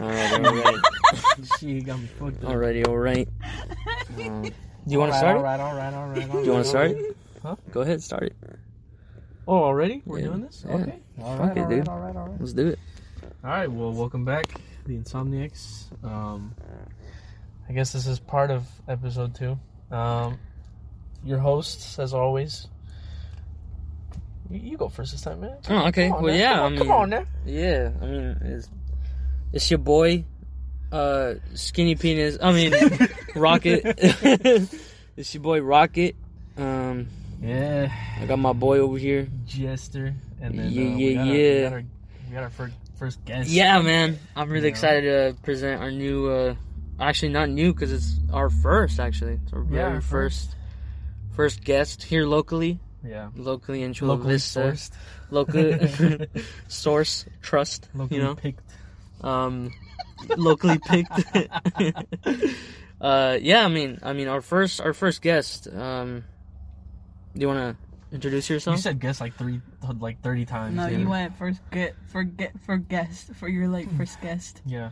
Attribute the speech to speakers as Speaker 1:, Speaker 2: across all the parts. Speaker 1: alright.
Speaker 2: she got me fucked up.
Speaker 1: Alrighty, alright.
Speaker 2: Do you want to
Speaker 3: Alright,
Speaker 2: start it?
Speaker 3: Alright, alright, alright,
Speaker 1: Do
Speaker 3: alright.
Speaker 1: you want to start it?
Speaker 2: Huh?
Speaker 1: Go ahead, start it.
Speaker 2: Oh, already? We're
Speaker 1: Yeah,
Speaker 2: doing this?
Speaker 1: yeah.
Speaker 2: Okay.
Speaker 1: Fuck it, dude.
Speaker 3: Alright, alright.
Speaker 1: Let's do it.
Speaker 2: All right. Well, welcome back, the Insomniacs. Um, I guess this is part of episode two. Um, your hosts, as always. You, you go first this time, man.
Speaker 1: Oh, okay.
Speaker 2: Come on
Speaker 1: Well,
Speaker 2: now,
Speaker 1: yeah.
Speaker 2: Come on,
Speaker 1: I mean,
Speaker 2: come on now.
Speaker 1: Yeah, I mean, it's, it's your boy, uh, Skinny Penis. I mean, Rocket. it's your boy, Rocket. Um,
Speaker 2: Yeah,
Speaker 1: I got my boy over here.
Speaker 2: Jester, and then
Speaker 1: Yeah,
Speaker 2: uh, we
Speaker 1: yeah,
Speaker 2: got our-
Speaker 1: yeah.
Speaker 2: We got, our, we got our fir- first guest.
Speaker 1: Yeah, man. I'm really
Speaker 2: Yeah.
Speaker 1: excited to present our new, uh, actually not new because it's our first, actually. It's our
Speaker 2: Yeah,
Speaker 1: very
Speaker 2: our
Speaker 1: first, first guest here locally,
Speaker 2: yeah.
Speaker 1: locally in Chula
Speaker 2: Locally
Speaker 1: Vista.
Speaker 2: sourced,
Speaker 1: Local source, trust,
Speaker 2: locally
Speaker 1: you know?
Speaker 2: picked.
Speaker 1: um, locally picked. uh, yeah, I mean, I mean, our first, our first guest. Um, do you want to introduce
Speaker 2: You
Speaker 1: yourself?
Speaker 2: said guest like three, like thirty times.
Speaker 3: No,
Speaker 2: yeah.
Speaker 3: you
Speaker 1: Yeah.
Speaker 3: went first. Get for get for guest for your like first guest.
Speaker 2: Yeah.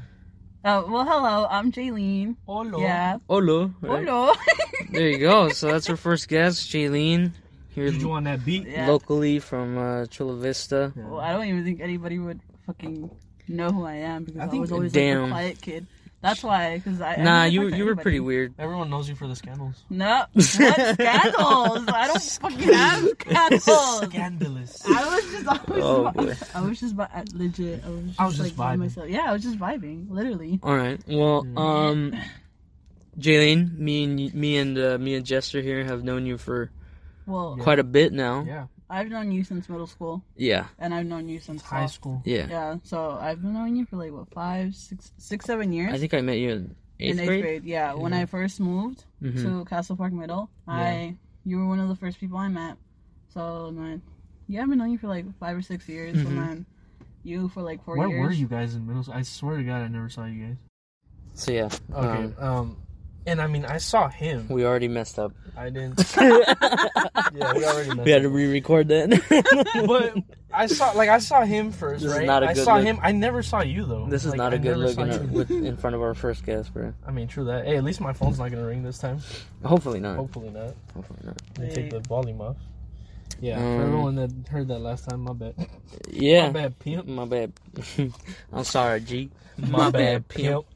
Speaker 3: Oh well, hello. I'm Jaylene.
Speaker 2: Hello.
Speaker 3: Yeah. Oh,
Speaker 1: Olo. right?
Speaker 3: Hello.
Speaker 1: There you go. So that's our first guest, Jaylene, here
Speaker 2: Did you want that beat?
Speaker 3: Yeah.
Speaker 1: locally from uh, Chula Vista.
Speaker 3: Well, I don't even think anybody would fucking know who I am because
Speaker 2: I
Speaker 3: I,
Speaker 2: think-
Speaker 3: was always like
Speaker 1: Damn.
Speaker 3: the quiet kid. That's why, because I. I
Speaker 1: Nah,
Speaker 3: never
Speaker 1: you
Speaker 3: talked to
Speaker 1: you were pretty
Speaker 3: anybody.
Speaker 1: weird.
Speaker 2: Everyone knows you for the scandals.
Speaker 3: No, what scandals? I don't fucking have scandals.
Speaker 2: Scandalous.
Speaker 3: Oh. I was just, I was,
Speaker 1: Oh,
Speaker 3: just-
Speaker 1: boy.
Speaker 3: I was just, vi- legit. I was just,
Speaker 2: I was just
Speaker 3: like, by
Speaker 2: vibing.
Speaker 3: myself. Yeah, I was just vibing, literally.
Speaker 1: All right. Well,
Speaker 2: Mm-hmm.
Speaker 1: um, Jaylene, me and me and uh, me and Jester here have known you for
Speaker 3: Well,
Speaker 1: quite a bit now.
Speaker 2: Yeah.
Speaker 3: I've known you since middle school,
Speaker 1: Yeah.
Speaker 3: and I've known you since
Speaker 2: High school.
Speaker 1: Yeah.
Speaker 3: Yeah, so I've been knowing you for like what five, six, six, seven years.
Speaker 1: I think I met you in eighth,
Speaker 3: in eighth grade. Yeah, when I first moved
Speaker 1: Mhm.
Speaker 3: to Castle Park Middle, I you were one of the first people I met. So man, yeah, I've been knowing you for like five or six years.
Speaker 1: Mhm.
Speaker 3: And then you for like four
Speaker 2: Where
Speaker 3: years.
Speaker 2: were you guys in middle school? I swear to God, I never saw you guys.
Speaker 1: So yeah.
Speaker 2: Okay.
Speaker 1: um,
Speaker 2: Um, and I mean, I saw him.
Speaker 1: we already messed up.
Speaker 2: I didn't. Yeah, we already
Speaker 1: we had
Speaker 2: met.
Speaker 1: to re-record that.
Speaker 2: But I saw, like, I saw him first,
Speaker 1: This is
Speaker 2: right?
Speaker 1: not a
Speaker 2: I
Speaker 1: good
Speaker 2: saw
Speaker 1: look.
Speaker 2: him. I never saw you though.
Speaker 1: this is
Speaker 2: Like,
Speaker 1: not a
Speaker 2: I
Speaker 1: good
Speaker 2: never
Speaker 1: look
Speaker 2: saw
Speaker 1: in, our,
Speaker 2: you.
Speaker 1: with, in front of our first guest, bro.
Speaker 2: I mean, true that. Hey, at least my phone's not gonna ring this time.
Speaker 1: Hopefully not.
Speaker 2: Hopefully not.
Speaker 1: Hopefully not.
Speaker 2: Let me take the
Speaker 3: Hey.
Speaker 2: volume off. Yeah.
Speaker 1: Um,
Speaker 2: for everyone that heard that last time, my bad.
Speaker 1: Yeah.
Speaker 2: My bad, pimp.
Speaker 1: My bad. I'm sorry, G.
Speaker 2: My bad, pimp.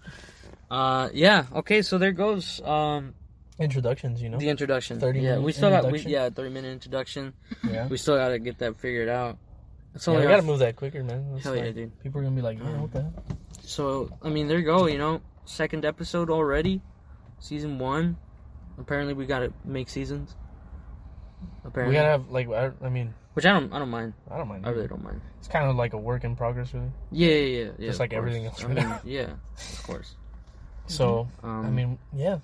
Speaker 1: Uh, yeah. Okay, so there goes um
Speaker 2: Introductions, you know.
Speaker 1: the introduction.
Speaker 2: 30
Speaker 1: yeah, we
Speaker 2: minute
Speaker 1: still got we,
Speaker 2: introduction?
Speaker 1: yeah thirty minute introduction.
Speaker 2: Yeah.
Speaker 1: We still gotta get that figured out. It's
Speaker 2: Yeah,
Speaker 1: only
Speaker 2: we
Speaker 1: our-
Speaker 2: gotta move that quicker, man. That's
Speaker 1: Hell yeah,
Speaker 2: like-
Speaker 1: dude. Um,
Speaker 2: People are gonna be like, yeah, what the hell?
Speaker 1: So I mean, there you go. You know, second episode already, season one. Apparently, we gotta make seasons.
Speaker 2: We
Speaker 1: Apparently,
Speaker 2: gotta have like, I, I mean,
Speaker 1: which I don't. I don't mind.
Speaker 2: I don't mind.
Speaker 1: I really don't Mm-hmm. mind.
Speaker 2: It's kind of like a work in progress, really.
Speaker 1: Yeah, yeah, yeah. yeah
Speaker 2: Just
Speaker 1: of
Speaker 2: like
Speaker 1: course.
Speaker 2: everything else
Speaker 1: I
Speaker 2: right
Speaker 1: mean,
Speaker 2: now.
Speaker 1: yeah, of course.
Speaker 2: So,
Speaker 1: Um,
Speaker 2: I mean, yeah.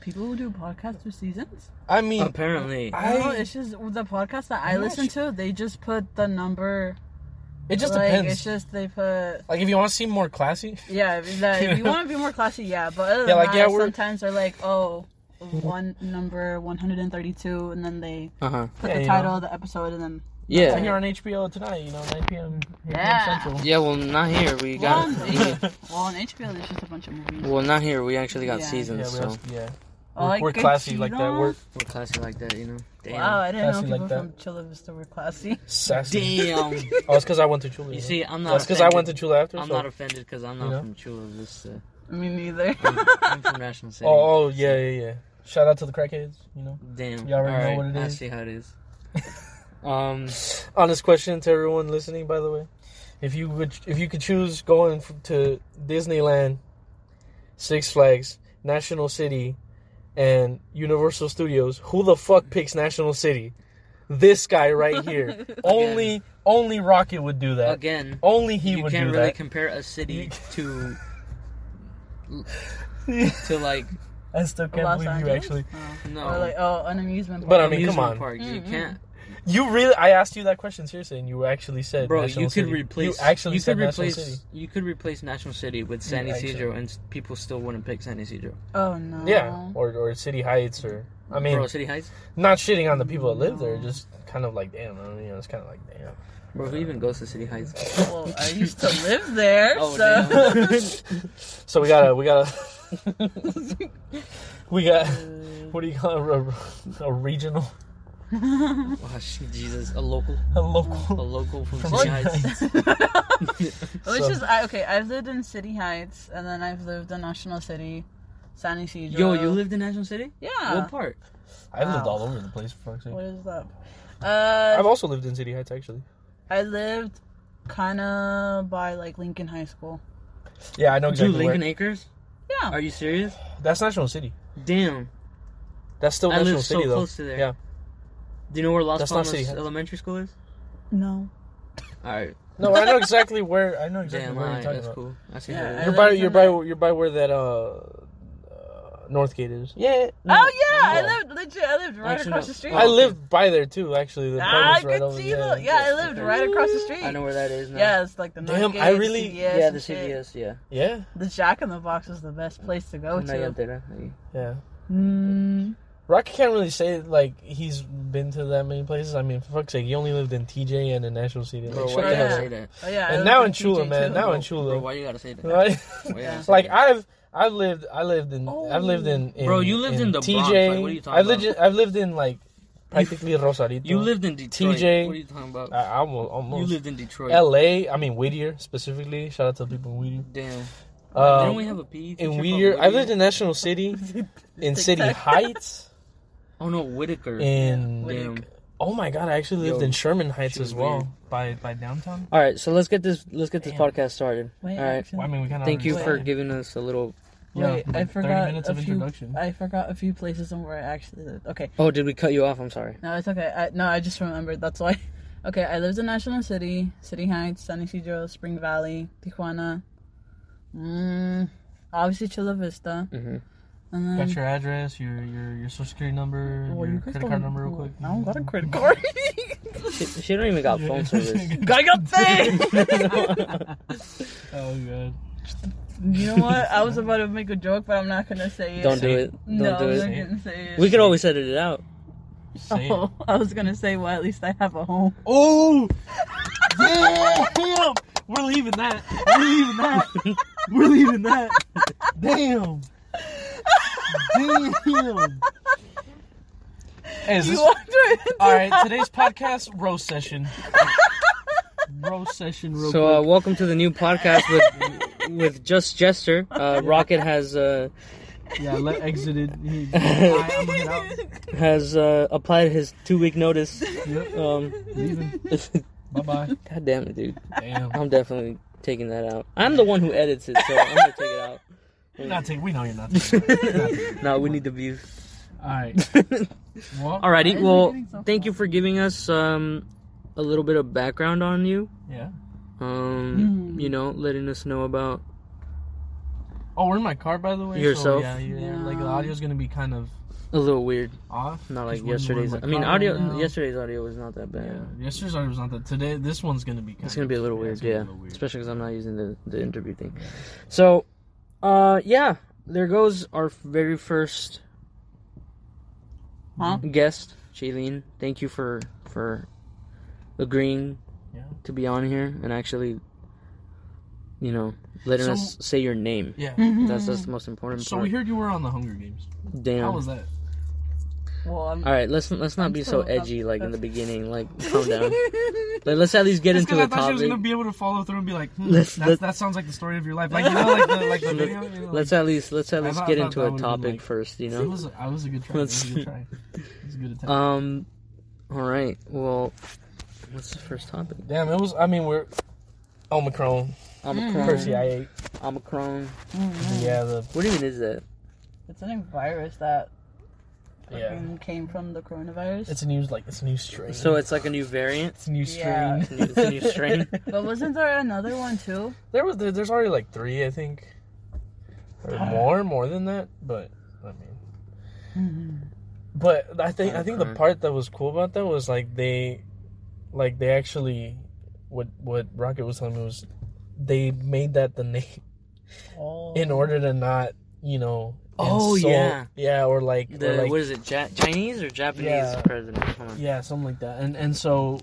Speaker 3: People who do podcasts through seasons.
Speaker 2: I mean,
Speaker 1: apparently,
Speaker 2: I-
Speaker 3: no, it's just the podcast that I
Speaker 2: I'm not
Speaker 3: listen to. They just put the number.
Speaker 2: it just
Speaker 3: like,
Speaker 2: depends.
Speaker 3: It's just they put.
Speaker 2: Like, if you want to seem more classy,
Speaker 3: Yeah, if, like, if you want to be more classy, yeah. But other than
Speaker 2: Yeah, like,
Speaker 3: that,
Speaker 2: yeah, we're-
Speaker 3: sometimes they're like, oh, one number 132, and then they
Speaker 1: uh huh.
Speaker 3: put
Speaker 2: Yeah,
Speaker 3: the
Speaker 2: you
Speaker 3: title
Speaker 2: know.
Speaker 3: of the episode, and then
Speaker 2: so
Speaker 1: Yeah,
Speaker 2: here on HBO tonight, you know, 9 p.m. 8 p.m.
Speaker 3: Yeah.
Speaker 2: Central.
Speaker 1: yeah. Well, not here. We got.
Speaker 3: Well,
Speaker 1: yeah.
Speaker 3: well, on HBO there's just a bunch of movies.
Speaker 1: Well, not here. We actually got
Speaker 3: Yeah.
Speaker 2: Yeah, we
Speaker 1: seasons, so
Speaker 2: also- yeah.
Speaker 3: Oh,
Speaker 2: we're,
Speaker 3: like,
Speaker 2: we're
Speaker 3: good
Speaker 2: classy like that.
Speaker 3: season.
Speaker 2: We're
Speaker 1: we're classy like that, you know. Damn.
Speaker 3: Wow, I didn't know
Speaker 2: Classy like
Speaker 3: people
Speaker 2: that.
Speaker 3: from Chula Vista were classy.
Speaker 2: sassy.
Speaker 1: Damn.
Speaker 2: Oh, it's because I went to Chula.
Speaker 1: you
Speaker 2: huh?
Speaker 1: see, I'm not.
Speaker 2: That's because I went to
Speaker 1: offended.
Speaker 2: Chula after.
Speaker 1: I'm
Speaker 2: so-
Speaker 1: not offended because I'm not
Speaker 2: You know?
Speaker 1: from Chula Vista.
Speaker 3: Me neither.
Speaker 1: I'm from National City.
Speaker 2: Oh, oh, yeah, yeah, yeah. Shout out to the crackheads, you know.
Speaker 1: Damn.
Speaker 2: You already know
Speaker 1: Alright,
Speaker 2: what it
Speaker 1: I
Speaker 2: is.
Speaker 1: see how it is. um.
Speaker 2: honest question to everyone listening by the way if you would if you could choose going f- to disneyland six flags national city and universal studios who the fuck picks national city this guy right here only only rocket would do that
Speaker 1: Again,
Speaker 2: only he
Speaker 1: you
Speaker 2: would
Speaker 1: can't
Speaker 2: do
Speaker 1: really
Speaker 2: that
Speaker 1: compare a city to to like
Speaker 2: i still can't
Speaker 3: Los
Speaker 2: believe you actually
Speaker 3: Angeles? Oh.
Speaker 1: no.
Speaker 3: Or like, oh, an amusement park.
Speaker 2: But I mean,
Speaker 1: amusement
Speaker 2: come on.
Speaker 1: parks. You
Speaker 3: Mm-mm.
Speaker 1: can't,
Speaker 2: you really i asked you that question seriously and you actually said
Speaker 1: bro.
Speaker 2: national
Speaker 1: you could
Speaker 2: city.
Speaker 1: replace.
Speaker 2: you actually said
Speaker 1: could
Speaker 2: national
Speaker 1: replace.
Speaker 2: city
Speaker 1: You could replace National City with San
Speaker 2: actually-
Speaker 1: Isidro, and s- people still wouldn't pick San Isidro.
Speaker 3: oh no.
Speaker 2: yeah or, or city heights or i mean
Speaker 1: bro, City Heights.
Speaker 2: not shitting on the people that live there, just kind of like, damn, I mean, you know, it's kind of like, damn.
Speaker 1: Bro, who even goes to City Heights?
Speaker 3: Well, I used to live there,
Speaker 1: Oh,
Speaker 3: so.
Speaker 2: So we got a we got a we got what do you call it? a, a, a regional
Speaker 1: Oh, shit, Jesus, a local, a
Speaker 2: a local
Speaker 1: local from
Speaker 2: from
Speaker 1: City Heights.
Speaker 3: Which
Speaker 2: So-
Speaker 3: is I, okay. I've lived in City Heights, and then I've lived in National City, San Isidro.
Speaker 1: Yo, you lived in National City?
Speaker 3: Yeah.
Speaker 1: What part?
Speaker 2: I've lived
Speaker 3: Wow.
Speaker 2: all over the place. For fuck's sake.
Speaker 3: What is that?
Speaker 2: I've
Speaker 3: Uh,
Speaker 2: also lived in City Heights actually.
Speaker 3: I lived kind of by like Lincoln High School.
Speaker 2: Yeah, I know
Speaker 1: Dude,
Speaker 2: exactly
Speaker 1: Lincoln
Speaker 2: where.
Speaker 1: Acres?
Speaker 3: Yeah.
Speaker 1: Are you serious?
Speaker 2: That's National City.
Speaker 1: Damn.
Speaker 2: That's still
Speaker 1: I
Speaker 2: National
Speaker 1: live so
Speaker 2: City though.
Speaker 1: close to there.
Speaker 2: Yeah.
Speaker 1: Do you know where Las
Speaker 2: That's not City
Speaker 1: Palmas
Speaker 2: Heights.
Speaker 1: Elementary School is?
Speaker 3: No.
Speaker 1: All right.
Speaker 2: No, I know exactly where. I know exactly
Speaker 1: Damn,
Speaker 2: where
Speaker 1: all
Speaker 2: you're
Speaker 1: right,
Speaker 2: talking
Speaker 1: that's
Speaker 2: about.
Speaker 1: cool. I see
Speaker 3: Yeah,
Speaker 1: that.
Speaker 3: I
Speaker 2: You're by
Speaker 3: lived
Speaker 2: you're
Speaker 3: in
Speaker 2: by
Speaker 3: the-
Speaker 2: you're by where that uh, uh Northgate is. Yeah. no.
Speaker 3: Oh yeah, I
Speaker 2: Yeah.
Speaker 3: lived legit. I lived right
Speaker 1: Actually,
Speaker 3: across
Speaker 1: no.
Speaker 3: the street.
Speaker 1: Oh,
Speaker 2: I
Speaker 1: okay.
Speaker 2: lived by there too. Actually, the
Speaker 3: Ah, I
Speaker 2: apartment's right
Speaker 3: could
Speaker 2: over
Speaker 3: see
Speaker 2: there.
Speaker 3: the. Yeah, I lived
Speaker 1: okay.
Speaker 3: right across the street.
Speaker 1: I know where that is now.
Speaker 3: Yeah, it's like the
Speaker 2: Damn,
Speaker 3: Northgate,
Speaker 2: I really-
Speaker 3: CVS
Speaker 1: Yeah, the
Speaker 3: and shit.
Speaker 1: CVS, yeah.
Speaker 2: Yeah.
Speaker 3: The Jack in the Box was the best place to go
Speaker 1: Una
Speaker 3: to.
Speaker 1: llantera ahí.
Speaker 2: Yeah.
Speaker 3: Mm,
Speaker 2: Rocky can't really say like he's been to that many places. I mean, for fuck's sake, he only lived in TJ and in National City. Like,
Speaker 1: Bro,
Speaker 2: shut
Speaker 1: why
Speaker 2: the
Speaker 1: you
Speaker 2: hell
Speaker 1: gotta
Speaker 3: Yeah.
Speaker 1: say
Speaker 2: up.
Speaker 1: that?
Speaker 3: oh yeah, I
Speaker 2: And
Speaker 3: lived
Speaker 2: now
Speaker 3: in
Speaker 2: in Chula,
Speaker 3: TJ
Speaker 2: man.
Speaker 3: too.
Speaker 2: Now
Speaker 1: Bro,
Speaker 2: in Chula.
Speaker 1: Bro, why you gotta say that?
Speaker 2: Like,
Speaker 1: Why you gotta say
Speaker 2: like
Speaker 1: that?
Speaker 2: I've I've lived I lived in I've
Speaker 3: Oh.
Speaker 2: lived in, in
Speaker 1: Bro, you lived in the
Speaker 2: TJ.
Speaker 1: Bronx, like, what are you talking
Speaker 2: I've
Speaker 1: about?
Speaker 2: Lived, I've lived in like practically Rosarito.
Speaker 1: You lived in Detroit.
Speaker 2: TJ.
Speaker 1: What are you talking about?
Speaker 2: I, I almost, almost
Speaker 1: you lived in Detroit.
Speaker 2: L.A. I mean Whittier specifically. Shout out to the people in Whittier.
Speaker 1: Damn.
Speaker 2: Um,
Speaker 1: Didn't we have a PE teacher
Speaker 2: in
Speaker 1: called
Speaker 2: Whittier, I
Speaker 1: Whittier?
Speaker 2: lived in National City, in City
Speaker 3: Tic-tac.
Speaker 2: Heights,
Speaker 1: Oh no, Whitaker.
Speaker 2: in
Speaker 1: Damn.
Speaker 2: oh my god, I actually lived
Speaker 1: Yo,
Speaker 2: in Sherman Heights
Speaker 1: she was
Speaker 2: as well. By by downtown.
Speaker 1: All right, so let's get this let's get this
Speaker 2: Damn.
Speaker 1: podcast started.
Speaker 3: Wait,
Speaker 1: All right.
Speaker 3: actually-
Speaker 2: Well, I mean, we kind of
Speaker 1: Thank you for
Speaker 3: Wait.
Speaker 1: giving us a little.
Speaker 3: wait, I forgot a few.
Speaker 2: introduction.
Speaker 3: I forgot a few places and where I actually lived. Okay,
Speaker 1: Oh, did we cut you off? I'm sorry.
Speaker 3: no, it's okay. I, no, I just remembered. That's why. Okay, I lived in National City, City Heights, San Isidro, Spring Valley, Tijuana. Mm, obviously Chula Vista.
Speaker 1: hmm
Speaker 3: And then,
Speaker 2: Got your address, your your your social security number,
Speaker 3: Well,
Speaker 2: your
Speaker 3: you guys
Speaker 2: credit
Speaker 3: don't-
Speaker 2: card number, real quick.
Speaker 3: I don't got a credit card.
Speaker 1: She, she don't even got phone service.
Speaker 3: I got paid.
Speaker 2: Oh god.
Speaker 3: You know what? I was about to make a joke, but I'm not gonna say it.
Speaker 1: Don't do it. Don't
Speaker 3: no,
Speaker 1: do it.
Speaker 3: I'm not gonna say it.
Speaker 1: We could always edit it out.
Speaker 2: Say it.
Speaker 3: Oh, I was gonna say, well, at least I have a home.
Speaker 2: Oh! Damn! We're leaving that. We're leaving that. We're leaving that. Damn. Damn. Hey, is
Speaker 3: You
Speaker 2: this-
Speaker 3: walked right into
Speaker 2: all right,
Speaker 3: that.
Speaker 2: today's podcast roast session. roast session. Real
Speaker 1: So, uh,
Speaker 2: quick.
Speaker 1: welcome to the new podcast with with just Jester. Uh, Rocket has uh,
Speaker 2: yeah, let exited. He- I, I'm gonna get out.
Speaker 1: has uh, applied his two week notice.
Speaker 2: Yep,
Speaker 1: Um,
Speaker 2: leaving.
Speaker 1: God
Speaker 2: Bye bye.
Speaker 1: damn it, dude!
Speaker 2: Damn.
Speaker 1: I'm definitely taking that out. I'm the one who edits it, so I'm gonna take it out.
Speaker 2: You're not taking. We know you're not. Taking it.
Speaker 1: No, we need the views.
Speaker 2: all right. Well,
Speaker 1: Alrighty,
Speaker 3: Why is it
Speaker 1: well,
Speaker 3: getting so
Speaker 1: thank you for giving us um, a little bit of background on you.
Speaker 2: Yeah.
Speaker 1: Um,
Speaker 3: Hmm.
Speaker 1: You know, letting us know about.
Speaker 2: Oh, we're in my car, by the way. So,
Speaker 1: Yourself?
Speaker 2: yeah, yeah,
Speaker 3: Yeah.
Speaker 2: Like the audio's gonna be kind of
Speaker 1: A little weird.
Speaker 2: off.
Speaker 1: Not
Speaker 2: Just
Speaker 1: like
Speaker 2: one more
Speaker 1: yesterday's.
Speaker 2: in
Speaker 1: I
Speaker 2: my
Speaker 1: mean,
Speaker 2: car
Speaker 1: audio.
Speaker 2: right
Speaker 3: now.
Speaker 1: Yesterday's audio was not that bad.
Speaker 2: Yeah. Yesterday's audio was not that. Today, this one's gonna be. Kind
Speaker 1: It's gonna
Speaker 2: of-
Speaker 1: be a little weird,
Speaker 2: it's gonna be
Speaker 1: yeah.
Speaker 2: a little weird.
Speaker 1: Especially because I'm not using the, the interview thing. So, uh, yeah, there goes our very first
Speaker 3: Huh?
Speaker 1: guest, Shailene. Thank you for for agreeing
Speaker 2: Yeah.
Speaker 1: to be on here and actually, you know, letting
Speaker 2: So-
Speaker 1: us say your name.
Speaker 2: Yeah.
Speaker 1: That's that's the most important
Speaker 2: So
Speaker 1: part.
Speaker 2: we heard you were on the Hunger Games.
Speaker 1: Damn.
Speaker 2: How was that?
Speaker 3: Well, I'm.
Speaker 1: All right, let's let's not
Speaker 3: I'm
Speaker 1: be so
Speaker 3: still-
Speaker 1: edgy like in the beginning. Like, calm down.
Speaker 3: down.
Speaker 1: Let, us at least get
Speaker 2: Just
Speaker 1: into
Speaker 2: because I
Speaker 1: the
Speaker 2: thought she was
Speaker 1: topic.
Speaker 2: gonna be able to follow through and be like, hmm,
Speaker 1: Let's-
Speaker 2: that's,
Speaker 1: let-
Speaker 2: that sounds like the story of your life. Like you know, like the, like the
Speaker 1: Let-
Speaker 2: video. You know, like,
Speaker 1: Let's at least let's at
Speaker 2: I
Speaker 1: least
Speaker 2: thought-
Speaker 1: get
Speaker 2: I thought
Speaker 1: into
Speaker 2: that
Speaker 1: a
Speaker 2: would've been,
Speaker 1: topic
Speaker 2: like-
Speaker 1: first, you
Speaker 2: It
Speaker 1: know.
Speaker 2: was, I was a good try. It was a good
Speaker 1: Let's-
Speaker 2: try. It was a good attempt.
Speaker 1: Um. All right. Well, what's the first topic?
Speaker 2: Damn, it was. I mean, we're Omicron.
Speaker 1: Omicron.
Speaker 2: Percy, I ate.
Speaker 1: Omicron.
Speaker 2: Yeah, the
Speaker 1: What even is that?
Speaker 3: It's a new virus that
Speaker 2: yeah.
Speaker 3: fucking came from the coronavirus.
Speaker 2: It's a new like it's a new strain.
Speaker 1: So it's like a new variant.
Speaker 2: it's a new strain.
Speaker 3: Yeah.
Speaker 1: It's a new, it's a new strain.
Speaker 3: but wasn't there another one too?
Speaker 2: There was there, there's already like three, I think, or more, more than that. But I mean, but I think I think the
Speaker 1: Okay.
Speaker 2: part that was cool about that was like they, like they actually, what what Rocket was telling me was, they made that the name
Speaker 3: Oh.
Speaker 2: in order to not you know.
Speaker 1: Oh,
Speaker 2: insult-
Speaker 1: yeah.
Speaker 2: yeah, or like, or,
Speaker 1: The,
Speaker 2: like-
Speaker 1: what is it? Ja- Chinese or Japanese
Speaker 2: Yeah.
Speaker 1: president? Hold on.
Speaker 2: yeah, something like that. And and so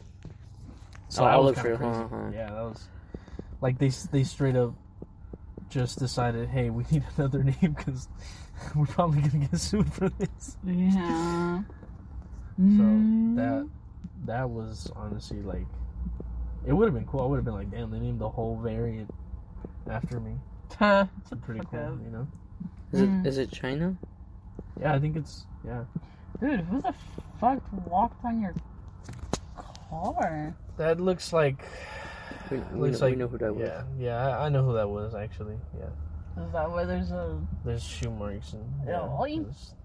Speaker 1: So
Speaker 2: that
Speaker 1: I'll
Speaker 2: was
Speaker 1: look Oh, for
Speaker 2: kinda
Speaker 1: it. Uh-huh. Huh, huh, huh.
Speaker 2: Yeah, that was like they they straight up just decided, hey, we need another name because we're probably gonna get sued for this.
Speaker 3: Yeah.
Speaker 2: So that that was honestly like it would have been cool. I would have been like, damn, they named the whole variant after me.
Speaker 3: that.
Speaker 2: Pretty
Speaker 3: Fuck
Speaker 2: cool,
Speaker 3: up.
Speaker 2: you know.
Speaker 1: Is it
Speaker 2: Hmm.
Speaker 3: Mm.
Speaker 1: is it China?
Speaker 2: Yeah, I think it's yeah.
Speaker 3: Dude, who the fuck walked on your car?
Speaker 2: That looks like
Speaker 1: We, we, know,
Speaker 2: looks
Speaker 1: we
Speaker 2: like
Speaker 1: know who that was.
Speaker 2: Yeah, yeah, I, I know who that was actually. Yeah,
Speaker 3: Is that where there's a
Speaker 2: there's shoe marks and
Speaker 3: Yeah, all you-
Speaker 2: there's-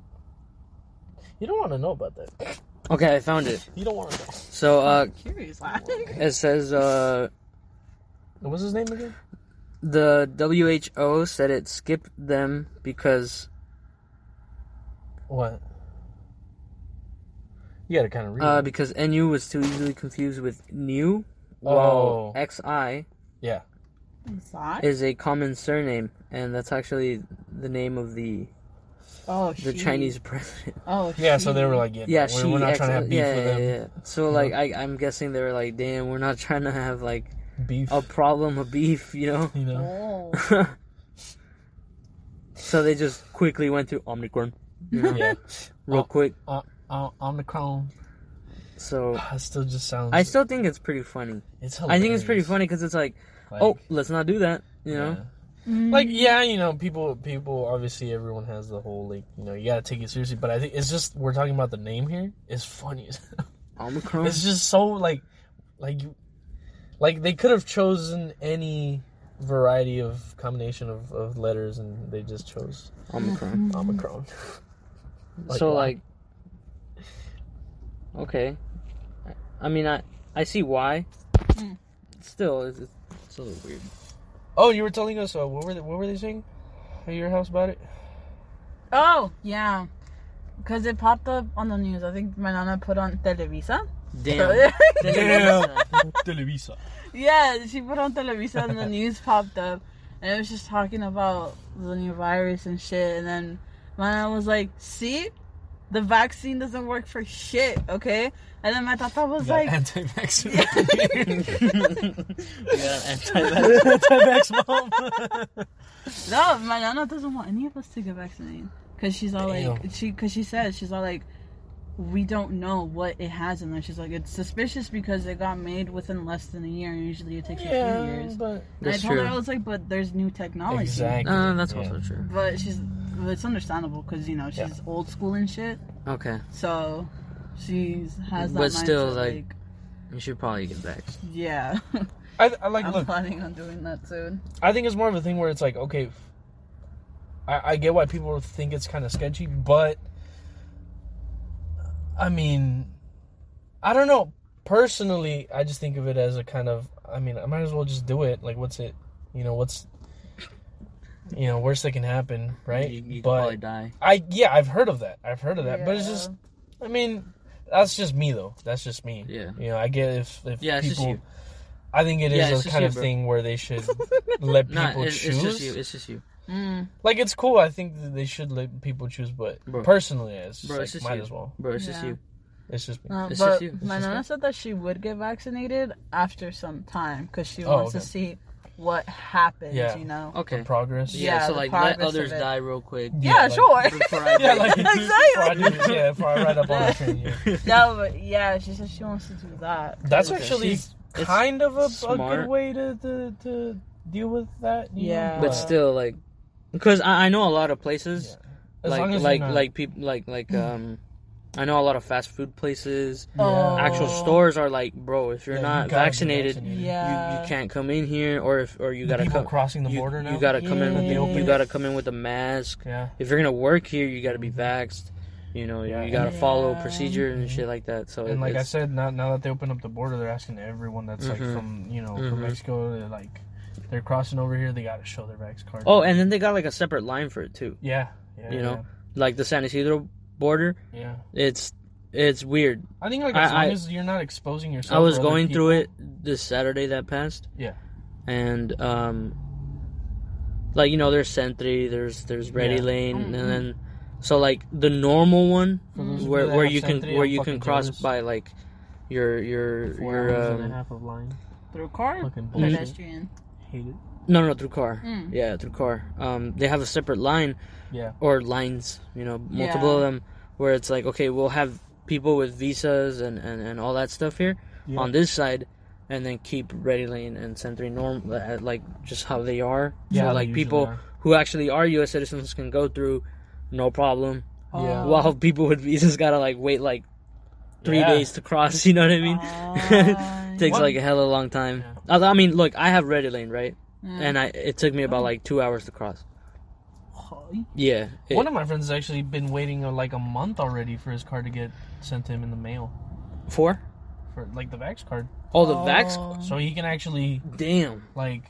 Speaker 2: You don't want to know about that.
Speaker 1: Okay, I found it.
Speaker 2: You don't want to know.
Speaker 1: So uh,
Speaker 3: curious laugh?
Speaker 1: it says uh,
Speaker 2: And What's his name again?
Speaker 1: the WHO said it skipped them because
Speaker 2: What? You gotta kind of read.
Speaker 1: uh,
Speaker 2: it.
Speaker 1: because NU was too easily confused with new.
Speaker 2: Oh.
Speaker 1: While XI
Speaker 2: yeah.
Speaker 3: Inside?
Speaker 1: is a common surname, and that's actually the name of the
Speaker 3: Oh,
Speaker 1: the
Speaker 3: she.
Speaker 1: Chinese president.
Speaker 3: Oh,
Speaker 2: Yeah, so they were
Speaker 3: she.
Speaker 2: like, yeah,
Speaker 1: Yeah,
Speaker 2: we're,
Speaker 1: she.
Speaker 2: we're not
Speaker 1: X-
Speaker 2: trying to have beef
Speaker 1: yeah,
Speaker 2: with
Speaker 1: yeah,
Speaker 2: them.
Speaker 1: yeah. So like, I, I'm guessing they were like, damn, we're not trying to have like
Speaker 2: Beef,
Speaker 1: a problem, a beef, you know.
Speaker 2: you know.
Speaker 3: Oh.
Speaker 1: so they just quickly went to Omnicorn, you know,
Speaker 2: yeah,
Speaker 1: real
Speaker 2: Oh.
Speaker 1: quick.
Speaker 2: uh, uh, Omnicron.
Speaker 1: So
Speaker 2: It still just sounds.
Speaker 1: I still think it's pretty funny.
Speaker 2: it's
Speaker 1: I think it's pretty
Speaker 2: hilarious.
Speaker 1: funny because it's like,
Speaker 2: Like,
Speaker 1: oh, let's not do that, you know.
Speaker 2: yeah.
Speaker 3: Mm.
Speaker 2: Like yeah, you know, people, people. Obviously, everyone has the whole like, you know, you gotta take it seriously. But I think it's just we're talking about the name here. It's funny. as hell.
Speaker 1: Omicron.
Speaker 2: It's just so like, like you, like they could have chosen any variety of combination of, of letters, and they just chose
Speaker 1: Omicron.
Speaker 2: Mm-hmm. Omicron. Like,
Speaker 1: Mm-hmm. so
Speaker 2: why?
Speaker 1: like, okay. I mean, I I see why.
Speaker 3: Mm.
Speaker 1: Still, it's, it's a little weird.
Speaker 2: Oh, you were telling us uh, what were they, what were they saying at your house about it?
Speaker 3: Oh, yeah. Because it popped up on the news. I think my nana put on Televisa.
Speaker 1: Damn.
Speaker 2: Televisa.
Speaker 3: yeah, she put on Televisa and the news popped up. And it was just talking about the new virus and shit. And then my nana was like, see? The vaccine doesn't work for shit, okay? And then my tata was like,
Speaker 2: anti-vaxxer.
Speaker 1: We got anti-
Speaker 2: anti-vax mom.
Speaker 3: No, my nana doesn't want any of us to get vaccinated because she's all
Speaker 2: Damn.
Speaker 3: like, she because she says she's all like, we don't know what it has in there. She's like, it's suspicious because it got made within less than a year, and usually it takes a few
Speaker 2: yeah,
Speaker 3: years.
Speaker 2: but
Speaker 3: And I
Speaker 1: That's
Speaker 3: told her
Speaker 1: true.
Speaker 3: I was like, but there's new technology.
Speaker 2: exactly.
Speaker 1: Uh, that's
Speaker 2: yeah.
Speaker 1: also true.
Speaker 3: But she's, well, it's understandable because you know she's old school and shit,
Speaker 1: Okay,
Speaker 3: so she's has that.
Speaker 1: But still,
Speaker 3: mindset,
Speaker 1: like- you should probably get back.
Speaker 3: like, yeah,
Speaker 2: I, I like
Speaker 3: I'm
Speaker 2: look.
Speaker 3: planning on doing that soon.
Speaker 2: I think it's more of a thing where it's like, okay, I, I get why people think it's kind of sketchy, but I mean, I don't know. Personally, I just think of it as a kind of, I mean, I might as well just do it. Like, what's it? You know, what's, you know, worst that can happen, right?
Speaker 1: You, you could probably
Speaker 2: but
Speaker 1: die.
Speaker 2: I, yeah, I've heard of that. I've heard of that, but it's
Speaker 3: Yeah.
Speaker 2: just, I mean, that's just me though. That's just me.
Speaker 1: Yeah.
Speaker 2: You know, I get if if
Speaker 1: Yeah, it's just
Speaker 2: people.
Speaker 1: you.
Speaker 2: I think it is
Speaker 1: Yeah, it's
Speaker 2: a
Speaker 1: just
Speaker 2: kind
Speaker 1: you,
Speaker 2: of
Speaker 1: bro.
Speaker 2: thing where they should let people
Speaker 1: Nah, it, it's
Speaker 2: choose.
Speaker 1: just you. It's just you.
Speaker 3: Mm.
Speaker 2: Like it's cool. I think that they should let people choose, but
Speaker 1: Bro.
Speaker 2: personally, it's just
Speaker 1: Bro,
Speaker 2: like,
Speaker 1: it's just
Speaker 2: might
Speaker 1: you.
Speaker 2: as well.
Speaker 1: Bro, it's just
Speaker 3: Yeah.
Speaker 1: you.
Speaker 2: It's just me.
Speaker 3: Uh,
Speaker 1: It's
Speaker 3: but
Speaker 1: just you. It's
Speaker 3: my
Speaker 1: just
Speaker 3: nana
Speaker 1: you.
Speaker 3: said that she would get vaccinated after some time because she
Speaker 2: Oh,
Speaker 3: wants
Speaker 2: okay.
Speaker 3: to see what happens.
Speaker 2: Yeah.
Speaker 3: You know.
Speaker 1: Okay.
Speaker 2: The progress.
Speaker 1: Yeah,
Speaker 3: Yeah,
Speaker 1: so
Speaker 3: the
Speaker 1: like
Speaker 3: progress
Speaker 1: let
Speaker 3: of
Speaker 1: others
Speaker 3: it.
Speaker 1: die real quick.
Speaker 3: Yeah,
Speaker 2: like-
Speaker 3: sure.
Speaker 1: before I
Speaker 2: Yeah, like
Speaker 3: Exactly.
Speaker 2: before I do- yeah, before I ride up on the train. Yeah.
Speaker 3: no, but yeah, she said she wants to do that.
Speaker 2: That's
Speaker 1: Okay.
Speaker 2: actually
Speaker 1: She's- it's
Speaker 2: kind of a, a good
Speaker 1: smart.
Speaker 2: way to, to to deal with that. you know,
Speaker 3: Yeah.
Speaker 1: but still like because I, I know a lot of places
Speaker 2: as
Speaker 1: like
Speaker 2: long as you're
Speaker 1: like
Speaker 2: not-
Speaker 1: like people like like um I know a lot of fast food places.
Speaker 2: Yeah.
Speaker 3: Oh.
Speaker 1: Actual stores are like, bro, if you're
Speaker 2: Yeah, you
Speaker 1: not
Speaker 2: gotta be
Speaker 1: vaccinated,
Speaker 2: vaccinated.
Speaker 1: you,
Speaker 3: Yeah.
Speaker 1: you can't come in here or if or you
Speaker 2: The
Speaker 1: gotta
Speaker 2: people
Speaker 1: come
Speaker 2: crossing the
Speaker 1: you,
Speaker 2: border now.
Speaker 1: you gotta come in with
Speaker 3: Yeah.
Speaker 1: you, you gotta come in with a mask.
Speaker 2: yeah.
Speaker 1: If you're gonna work here you gotta be vaxxed. You know,
Speaker 2: Mm-hmm. Yeah.
Speaker 1: you gotta follow
Speaker 3: Yeah.
Speaker 1: procedure and
Speaker 2: Mhm.
Speaker 1: shit like that. So
Speaker 2: And
Speaker 1: it-
Speaker 2: like I
Speaker 1: it's-
Speaker 2: said, now, now that they open up the border, they're asking everyone that's like
Speaker 1: Mhm.
Speaker 2: from you know
Speaker 1: Mhm.
Speaker 2: from Mexico, they're like they're crossing over here. They got to show their vax card.
Speaker 1: Oh, and then they got like a separate line for it too.
Speaker 2: yeah, yeah,
Speaker 1: You know? Like the San Isidro border.
Speaker 2: yeah. yeah.
Speaker 1: It's it's weird.
Speaker 2: I think like as
Speaker 1: I-
Speaker 2: long
Speaker 1: I-
Speaker 2: as you're not exposing yourself.
Speaker 1: I was
Speaker 2: or other
Speaker 1: going
Speaker 2: people-
Speaker 1: through it this Saturday that passed.
Speaker 2: Yeah.
Speaker 1: And um like you know there's Sentry, there's there's Ready
Speaker 2: Yeah.
Speaker 1: Lane and
Speaker 3: Mhm.
Speaker 1: then so like the normal one
Speaker 2: For those people
Speaker 1: where
Speaker 2: that
Speaker 1: where
Speaker 2: have
Speaker 1: you can
Speaker 2: Sentry,
Speaker 1: where
Speaker 2: I'm
Speaker 1: you can
Speaker 2: fucking
Speaker 1: cross
Speaker 2: jealous.
Speaker 1: by like your your
Speaker 2: Four
Speaker 1: your
Speaker 2: hours and a
Speaker 1: um, Mm-hmm.
Speaker 2: half of line.
Speaker 3: Through car,
Speaker 2: Fucking bullshit.
Speaker 3: pedestrian.
Speaker 2: Hate it.
Speaker 1: no no through car.
Speaker 3: Mm.
Speaker 1: Yeah, through car. Um, they have a separate line.
Speaker 2: Mm-hmm. Yeah.
Speaker 1: Or lines, you know, multiple
Speaker 3: Yeah.
Speaker 1: of them, where it's like, okay, we'll have people with visas and and, and all that stuff here
Speaker 2: Yeah.
Speaker 1: on this side, and then keep ready lane and sentry norm uh, like just how they are.
Speaker 2: Yeah, uh,
Speaker 1: so,
Speaker 2: they
Speaker 1: like
Speaker 2: usually
Speaker 1: people
Speaker 2: are.
Speaker 1: who actually are U.S. citizens can go through, no problem.
Speaker 3: Oh,
Speaker 2: Yeah.
Speaker 1: While people with visas gotta like wait like three
Speaker 2: Yeah.
Speaker 1: days to cross. You know what I mean?
Speaker 3: Ah,
Speaker 1: Takes
Speaker 2: One-
Speaker 1: like a hell of a long time.
Speaker 2: Yeah.
Speaker 1: Although, I mean, look, I have ready lane right,
Speaker 3: mm.
Speaker 1: and I it took me about like two hours to cross.
Speaker 3: Oh.
Speaker 1: Yeah. it-
Speaker 2: One of my friends has actually been waiting uh, like a month already for his card to get sent to him in the mail
Speaker 1: Four?
Speaker 2: for like the Vax card,
Speaker 1: Oh, the Vax.
Speaker 3: Oh.
Speaker 2: so he can actually
Speaker 1: Damn.
Speaker 2: like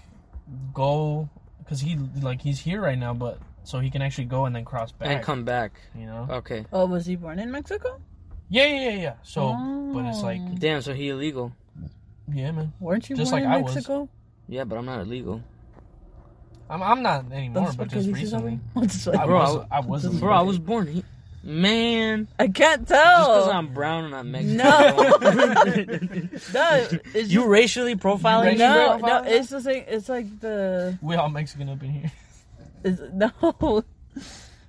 Speaker 2: go because he like he's here right now, but so he can actually go and then cross back.
Speaker 1: And come back.
Speaker 2: you know?
Speaker 1: Okay.
Speaker 3: Oh, was he born in Mexico?
Speaker 2: Yeah, yeah, yeah, yeah. So, but it's like,
Speaker 3: Oh.
Speaker 1: Damn. So he illegal.
Speaker 2: yeah, man.
Speaker 3: Weren't you
Speaker 2: Just
Speaker 3: born
Speaker 2: like
Speaker 3: in
Speaker 2: I was.
Speaker 3: Mexico?
Speaker 1: Yeah, but I'm not illegal.
Speaker 2: I'm, I'm not anymore, but
Speaker 3: because
Speaker 2: just
Speaker 3: he says
Speaker 2: recently.
Speaker 3: something. What's
Speaker 2: I
Speaker 3: like-
Speaker 1: Bro, I
Speaker 2: was,
Speaker 1: w-
Speaker 2: I was,
Speaker 1: Bro, I was born. He- Man.
Speaker 3: I can't
Speaker 1: Just because
Speaker 3: tell.
Speaker 1: I'm brown and I'm Mexican.
Speaker 3: No. No, it's
Speaker 1: you racially profiling?
Speaker 2: racially-
Speaker 3: no, no,
Speaker 2: profiling?
Speaker 3: it's the same. It's like the
Speaker 2: We all Mexican up in here.
Speaker 3: it's, no,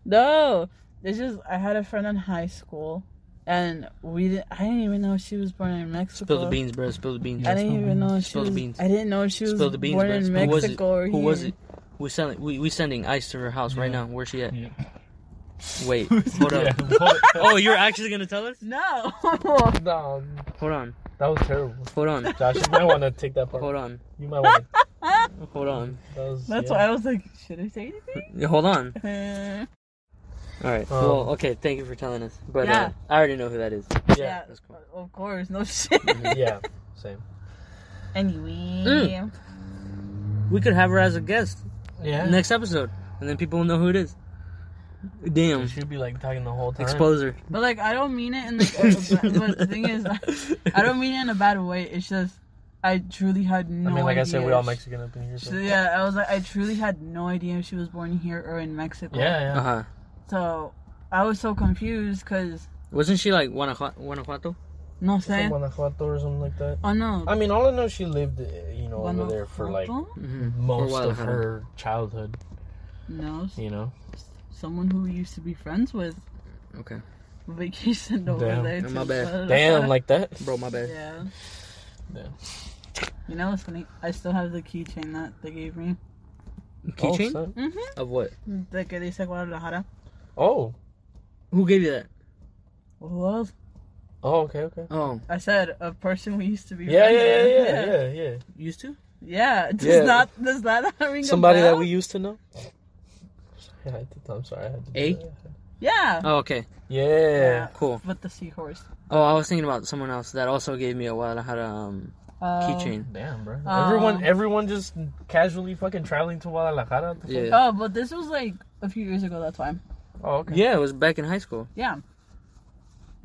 Speaker 3: no. It's just I had a friend in high school, and we didn't. I didn't even know she was born in Mexico.
Speaker 1: Spill the beans, bro. Spill the beans.
Speaker 2: Yeah,
Speaker 3: I didn't
Speaker 2: spill the
Speaker 3: even know she
Speaker 1: Spill the
Speaker 3: was.
Speaker 1: beans.
Speaker 3: I didn't know she was
Speaker 1: Spill the beans,
Speaker 3: born
Speaker 1: bro.
Speaker 3: in
Speaker 1: Who was it?
Speaker 3: Mexico. or
Speaker 1: Who was
Speaker 3: here.
Speaker 1: it? We're selling. We we sending ice to her house right
Speaker 2: Yeah.
Speaker 1: now. Where's she at?
Speaker 2: Yeah.
Speaker 1: Wait. Hold
Speaker 2: Yeah,
Speaker 1: up.
Speaker 2: hold up.
Speaker 1: Oh, you're actually gonna tell us?
Speaker 3: No.
Speaker 2: no,
Speaker 1: Hold on.
Speaker 2: that was terrible.
Speaker 1: Hold on.
Speaker 2: Josh, you might want to take that part.
Speaker 1: Hold on.
Speaker 2: You might want to.
Speaker 1: Hold on.
Speaker 2: That was,
Speaker 3: That's
Speaker 2: yeah.
Speaker 3: why I was like, should I say anything?
Speaker 1: Yeah, Hold on.
Speaker 3: Uh,
Speaker 1: All right.
Speaker 2: Um,
Speaker 1: well, okay. Thank you for telling us. But uh,
Speaker 3: Yeah.
Speaker 1: I already know who that is.
Speaker 2: Yeah.
Speaker 3: yeah,
Speaker 1: that's cool.
Speaker 3: of course, no shit.
Speaker 2: yeah, same.
Speaker 3: Anyway,
Speaker 1: Mm. We could have her as a guest
Speaker 2: Yeah.
Speaker 1: next episode, and then people will know who it is. Damn.
Speaker 2: She'd be like talking the whole time.
Speaker 1: Exposer.
Speaker 3: but like, I don't mean it in like. a- but, but the thing is, I don't mean it in a bad way. It's just I truly had
Speaker 2: I
Speaker 3: no.
Speaker 2: mean, like I said, we all
Speaker 3: idea.
Speaker 2: Mexican up in here. So.
Speaker 3: So, yeah, I was like, I truly had no idea she was born here or in Mexico.
Speaker 2: Yeah, yeah.
Speaker 1: Uh huh.
Speaker 3: So I was so confused because
Speaker 1: Wasn't she like Guanajuato? Guanajuato?
Speaker 3: no
Speaker 2: From
Speaker 3: sé.
Speaker 2: Guanajuato or something like that.
Speaker 3: Oh no.
Speaker 2: I mean, all I know, she lived, uh, you know, over there for like
Speaker 3: Guanajuato?
Speaker 1: Mm-hmm.
Speaker 2: most
Speaker 1: while,
Speaker 2: of
Speaker 1: huh?
Speaker 2: her childhood.
Speaker 3: no,
Speaker 2: You know,
Speaker 3: someone who we used to be friends with
Speaker 1: Okay.
Speaker 3: vacationed over
Speaker 2: Damn.
Speaker 3: there.
Speaker 1: Oh,
Speaker 3: to
Speaker 1: my bad.
Speaker 3: Guadalajara.
Speaker 2: damn, like that.
Speaker 1: Bro, my bad.
Speaker 3: yeah.
Speaker 2: Damn.
Speaker 3: You know what's funny? I still have the keychain that they gave me.
Speaker 1: Keychain
Speaker 2: Oh, son.
Speaker 3: Mm-hmm.
Speaker 1: of what?
Speaker 3: The que dice Guadalajara.
Speaker 2: oh,
Speaker 1: Who gave you that?
Speaker 3: Who else?
Speaker 2: oh, okay, okay.
Speaker 1: Oh,
Speaker 3: I said a person we used to be
Speaker 2: Yeah,
Speaker 3: friends
Speaker 2: yeah, yeah,
Speaker 3: with.
Speaker 2: yeah, yeah, yeah.
Speaker 1: used to?
Speaker 3: Yeah, does
Speaker 2: Yeah.
Speaker 3: not does that not ring a
Speaker 2: Somebody that
Speaker 3: bell?
Speaker 2: we used to know. Yeah, I did- I'm sorry, I had to. do
Speaker 1: Eh?
Speaker 2: that.
Speaker 3: yeah.
Speaker 1: Oh, okay.
Speaker 2: Yeah.
Speaker 1: Cool.
Speaker 3: With the seahorse
Speaker 1: Oh, I was thinking about someone else that also gave me a Guadalajara um,
Speaker 3: Um,
Speaker 1: keychain.
Speaker 2: Damn, bro.
Speaker 3: Uh,
Speaker 2: everyone, everyone just casually fucking traveling to Guadalajara. what the fuck?
Speaker 1: Yeah.
Speaker 3: Oh, but this was like a few years ago. That's why.
Speaker 2: Oh, okay.
Speaker 1: Yeah, it was back in high school.
Speaker 3: Yeah.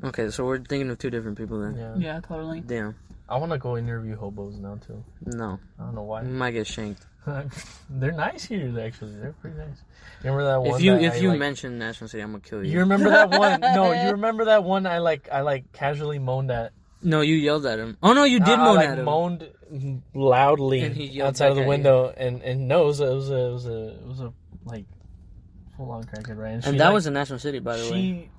Speaker 1: Okay, so we're thinking of two different people then.
Speaker 2: Yeah.
Speaker 3: Yeah, totally.
Speaker 1: Damn.
Speaker 2: I want to go interview hobos now too.
Speaker 1: No.
Speaker 2: I don't know why.
Speaker 1: You might get shanked.
Speaker 2: They're nice here, actually. They're pretty nice. Remember that one?
Speaker 1: If you
Speaker 2: that
Speaker 1: if
Speaker 2: I,
Speaker 1: you
Speaker 2: like-
Speaker 1: mention National City, I'm gonna kill you.
Speaker 2: you remember that one? No, you remember that one? I like, I like casually moaned at.
Speaker 1: No, you yelled at him. Oh no, you did
Speaker 2: I,
Speaker 1: moan
Speaker 2: I, like,
Speaker 1: at him.
Speaker 2: Moaned loudly
Speaker 1: And he yelled
Speaker 2: outside
Speaker 1: back
Speaker 2: of the
Speaker 1: at you.
Speaker 2: window, and and no, it was a, it was a, it was a, it was a like full on crackhead, right? she,
Speaker 1: and that
Speaker 2: like,
Speaker 1: was a National City, by the
Speaker 2: she
Speaker 1: way.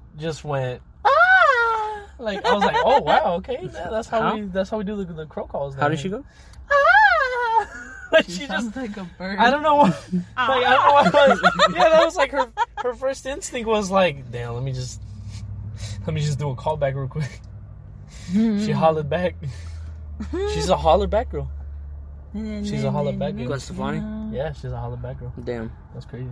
Speaker 2: just went ah, like I was like, oh wow, okay, yeah, that's how,
Speaker 1: How?
Speaker 2: we that's how we do the, the crow calls.
Speaker 1: How
Speaker 2: down
Speaker 1: did she
Speaker 2: here.
Speaker 1: go?
Speaker 2: Ah, like she just
Speaker 3: sounds like a bird.
Speaker 2: I don't know. Why, like I don't know. Why I was, yeah, that was like her. Her first instinct was like, "Damn, let me just, let me just do a callback real quick."
Speaker 3: Mm.
Speaker 2: She hollered back. She's a hollered back girl. she's a holla back girl.
Speaker 1: Gwen Stefani?
Speaker 3: Mm.
Speaker 2: Yeah, she's a hollered back girl.
Speaker 1: Damn.
Speaker 2: That's crazy.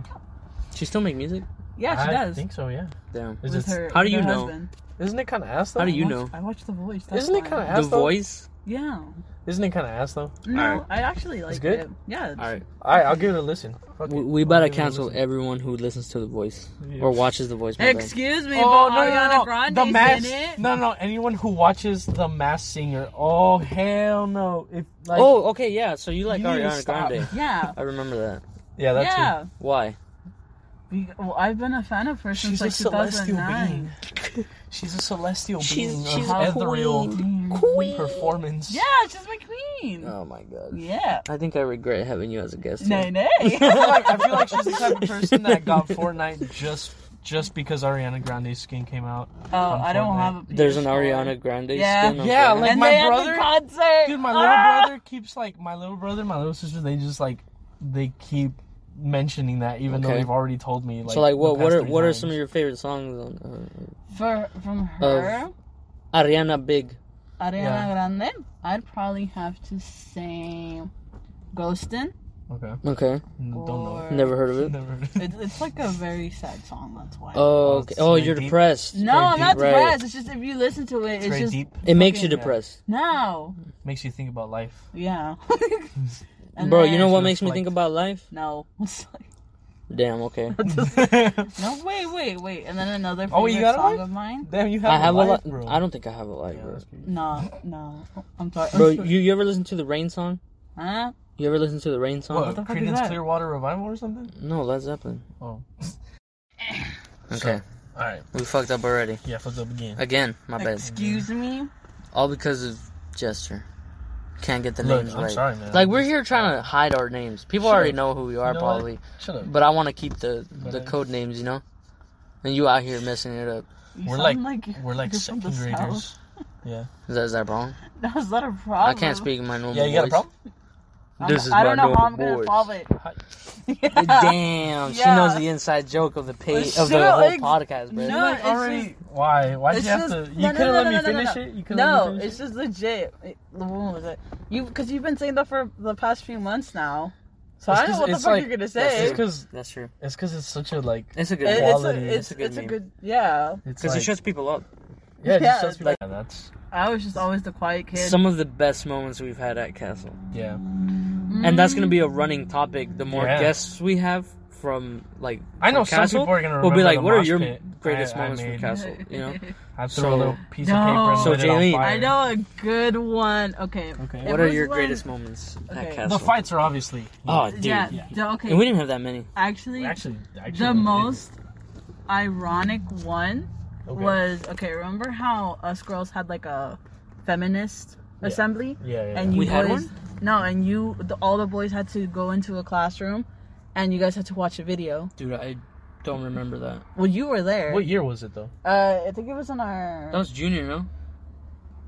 Speaker 1: She still make music?
Speaker 3: Yeah, she
Speaker 2: I
Speaker 3: does.
Speaker 2: think so. Yeah.
Speaker 1: Damn.
Speaker 2: Is
Speaker 3: With
Speaker 2: it-
Speaker 3: her,
Speaker 1: How do
Speaker 3: with
Speaker 1: you
Speaker 3: her
Speaker 1: know?
Speaker 3: husband.
Speaker 2: Isn't it kind of ass though?
Speaker 1: How do you
Speaker 3: I
Speaker 1: know?
Speaker 3: watched- I watched The Voice. that's
Speaker 2: Isn't it
Speaker 3: why.
Speaker 2: kind of
Speaker 1: The
Speaker 2: ass though?
Speaker 1: voice?
Speaker 3: Yeah.
Speaker 2: Isn't it kind of ass though?
Speaker 3: No,
Speaker 1: Alright.
Speaker 3: I actually like
Speaker 2: good?
Speaker 3: it. Yeah.
Speaker 1: All right.
Speaker 2: All right, I'll give it a listen. Fuck
Speaker 1: We,
Speaker 2: it.
Speaker 1: we
Speaker 2: I'll
Speaker 1: better
Speaker 2: give it a
Speaker 1: cancel
Speaker 2: listen.
Speaker 1: everyone who listens to the voice
Speaker 2: Yeah.
Speaker 1: or watches the voice. my bad.
Speaker 3: Excuse me,
Speaker 2: Oh
Speaker 3: but
Speaker 2: no, no,
Speaker 3: Ariana
Speaker 2: no,
Speaker 3: Grande's
Speaker 2: the mass,
Speaker 3: in it.
Speaker 2: no, no! Anyone who watches the Mass Singer, oh hell no! If like,
Speaker 1: oh, okay, yeah. So you like
Speaker 2: You need to
Speaker 1: Ariana
Speaker 2: stop.
Speaker 1: Grande?
Speaker 3: Yeah.
Speaker 1: I remember that.
Speaker 2: yeah, that's
Speaker 3: yeah.
Speaker 1: Why?
Speaker 3: Be- well, I've been a fan of her since
Speaker 2: She's
Speaker 3: like
Speaker 2: a celestial
Speaker 3: 2009
Speaker 2: being. She's a celestial
Speaker 1: She's-
Speaker 2: being.
Speaker 1: she's
Speaker 2: of
Speaker 1: a
Speaker 2: ethereal
Speaker 3: queen.
Speaker 1: Queen.
Speaker 2: performance.
Speaker 3: Yeah, she's my queen.
Speaker 1: Oh my god.
Speaker 3: Yeah.
Speaker 1: I think I regret having you as a guest.
Speaker 3: Nay,
Speaker 1: here.
Speaker 3: nay.
Speaker 2: I feel like- I feel like she's the type of person that got Fortnite just just because Ariana Grande's skin came out.
Speaker 3: Oh, I don't have a
Speaker 1: There's an
Speaker 3: PS4.
Speaker 1: Ariana Grande
Speaker 3: Yeah.
Speaker 1: skin. on
Speaker 2: Yeah,
Speaker 1: Fortnite.
Speaker 2: like-
Speaker 3: and
Speaker 2: my
Speaker 3: they had
Speaker 2: brother-
Speaker 3: the concert.
Speaker 2: Dude, my
Speaker 1: uh,
Speaker 3: Ah!
Speaker 2: little brother keeps like my little brother, my little sister. They just like they keep mentioning that, even though
Speaker 1: Okay.
Speaker 2: they've alady told me. Like,
Speaker 1: so like what what
Speaker 2: the past
Speaker 1: are
Speaker 2: three
Speaker 1: what are
Speaker 2: times.
Speaker 1: some of your favorite songs on
Speaker 3: Ah! For, from her,
Speaker 1: uh, Ariana Big?
Speaker 3: Ariana
Speaker 2: Yeah.
Speaker 3: Grande, I'd probably have to say Ghostin.
Speaker 2: Okay,
Speaker 1: Okay.
Speaker 2: Mm, don't know.
Speaker 3: Or-
Speaker 1: Never heard of it.
Speaker 2: Never.
Speaker 3: It, it's like a very sad song, that's why.
Speaker 1: Oh, okay.
Speaker 2: it's
Speaker 1: oh,
Speaker 2: very
Speaker 1: you're
Speaker 2: deep.
Speaker 1: depressed.
Speaker 3: no, I'm
Speaker 2: deep,
Speaker 3: not
Speaker 1: right.
Speaker 3: depressed. It's just if you listen to it,
Speaker 2: It's
Speaker 3: it's,
Speaker 2: very
Speaker 3: just.
Speaker 2: deep.
Speaker 1: It makes you
Speaker 3: fucking-
Speaker 1: depressed.
Speaker 3: No.
Speaker 2: Makes you think about life.
Speaker 3: Yeah. And
Speaker 1: Bro,
Speaker 3: then-
Speaker 1: you know what
Speaker 2: Just
Speaker 1: makes me
Speaker 2: like-
Speaker 1: think about life?
Speaker 3: No. It's like-
Speaker 1: Damn, okay.
Speaker 3: No, wait, wait, wait. And then another favorite
Speaker 2: Oh, wait, you got a
Speaker 3: song
Speaker 2: wife?
Speaker 3: of mine.
Speaker 2: Damn, you have.
Speaker 1: I have a
Speaker 2: life,
Speaker 1: lot.
Speaker 2: bro.
Speaker 1: I don't think I have a life,
Speaker 2: Yeah,
Speaker 1: bro.
Speaker 2: that's pretty-
Speaker 3: No, no. I'm sorry.
Speaker 1: Bro, you, you ever listen to the Rain song?
Speaker 3: Huh?
Speaker 1: You ever listen to the Rain song?
Speaker 2: What,
Speaker 3: the fuck is
Speaker 2: Creedence
Speaker 3: that?
Speaker 2: Clearwater Revival or something?
Speaker 1: No, Led Zeppelin.
Speaker 2: Oh,
Speaker 1: Okay,
Speaker 2: all right.
Speaker 1: we fucked up already.
Speaker 2: Yeah, fucked up again.
Speaker 1: Again, my bad.
Speaker 3: Excuse me?
Speaker 1: All because of gesture. Can't get the
Speaker 2: Look,
Speaker 1: names
Speaker 2: I'm
Speaker 1: right.
Speaker 2: sorry, man.
Speaker 1: Like we're here trying to hide our names. People
Speaker 2: Sure.
Speaker 1: already know who we are,
Speaker 2: You know what?
Speaker 1: probably.
Speaker 2: Shut up.
Speaker 1: But I want to keep the
Speaker 2: But
Speaker 1: the
Speaker 2: I-
Speaker 1: code names, you know. And you out here messing it up.
Speaker 3: You
Speaker 2: We're like,
Speaker 3: sound
Speaker 2: we're like
Speaker 3: you're from
Speaker 2: second
Speaker 3: the South.
Speaker 2: graders.
Speaker 1: Is that, is that wrong?
Speaker 3: That's not a problem.
Speaker 1: I can't speak in my normal
Speaker 2: Yeah, you got a
Speaker 1: voice.
Speaker 2: problem?
Speaker 3: I'm-
Speaker 1: This is
Speaker 3: I don't
Speaker 1: my
Speaker 3: know how I'm
Speaker 1: normal
Speaker 3: gonna solve it.
Speaker 2: Hi.
Speaker 3: Yeah.
Speaker 1: Damn, she
Speaker 3: Yeah.
Speaker 1: knows the inside joke of the page
Speaker 3: Well,
Speaker 1: of the
Speaker 3: sure,
Speaker 1: whole
Speaker 3: ex-
Speaker 1: podcast, bro.
Speaker 3: No, it's
Speaker 2: already. why? Why did
Speaker 3: it's
Speaker 2: you have
Speaker 3: just-
Speaker 2: to? You
Speaker 3: no, no,
Speaker 2: could have
Speaker 3: no,
Speaker 2: let
Speaker 3: no,
Speaker 2: me
Speaker 3: no, no,
Speaker 2: finish
Speaker 3: no.
Speaker 2: it. You could have
Speaker 3: No, it's just legit. It, when was it? You because you've been saying that for the past few months now, so
Speaker 2: It's
Speaker 3: I don't
Speaker 2: 'cause
Speaker 3: know what the
Speaker 2: it's
Speaker 3: fuck
Speaker 2: like-
Speaker 3: you're gonna
Speaker 1: that's
Speaker 3: say.
Speaker 2: It's
Speaker 3: It,
Speaker 1: true.
Speaker 2: because
Speaker 1: That's true.
Speaker 2: it's because it's such a like.
Speaker 1: It's a good
Speaker 3: it's
Speaker 1: one.
Speaker 3: a,
Speaker 2: Quality.
Speaker 3: it's,
Speaker 1: That's a good
Speaker 3: it's a
Speaker 1: meme.
Speaker 3: good yeah.
Speaker 2: It's
Speaker 1: Because
Speaker 2: like,
Speaker 1: it shuts people up.
Speaker 2: yeah, it
Speaker 3: yeah,
Speaker 2: just shuts people.
Speaker 3: like-
Speaker 2: yeah, that's
Speaker 3: I was just always the quiet kid.
Speaker 1: Some of the best moments we've had at Castle.
Speaker 2: yeah.
Speaker 1: And that's
Speaker 3: Mm-hmm.
Speaker 1: going to be a running topic. The more
Speaker 2: Yeah.
Speaker 1: guests we have from, like,
Speaker 2: I know
Speaker 1: from
Speaker 2: some
Speaker 1: Castle,
Speaker 2: people are gonna
Speaker 1: we'll
Speaker 2: remember
Speaker 1: be like,
Speaker 2: the
Speaker 1: "What are
Speaker 2: mosh
Speaker 1: your
Speaker 2: pit
Speaker 1: greatest
Speaker 2: I- I
Speaker 1: moments from
Speaker 2: made.
Speaker 3: Mm.
Speaker 1: Castle?" You know.
Speaker 2: I throw
Speaker 1: So-
Speaker 2: a little piece
Speaker 3: No.
Speaker 2: of paper. And
Speaker 1: So,
Speaker 2: lit it on
Speaker 1: Jaylene-
Speaker 2: fire.
Speaker 3: I know a good one. Okay.
Speaker 2: Okay.
Speaker 3: It
Speaker 1: What are
Speaker 3: was
Speaker 1: your
Speaker 3: when-
Speaker 1: greatest moments at
Speaker 3: Okay.
Speaker 1: Castle?
Speaker 2: The fights are obviously.
Speaker 1: Oh, dude.
Speaker 3: yeah,
Speaker 2: yeah.
Speaker 3: d- Okay.
Speaker 1: And we didn't have that many.
Speaker 3: actually,
Speaker 2: actually, actually
Speaker 3: the
Speaker 2: we did.
Speaker 3: most ironic one
Speaker 2: Okay.
Speaker 3: was okay. Remember how us girls had like a feminist
Speaker 2: Yeah.
Speaker 3: assembly,
Speaker 2: Yeah, yeah.
Speaker 3: and you
Speaker 1: We had
Speaker 3: boys, no, and you the, all the boys had to go into a classroom, and you guys had to watch a video.
Speaker 1: Dude, I don't remember that.
Speaker 3: Well, you were there.
Speaker 2: What year was it though?
Speaker 3: Uh, I think it was on our.
Speaker 1: That was junior, no?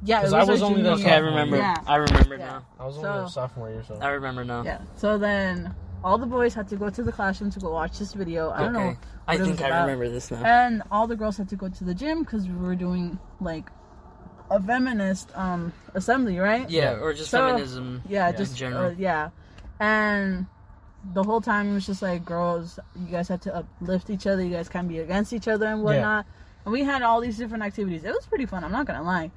Speaker 3: yeah, it
Speaker 2: 'cause
Speaker 3: was
Speaker 2: I
Speaker 3: our
Speaker 2: was only
Speaker 3: junior
Speaker 2: there
Speaker 1: Okay,
Speaker 3: year.
Speaker 1: I remember.
Speaker 3: Yeah.
Speaker 1: I remember
Speaker 3: Yeah.
Speaker 1: now.
Speaker 2: I was
Speaker 3: So-
Speaker 2: only a sophomore year, so.
Speaker 1: I remember now.
Speaker 3: Yeah. So then all the boys had to go to the classroom to go watch this video. I don't know.
Speaker 1: Okay. I
Speaker 3: what it
Speaker 1: think
Speaker 3: was
Speaker 1: I
Speaker 3: about.
Speaker 1: remember this now.
Speaker 3: And all the girls had to go to the gym because we were doing like a feminist um assembly, right?
Speaker 1: Yeah, or just
Speaker 3: So-
Speaker 1: feminism.
Speaker 3: Yeah,
Speaker 2: in
Speaker 3: just
Speaker 1: general.
Speaker 3: Uh, yeah. And the whole time it was just like girls, you guys had to uplift each other, you guys can't be against each other and whatnot. And we had all these different activities. It was pretty fun, I'm not gonna lie.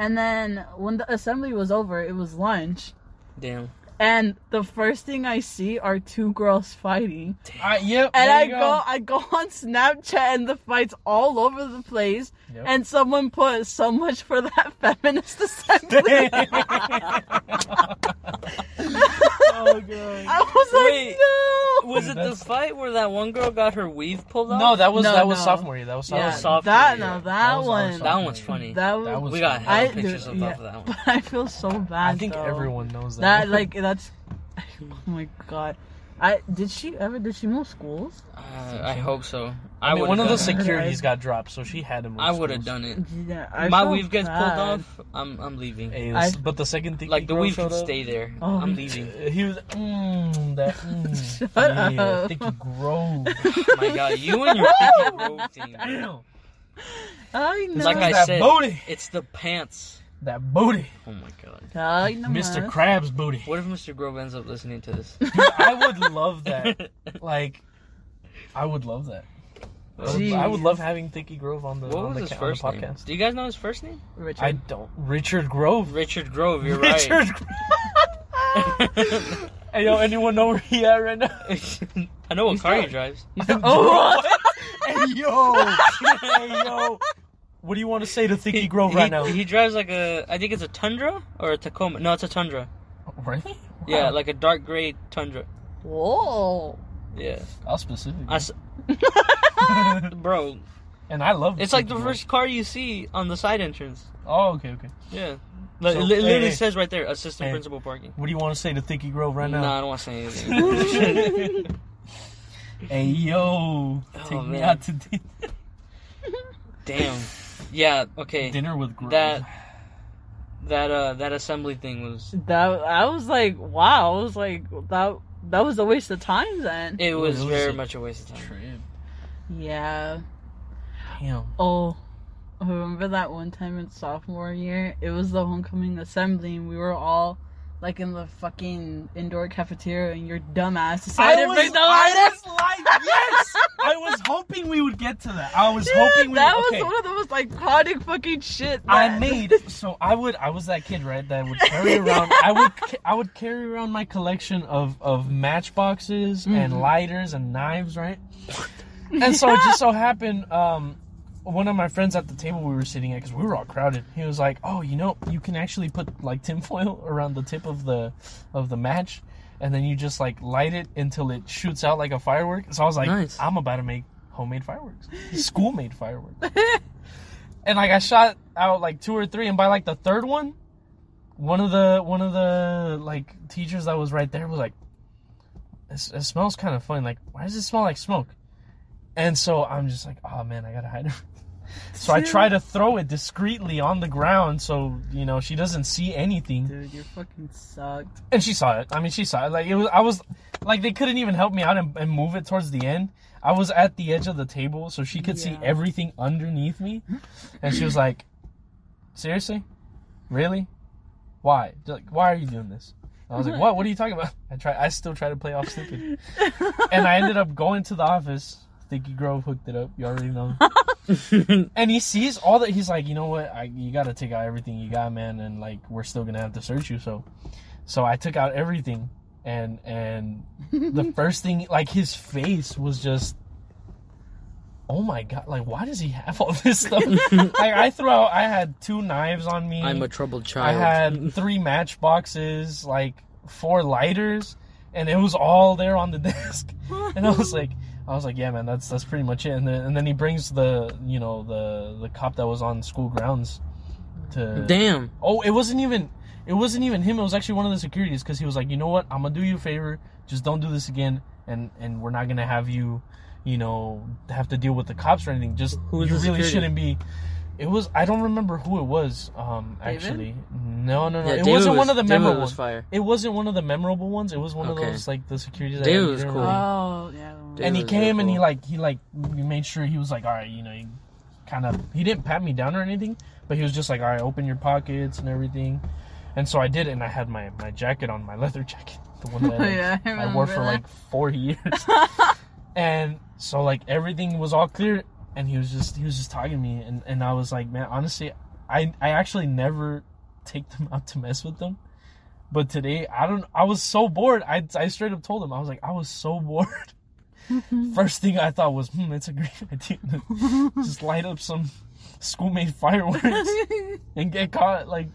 Speaker 3: And then when the assembly was over, it was lunch.
Speaker 1: Damn.
Speaker 3: And the first thing I see are two girls fighting.
Speaker 2: I, yep.
Speaker 3: And
Speaker 2: there
Speaker 3: I
Speaker 2: you
Speaker 3: go. I go on Snapchat and the fights all over the place.
Speaker 2: Yep.
Speaker 3: And someone put so much for that feminist assembly.
Speaker 2: oh god.
Speaker 3: I was like,
Speaker 1: Wait.
Speaker 3: no.
Speaker 1: Was it the
Speaker 2: That's-
Speaker 1: fight where that one girl got her weave pulled off?
Speaker 2: No, that was
Speaker 3: No,
Speaker 2: that was
Speaker 3: no.
Speaker 2: sophomore year. That was
Speaker 1: Yeah.
Speaker 2: sophomore.
Speaker 1: Sophomore
Speaker 3: that
Speaker 1: year.
Speaker 3: no, that,
Speaker 2: That was our
Speaker 3: one.
Speaker 1: that one's funny.
Speaker 3: That was.
Speaker 2: That was-
Speaker 1: we got
Speaker 3: I
Speaker 1: hella pictures
Speaker 3: dude,
Speaker 1: of
Speaker 3: yeah,
Speaker 1: off of that one.
Speaker 3: but I feel so
Speaker 2: I
Speaker 3: bad.
Speaker 2: think
Speaker 3: though.
Speaker 2: everyone knows that.
Speaker 3: That like that's. Oh my god. I did she ever did she move schools?
Speaker 1: Uh, I hope so.
Speaker 2: I mean,
Speaker 1: would've
Speaker 2: one of
Speaker 1: done
Speaker 2: the
Speaker 1: it.
Speaker 2: securities got dropped, so she had to move.
Speaker 1: I would have
Speaker 2: schools.
Speaker 1: done it.
Speaker 3: Yeah, I
Speaker 1: My
Speaker 3: felt
Speaker 1: weave gets
Speaker 3: bad.
Speaker 1: pulled off. I'm I'm leaving.
Speaker 2: Hey,
Speaker 3: I-
Speaker 2: this- but the second thing,
Speaker 1: Like the
Speaker 2: girl
Speaker 1: weave can
Speaker 2: showed up, uh,
Speaker 1: stay there.
Speaker 3: Oh.
Speaker 1: I'm leaving.
Speaker 2: He was mmm that mm,
Speaker 3: Shut
Speaker 2: yeah,
Speaker 3: up.
Speaker 2: Thicky Grove.
Speaker 1: Oh My God, you and your Pinky Grove team.
Speaker 2: Damn,
Speaker 3: I know.
Speaker 1: Like I
Speaker 2: that
Speaker 1: said-
Speaker 2: booty,
Speaker 1: It's the pants.
Speaker 2: that booty,
Speaker 1: Oh my God.
Speaker 3: I know.
Speaker 2: Mr. Krabs booty.
Speaker 1: What if Mr. Grove ends up listening to this?
Speaker 2: Dude, I would love that. Like, I would love that. I would, I would
Speaker 3: Jeez.
Speaker 2: love having Thicky Grove on the
Speaker 1: What
Speaker 2: on
Speaker 1: was
Speaker 2: the,
Speaker 1: his
Speaker 2: ca- on the
Speaker 1: first name?
Speaker 2: podcast.
Speaker 1: Do you guys know his first name?
Speaker 3: Richard.
Speaker 2: I don't. Richard Grove.
Speaker 1: Richard Grove. You're
Speaker 2: Richard.
Speaker 1: right.
Speaker 2: Grove. Hey, yo, anyone know where he at right now?
Speaker 1: I know what
Speaker 2: He's
Speaker 1: car he
Speaker 2: dead.
Speaker 1: drives.
Speaker 3: Oh,
Speaker 2: hey yo, hey yo. What do you want to say to Thicky Grove right
Speaker 1: he,
Speaker 2: now?
Speaker 1: He drives like a, I think it's a Tundra or a Tacoma. No, it's a Tundra.
Speaker 2: really?
Speaker 1: Yeah, like a dark gray Tundra.
Speaker 3: Whoa.
Speaker 1: Yeah.
Speaker 2: I'll specific.
Speaker 1: I s- bro,
Speaker 2: and I love.
Speaker 1: it's like the
Speaker 2: Pacific
Speaker 1: first car you see on the side entrance.
Speaker 2: Grove. Oh, okay, okay.
Speaker 1: Yeah. Like,
Speaker 2: So-
Speaker 1: it li-
Speaker 2: hey,
Speaker 1: literally
Speaker 2: hey.
Speaker 1: says right there, assistant
Speaker 2: Hey.
Speaker 1: principal parking.
Speaker 2: What do you want to say to Thicky Grove right
Speaker 1: No, I
Speaker 2: now?
Speaker 1: don't want to say anything.
Speaker 2: hey yo, take me
Speaker 1: Oh, man.
Speaker 2: out to din-
Speaker 1: Damn. Yeah, okay.
Speaker 2: dinner with Grove.
Speaker 1: That that uh that assembly thing was
Speaker 3: That I was like, wow. I was like, that that was a waste of time then.
Speaker 1: it was
Speaker 2: it was
Speaker 1: very
Speaker 2: a
Speaker 1: much a waste of time.
Speaker 2: trip.
Speaker 3: Yeah.
Speaker 2: Damn.
Speaker 3: Oh, I remember that one time in sophomore year? It was the homecoming assembly, and we were all like in the fucking indoor cafeteria, and your dumbass decided to bring the
Speaker 2: I
Speaker 3: lighter.
Speaker 2: was like, yes. I was hoping we would get to that. I was hoping
Speaker 3: Dude,
Speaker 2: we.
Speaker 3: that was
Speaker 2: okay.
Speaker 3: one of the most iconic fucking shit.
Speaker 2: I
Speaker 3: that-
Speaker 2: made so I would I was that kid right that would carry around I would ca- I would carry around my collection of of matchboxes and
Speaker 3: Mhm.
Speaker 2: lighters and knives right and so it just so happened um one of my friends at the table we were sitting at because we were all crowded he was like oh you know you can actually put like tinfoil around the tip of the of the match and then you just like light it until it shoots out like a firework so I was like
Speaker 1: Nice.
Speaker 2: I'm about to make homemade fireworks school made fireworks and like I shot out like two or three, and by like the third one, one of the one of the like teachers that was right there was like, "This it smells kind of funny. Like, why does it smell like smoke?" And so I'm just like, "Oh man, I gotta hide it." So I try to throw it discreetly on the ground, so you know she doesn't see anything.
Speaker 3: Dude, you fucking sucked.
Speaker 2: And she saw it. I mean, she saw it. Like it was, I was, like they couldn't even help me out and, and move it towards the end. I was at the edge of the table, so she could see
Speaker 3: Yeah.
Speaker 2: everything underneath me, and she was like, "Seriously, really? Why? Like, why are you doing this?" And I was like, "What? What are you talking about?" I try. I still try to play off stupid, and I ended up going to the office. Thinky Grove hooked it up. You already know. And he sees all that. He's like, you know what? I, you got to take out everything you got, man. And like, we're still gonna have to search you. So, so I took out everything, and and the first thing, like, his face was just, oh my god! Like, why does he have all this stuff? like, I threw out. I had two knives on me.
Speaker 1: I'm a troubled
Speaker 2: I
Speaker 1: child.
Speaker 2: had three matchboxes, like four lighters, and it was all there on the desk. And I was like, I was like, yeah, man, that's that's pretty much it. And then and then he brings the you know the the cop that was on school grounds to.
Speaker 1: Damn.
Speaker 2: Oh, it wasn't even it wasn't even him. It was actually one of the securities because he was like, you know what, I'm gonna do you a favor, just don't do this again, and and we're not gonna have you, you know, have to deal with the cops or anything. Just
Speaker 1: Who was
Speaker 2: you
Speaker 1: the
Speaker 2: really
Speaker 1: security?
Speaker 2: shouldn't be. It was I don't remember who it was. Um,
Speaker 3: David?
Speaker 2: actually, no, no, no,
Speaker 1: Yeah,
Speaker 2: it
Speaker 1: David
Speaker 2: wasn't
Speaker 1: was-
Speaker 2: one of the
Speaker 1: David
Speaker 2: memorable.
Speaker 1: was
Speaker 2: ones.
Speaker 1: fire.
Speaker 2: It wasn't one of the memorable ones. It was one
Speaker 1: Okay.
Speaker 2: of those like the securities.
Speaker 1: David
Speaker 2: that
Speaker 1: was
Speaker 2: didn't
Speaker 1: cool.
Speaker 2: really-
Speaker 3: Oh, yeah.
Speaker 1: Dude.
Speaker 2: and he
Speaker 1: was really
Speaker 2: came and he
Speaker 1: cool.
Speaker 2: like he like he made sure he was like all right you know he kind of he didn't pat me down or anything but he was just like all right open your pockets and everything and so i did it and i had my my jacket on my leather jacket the one that
Speaker 3: Yeah, I
Speaker 2: I, wore for
Speaker 3: remember
Speaker 2: like four years and so like everything was all clear and he was just he was just talking to me and and i was like man honestly i i actually never take them out to mess with them but today i don't i was so bored i i straight up told him i was like i was so bored First thing I thought was, hmm, it's a great idea. to Just light up some school-made fireworks and get caught. Like,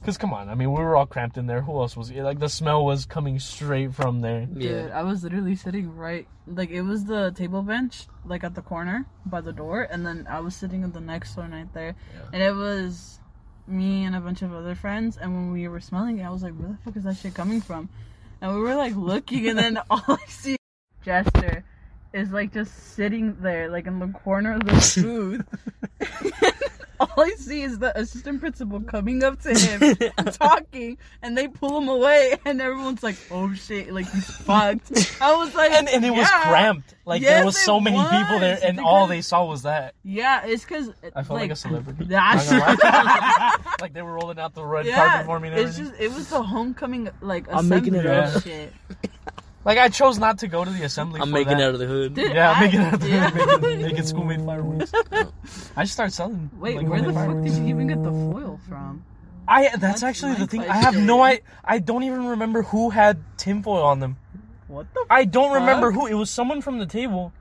Speaker 2: because come on, I mean, we were all cramped in there. Who else was? Like, the smell was coming straight from there.
Speaker 1: Yeah.
Speaker 3: Dude, I was literally sitting right, like it was the table bench, like at the corner by the door, and then I was sitting at the next one right there,
Speaker 2: Yeah.
Speaker 3: and it was me and a bunch of other friends, and when we were smelling it, I was like, where the fuck is that shit coming from? And we were like looking, and then all I see, Jester, is like just sitting there, like in the corner of the booth. all I see is the assistant principal coming up to him talking and they pull him away and everyone's like oh shit like he's fucked i was like
Speaker 2: And, and it was
Speaker 3: yeah.
Speaker 2: cramped. Like, there
Speaker 3: Yes,
Speaker 2: was so
Speaker 3: it
Speaker 2: many people there,
Speaker 3: was,
Speaker 2: and all
Speaker 3: because-
Speaker 2: they saw was that.
Speaker 3: yeah it's because
Speaker 2: I felt like, a celebrity. Not
Speaker 3: that's
Speaker 2: gonna lie. like, they were rolling out the red
Speaker 3: yeah,
Speaker 2: carpet for me and
Speaker 3: it's
Speaker 2: everything.
Speaker 3: just it was the homecoming like
Speaker 1: I'm making
Speaker 3: assembly
Speaker 1: it
Speaker 2: up.
Speaker 3: and shit.
Speaker 2: Like, I chose not to go to the assembly
Speaker 1: I'm
Speaker 2: for
Speaker 1: making
Speaker 2: that.
Speaker 1: out of the hood.
Speaker 3: Dude,
Speaker 2: Yeah,
Speaker 3: I-
Speaker 2: make it out there.
Speaker 3: yeah.
Speaker 2: Make, it, make it school made fireworks. I just started selling.
Speaker 3: Wait,
Speaker 2: like,
Speaker 3: where the
Speaker 2: homemade
Speaker 3: fuck
Speaker 2: fireworks.
Speaker 3: did you even get the foil from?
Speaker 2: I that's,
Speaker 3: That's
Speaker 2: actually
Speaker 3: my
Speaker 2: the thing. I have no I
Speaker 3: question.
Speaker 2: I don't even remember who had tinfoil on them.
Speaker 3: What the?
Speaker 2: I don't remember
Speaker 3: Fuck.
Speaker 2: who. It was someone from the table.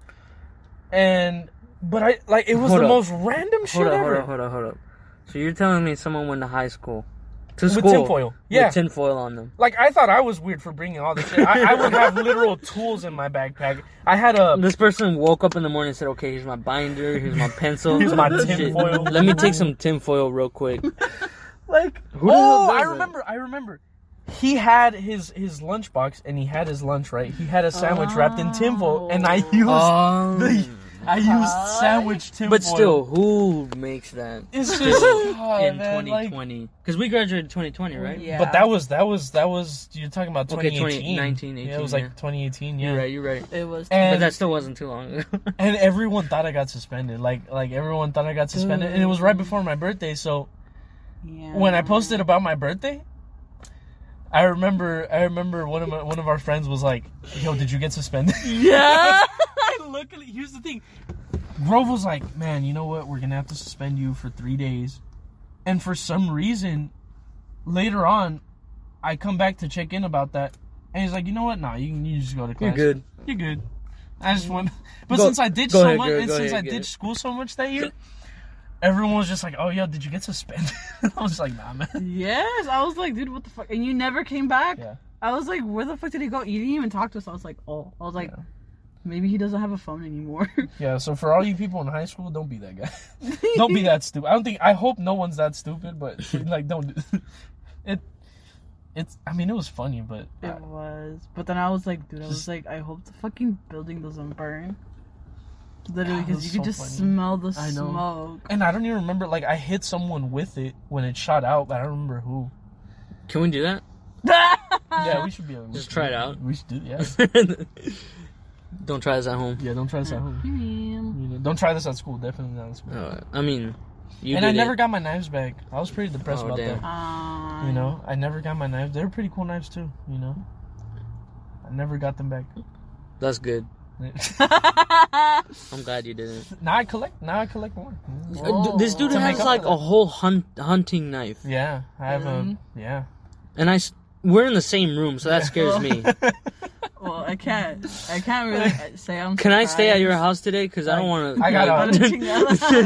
Speaker 2: And but I like it was
Speaker 1: Hold
Speaker 2: the
Speaker 1: up.
Speaker 2: most random shit
Speaker 1: hold up, hold
Speaker 2: ever.
Speaker 1: up, hold up, hold up. So you're telling me someone went to high school to
Speaker 2: with
Speaker 1: school
Speaker 2: tinfoil. Yeah.
Speaker 1: with tinfoil on them.
Speaker 2: like I thought I was weird for bringing all this shit. I, I would have literal tools in my backpack. I had a
Speaker 1: This person woke up in the morning and said, "Okay, here's my binder, here's my pencil,
Speaker 2: Here's my
Speaker 1: Shit,
Speaker 2: tinfoil."
Speaker 1: Let me take some tinfoil real quick."
Speaker 2: like
Speaker 1: Who the hell
Speaker 2: oh
Speaker 1: does
Speaker 2: I
Speaker 1: that?
Speaker 2: remember I remember he had his his lunchbox and he had his lunch right. He had a sandwich wrapped in tinfoil and I used
Speaker 1: Um,
Speaker 2: the, I used sandwich tinfoil.
Speaker 1: but still, who makes that
Speaker 2: it's just oh,
Speaker 1: still in
Speaker 2: man, like-
Speaker 1: 2020? Because we graduated 2020, right?
Speaker 3: Yeah.
Speaker 2: But that was that was that was you're talking about
Speaker 1: Okay,
Speaker 2: 2018.
Speaker 1: 2019,
Speaker 2: yeah, it was
Speaker 1: 18,
Speaker 2: like 2018. Yeah,
Speaker 1: You're right. You're right.
Speaker 3: It was.
Speaker 1: But
Speaker 2: And
Speaker 1: that still wasn't too long ago.
Speaker 2: and everyone thought I got suspended. Like like everyone thought I got suspended, and it was right before my birthday. So
Speaker 3: yeah.
Speaker 2: when I posted about my birthday, I remember I remember one of my, one of our friends was like, "Yo, did you get suspended?"
Speaker 3: Yeah.
Speaker 2: I look at it. Here's the thing. Grove was like, man, you know what? We're gonna have to suspend you for three days. And for some reason, later on, I come back to check in about that, and he's like, you know what? Nah, you can you just go to class.
Speaker 1: You're good.
Speaker 2: You're good. I just went, but
Speaker 1: Go-
Speaker 2: since I did
Speaker 1: go
Speaker 2: so
Speaker 1: ahead,
Speaker 2: much,
Speaker 1: go-
Speaker 2: and
Speaker 1: go
Speaker 2: since
Speaker 1: ahead,
Speaker 2: I
Speaker 1: get
Speaker 2: did
Speaker 1: it.
Speaker 2: school so much that year, everyone was just like, oh yeah, did you get suspended? I was like, nah, man.
Speaker 3: yes, I was like, dude, what the fuck? And you never came back.
Speaker 2: Yeah.
Speaker 3: I was like, where the fuck did he go? You didn't even talk to us. I was like, oh, I was like,
Speaker 2: Yeah.
Speaker 3: maybe he doesn't have a phone anymore.
Speaker 2: Yeah. So for all you people in high school, don't be that guy. don't be that stupid. I don't think. I hope no one's that stupid, but like, don't. do- It. It's. I mean, it was funny, but
Speaker 3: It was, but then I was like, dude, I was like, I hope the fucking building doesn't burn. Literally,
Speaker 2: That
Speaker 3: because
Speaker 2: was
Speaker 3: you could
Speaker 2: so
Speaker 3: just
Speaker 2: funny.
Speaker 3: smell the
Speaker 2: I know.
Speaker 3: smoke.
Speaker 2: and I don't even remember. Like, I hit someone with it when it shot out, but I don't remember who.
Speaker 1: Can we do that?
Speaker 3: Uh-huh.
Speaker 2: Yeah, we should be able. we
Speaker 1: Just
Speaker 2: should
Speaker 1: try
Speaker 2: be-
Speaker 1: it out.
Speaker 2: We should do. Yeah.
Speaker 1: Don't try this at home.
Speaker 2: yeah. Don't try this at home.
Speaker 3: Damn.
Speaker 2: You know, don't try this at school. Definitely not at school.
Speaker 1: Uh, I mean, you
Speaker 2: and I
Speaker 1: did
Speaker 2: never
Speaker 1: it.
Speaker 2: got my knives back. I was pretty depressed
Speaker 1: Oh,
Speaker 2: about
Speaker 1: damn.
Speaker 2: that.
Speaker 3: Um,
Speaker 2: You know, I never got my knives. They were pretty cool knives too. You know, I never got them back.
Speaker 1: That's good.
Speaker 3: I
Speaker 1: I'm glad you didn't.
Speaker 2: now I collect. Now I collect more.
Speaker 1: Uh, d- This dude
Speaker 2: To make
Speaker 1: has
Speaker 2: up
Speaker 1: like
Speaker 2: for that.
Speaker 1: a whole hunt hunting knife,
Speaker 2: Yeah, I have
Speaker 3: Really?
Speaker 2: a yeah.
Speaker 1: and I s- we're in the same room, so that scares me.
Speaker 3: well, I can't. I can't really say I'm.
Speaker 1: Can I stay at your
Speaker 3: surprised.
Speaker 1: house today? Because I don't want to.
Speaker 2: I got
Speaker 3: But it's-